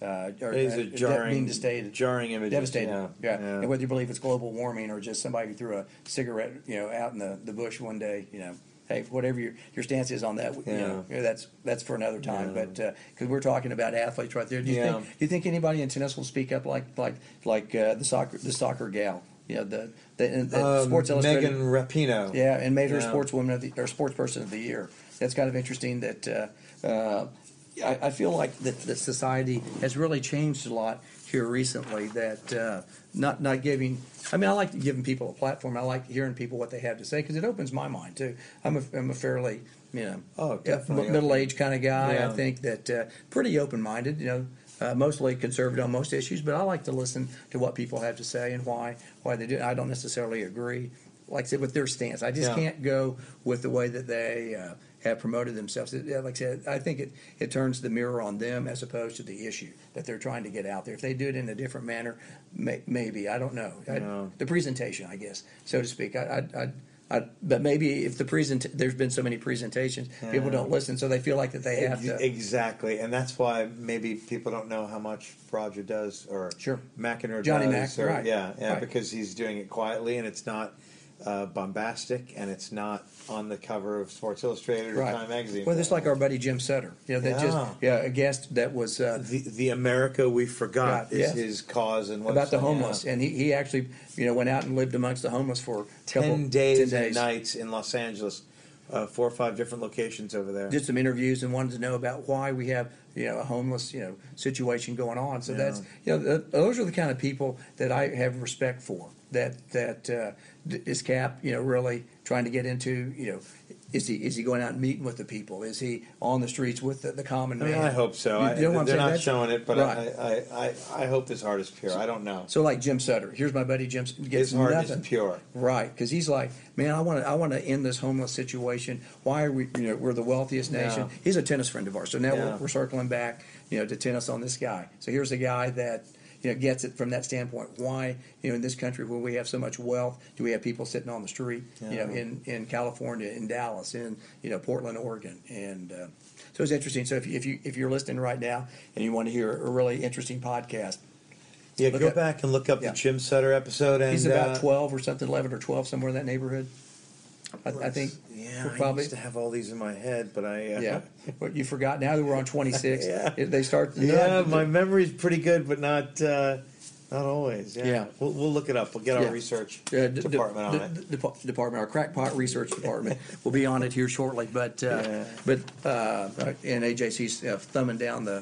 uh, uh, are These uh, de- are jarring, being devastated. jarring images. Devastated, Yeah, yeah. And whether you believe it's global warming or just somebody who threw a cigarette, you know, out in the, the bush one day, you know, hey, whatever your, your stance is on that, you Yeah. know, yeah, that's that's for another time. Yeah. But because we're talking about athletes right there, do you Yeah. think do you think anybody in tennis will speak up like like like uh, the soccer the soccer gal you know, the, the, and the Um, uh, Sports Illustrated. Megan Rapino. Yeah, and made her Yeah. sportswoman of the or sportsperson of the year. That's kind of interesting. That uh, uh, I, I feel like that, that society has really changed a lot here recently. That uh, not not giving. I mean, I like giving people a platform. I like hearing people what they have to say because it opens my mind too. I'm a I'm a fairly you know Oh, definitely middle aged kind of guy. Yeah. I think that uh, pretty open minded. You know. Uh, mostly conservative on most issues, but I like to listen to what people have to say and why why they do. I don't necessarily agree, like I said, with their stance. I just Yeah. can't go with the way that they uh, have promoted themselves. It- yeah, Like I said, I think it, it turns the mirror on them as opposed to the issue that they're trying to get out there. If they do it in a different manner, may, maybe I don't know. I- No. The presentation, I guess, so to speak. I, I, I, I, but maybe if the present there's been so many presentations, people don't listen, so they feel like that they have Ex- to. Exactly, and that's why maybe people don't know how much Roger does or Sure. McEnroe Johnny does, Mac, or, right, Yeah, yeah, right. because he's doing it quietly, and it's not uh, bombastic, and it's not on the cover of Sports Illustrated or Right. Time Magazine. Well, just like our buddy Jim Sutter, you know, that just yeah, Yeah. a guest that was uh, the the America we forgot Right, is yes. his cause and what's about the yeah. homeless, and he, he actually you know went out and lived amongst the homeless for a couple, Ten days and nights in Los Angeles, uh, four or five different locations over there. did some interviews and wanted to know about why we have you know a homeless you know situation going on. So that's you know th- those are the kind of people that I have respect for. That that uh, d- is Cap you know really trying to get into you know. Is he is he going out and meeting with the people? Is he on the streets with the, the common I mean, man? I hope so. You- I, you know what I'm they're saying? not That's- showing it, but right. I, I, I, I hope his heart is pure. I don't know. So like Jim Sutter, here's my buddy Jim. His Gets heart nothing. is pure. Right, because he's like, man, I want to, I want to end this homeless situation. Why are we, you know, we're the wealthiest nation. Yeah. He's a tennis friend of ours, so now Yeah. we're, we're circling back, you know, to tennis on this guy. So here's a guy that, you know, gets it from that standpoint. Why, you know, in this country where we have so much wealth, do we have people sitting on the street, you know, Yeah. in in California, in Dallas, in you know Portland, Oregon, and. Uh, so it's interesting. So if you, if you if you're listening right now and you want to hear a really interesting podcast, Yeah, Look go up- back and look up yeah. the Jim Sutter episode. And He's about uh, twelve or something, eleven or twelve, somewhere in that neighborhood. I, I think. Yeah, I probably. used to have all these in my head, but I. Uh, Yeah, but you forgot. Now that we're on twenty six, Yeah. they start. Yeah, my memory's pretty good, but not uh, not always. Yeah, Yeah. We'll, we'll look it up. We'll get our Yeah. research uh, d- department d- on d- it. depa- department, our crackpot research department, will be on it here shortly. But uh, Yeah. but uh, and AJC's uh, thumbing down the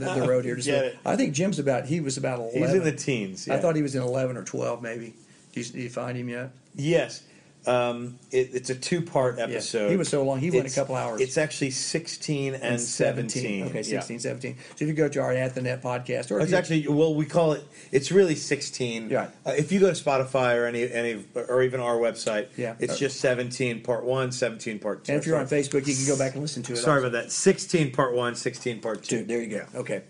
the, the road here. Just Get a- it. I think Jim's about. He was about eleven. He's in the I teens. yeah. thought he was in eleven or twelve, maybe. Do you, do you find him yet? Yes. Um, it, it's a two part episode. He was so long, he went a It's- couple hours. It's actually 16 and, 17. Okay, Yeah. 16, 17. So if you go to our At the Net podcast, or if It's you- actually well, we call it. It's really sixteen. Yeah. Uh, if you go to Spotify or any any or even our website, Yeah. it's just seventeen part one, 17 part two. And if you're on Sorry. Facebook, you can go back and listen to it. sorry also. about that. Sixteen part one, 16 part two. Dude, there you go. Okay.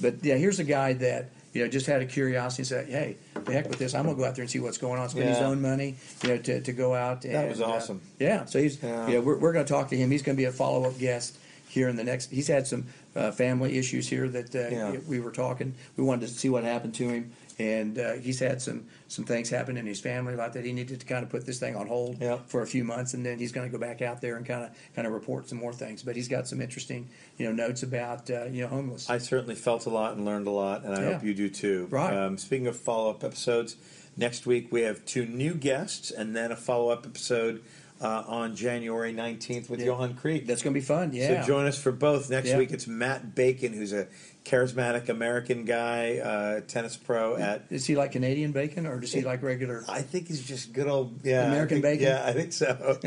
But yeah, here's a guy that you know just had a curiosity and said, "Hey, the heck with this! I'm gonna go out there and see what's going on." Spend his Yeah. own money, you know, to, to go out. And, was uh, awesome. yeah. So he's Yeah. you know we're, we're gonna talk to him. He's gonna be a follow up guest here in the next. He's had some uh, family issues here that uh, Yeah. we were talking. We wanted to see what happened to him, and uh, he's had some some things happen in his family life that he needed to kind of put this thing on hold Yeah. for a few months, and then he's going to go back out there and kind of kind of report some more things. But he's got some interesting you know notes about uh, you know homeless. I certainly felt a lot and learned a lot, and I Yeah. hope you do too. Right. Um, speaking of follow up episodes, next week we have two new guests, and then a follow up episode uh, on January nineteenth with Yeah. Johan Creek. That's going to be fun. Yeah. So join us for both. Next Yeah. week it's Matt Bacon, who's a charismatic American guy, uh, tennis pro at. is he like Canadian bacon or does he like regular? I think he's just good old yeah, I American think- bacon? Yeah, I think so.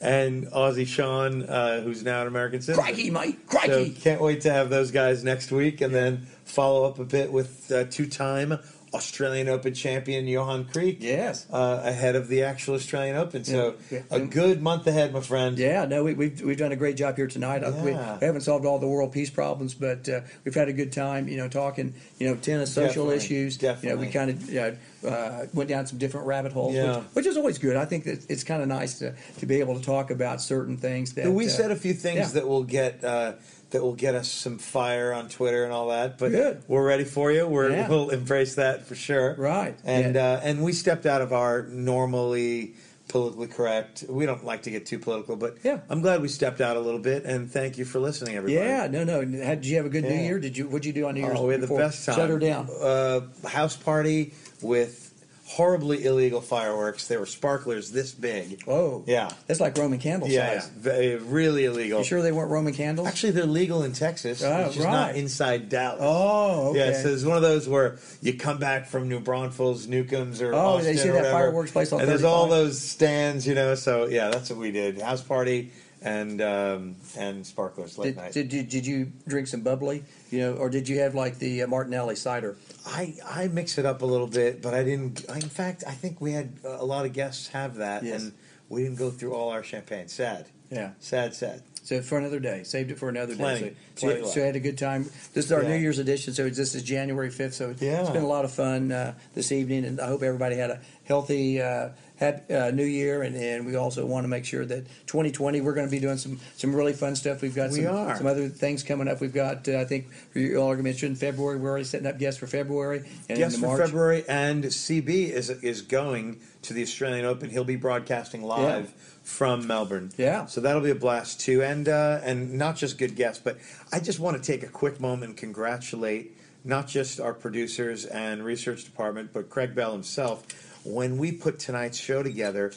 and Aussie Sean, uh, who's now an American citizen. Crikey, mate! So Crikey! can't wait to have those guys next week, and then follow up a bit with uh, two-time Australian Open champion Johan Creek. yes. Uh, ahead of the actual Australian Open, so Yeah. a good month ahead, my friend. Yeah, no, we, we've we've done a great job here tonight. Uh, We, Yeah. we haven't solved all the world peace problems, but uh, we've had a good time. You know, talking you know tennis, social Definitely, issues. You know, definitely. we kind of you know, uh, went down some different rabbit holes, Yeah. which, which is always good. I think that it's kind of nice to, to be able to talk about certain things that we uh, said a few things yeah. that will get uh, that will get us some fire on Twitter and all that. But Good. we're ready for you. We're, Yeah. We'll embrace that for sure. Right. And Yeah. uh, and we stepped out of our normally politically correct. We don't like to get too political, but Yeah. I'm glad we stepped out a little bit. And thank you for listening, everybody. Yeah, no, no. Had, did you have a good New Yeah. Year? Did you? What'd you do on New Year's? Oh, we had the before? best time. Shut her down. Uh, house party with horribly illegal fireworks. They were sparklers this big. Whoa. Yeah. That's like Roman candle Yeah, yeah. size. Ve- really illegal. You sure they weren't Roman candles? Actually, they're legal in Texas. Oh, it's just right. not inside Dallas. oh, okay. Yeah, so it's one of those where you come back from New Braunfels, Newcombs, or Oh, they Austin see or that whatever, fireworks place on and there's all 35. those stands, you know. So yeah, that's what we did: house party and um, and sparklers late did, night. did, did, did you drink some bubbly, you know, or did you have like the uh, Martinelli cider? I I mix it up a little bit, but I didn't. I, in fact, I think we had uh, a lot of guests have that, Yes. and we didn't go through all our champagne. Sad, Yeah. sad, sad. So for another day, saved it for another Plenty. day. So, Plenty so, left. so you had a good time. This is our Yeah. New Year's edition. So this is January fifth. So it's Yeah. it's been a lot of fun uh, this evening, and I hope everybody had a healthy. Uh, Happy, uh, New Year, and, and we also want to make sure that 2020 we're going to be doing some some really fun stuff. We've got We some are. some other things coming up. We've got uh, I think you all are mentioned February. We're already setting up guests for February and Yes, into for March. February, and CB is is going to the Australian Open. He'll be broadcasting live from Melbourne. Yeah. so that'll be a blast too, and uh, and not just good guests, but I just want to take a quick moment and congratulate not just our producers and research department, but Craig Bell himself. When we put tonight's show together,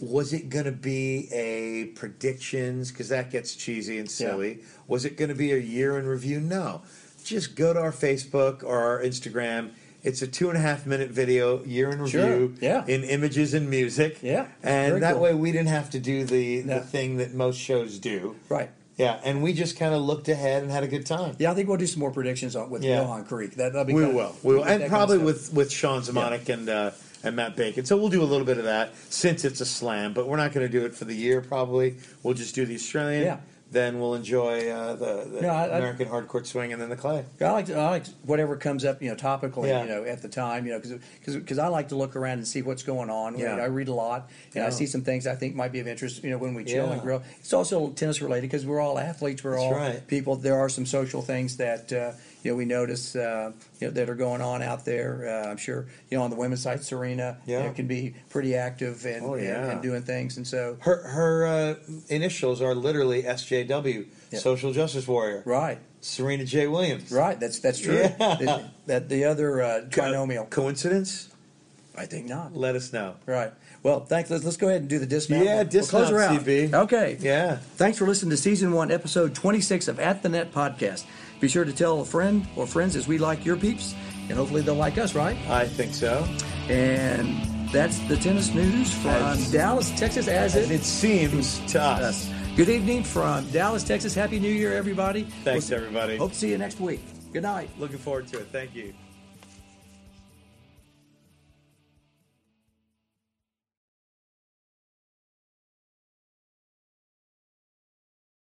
was it going to be a predictions because that gets cheesy and silly was it going to be a year in review no just go to our facebook or our instagram it's a two and a half minute video year in Sure, review yeah. in images and music Yeah, very and that cool. way we didn't have to do the, No. the thing that most shows do Right. yeah and we just kind of looked ahead and had a good time Yeah, I think we'll do some more predictions on with Yeah. Johan Creek. That, that'll be we kinda- will we will that kind and of probably stuff. with with sean Zimonic and uh and Matt Bacon. So we'll do a little bit of that since it's a slam, but we're not going to do it for the year probably. We'll just do the Australian. Yeah. Then we'll enjoy uh, the, the No, I- I- American hardcore swing and then the clay. I like to, I like whatever comes up, you know, topically, Yeah. you know, at the time, you know, because because I like to look around and see what's going on. You Yeah. know, I read a lot, and I Yeah. see some things I think might be of interest. You know, when we chill and Yeah. grill, it's also tennis related because we're all athletes, we're That's all right. people. There are some social things that uh, you know we notice uh, you know that are going on out there. Uh, I'm sure you know on the women's side, Serena you Yeah. know, can be pretty active and, Oh, and- yeah. and doing things, and so Her her uh, initials are literally SJW, Yeah. Social Justice Warrior. right, Serena J. Williams. right, that's that's true. Yeah. That, that the other uh, Co- trinomial, coincidence? I think not. Let us know. Right. Well, thanks. Let's, let's go ahead and do the dismount. Yeah, We'll dismount, close her out. CB. Okay. Yeah. Thanks for listening to season one, episode 26 of At the Net podcast. Be sure to tell a friend or friends as we like your peeps, and hopefully they'll like us, right? I think so. And that's the tennis news from As- Dallas, Texas, as As it it seems to us. us. Good evening from Dallas, Texas. Happy New Year, everybody. Thanks, We'll see- everybody. Hope to see you next week. Good night. Looking forward to it. Thank you.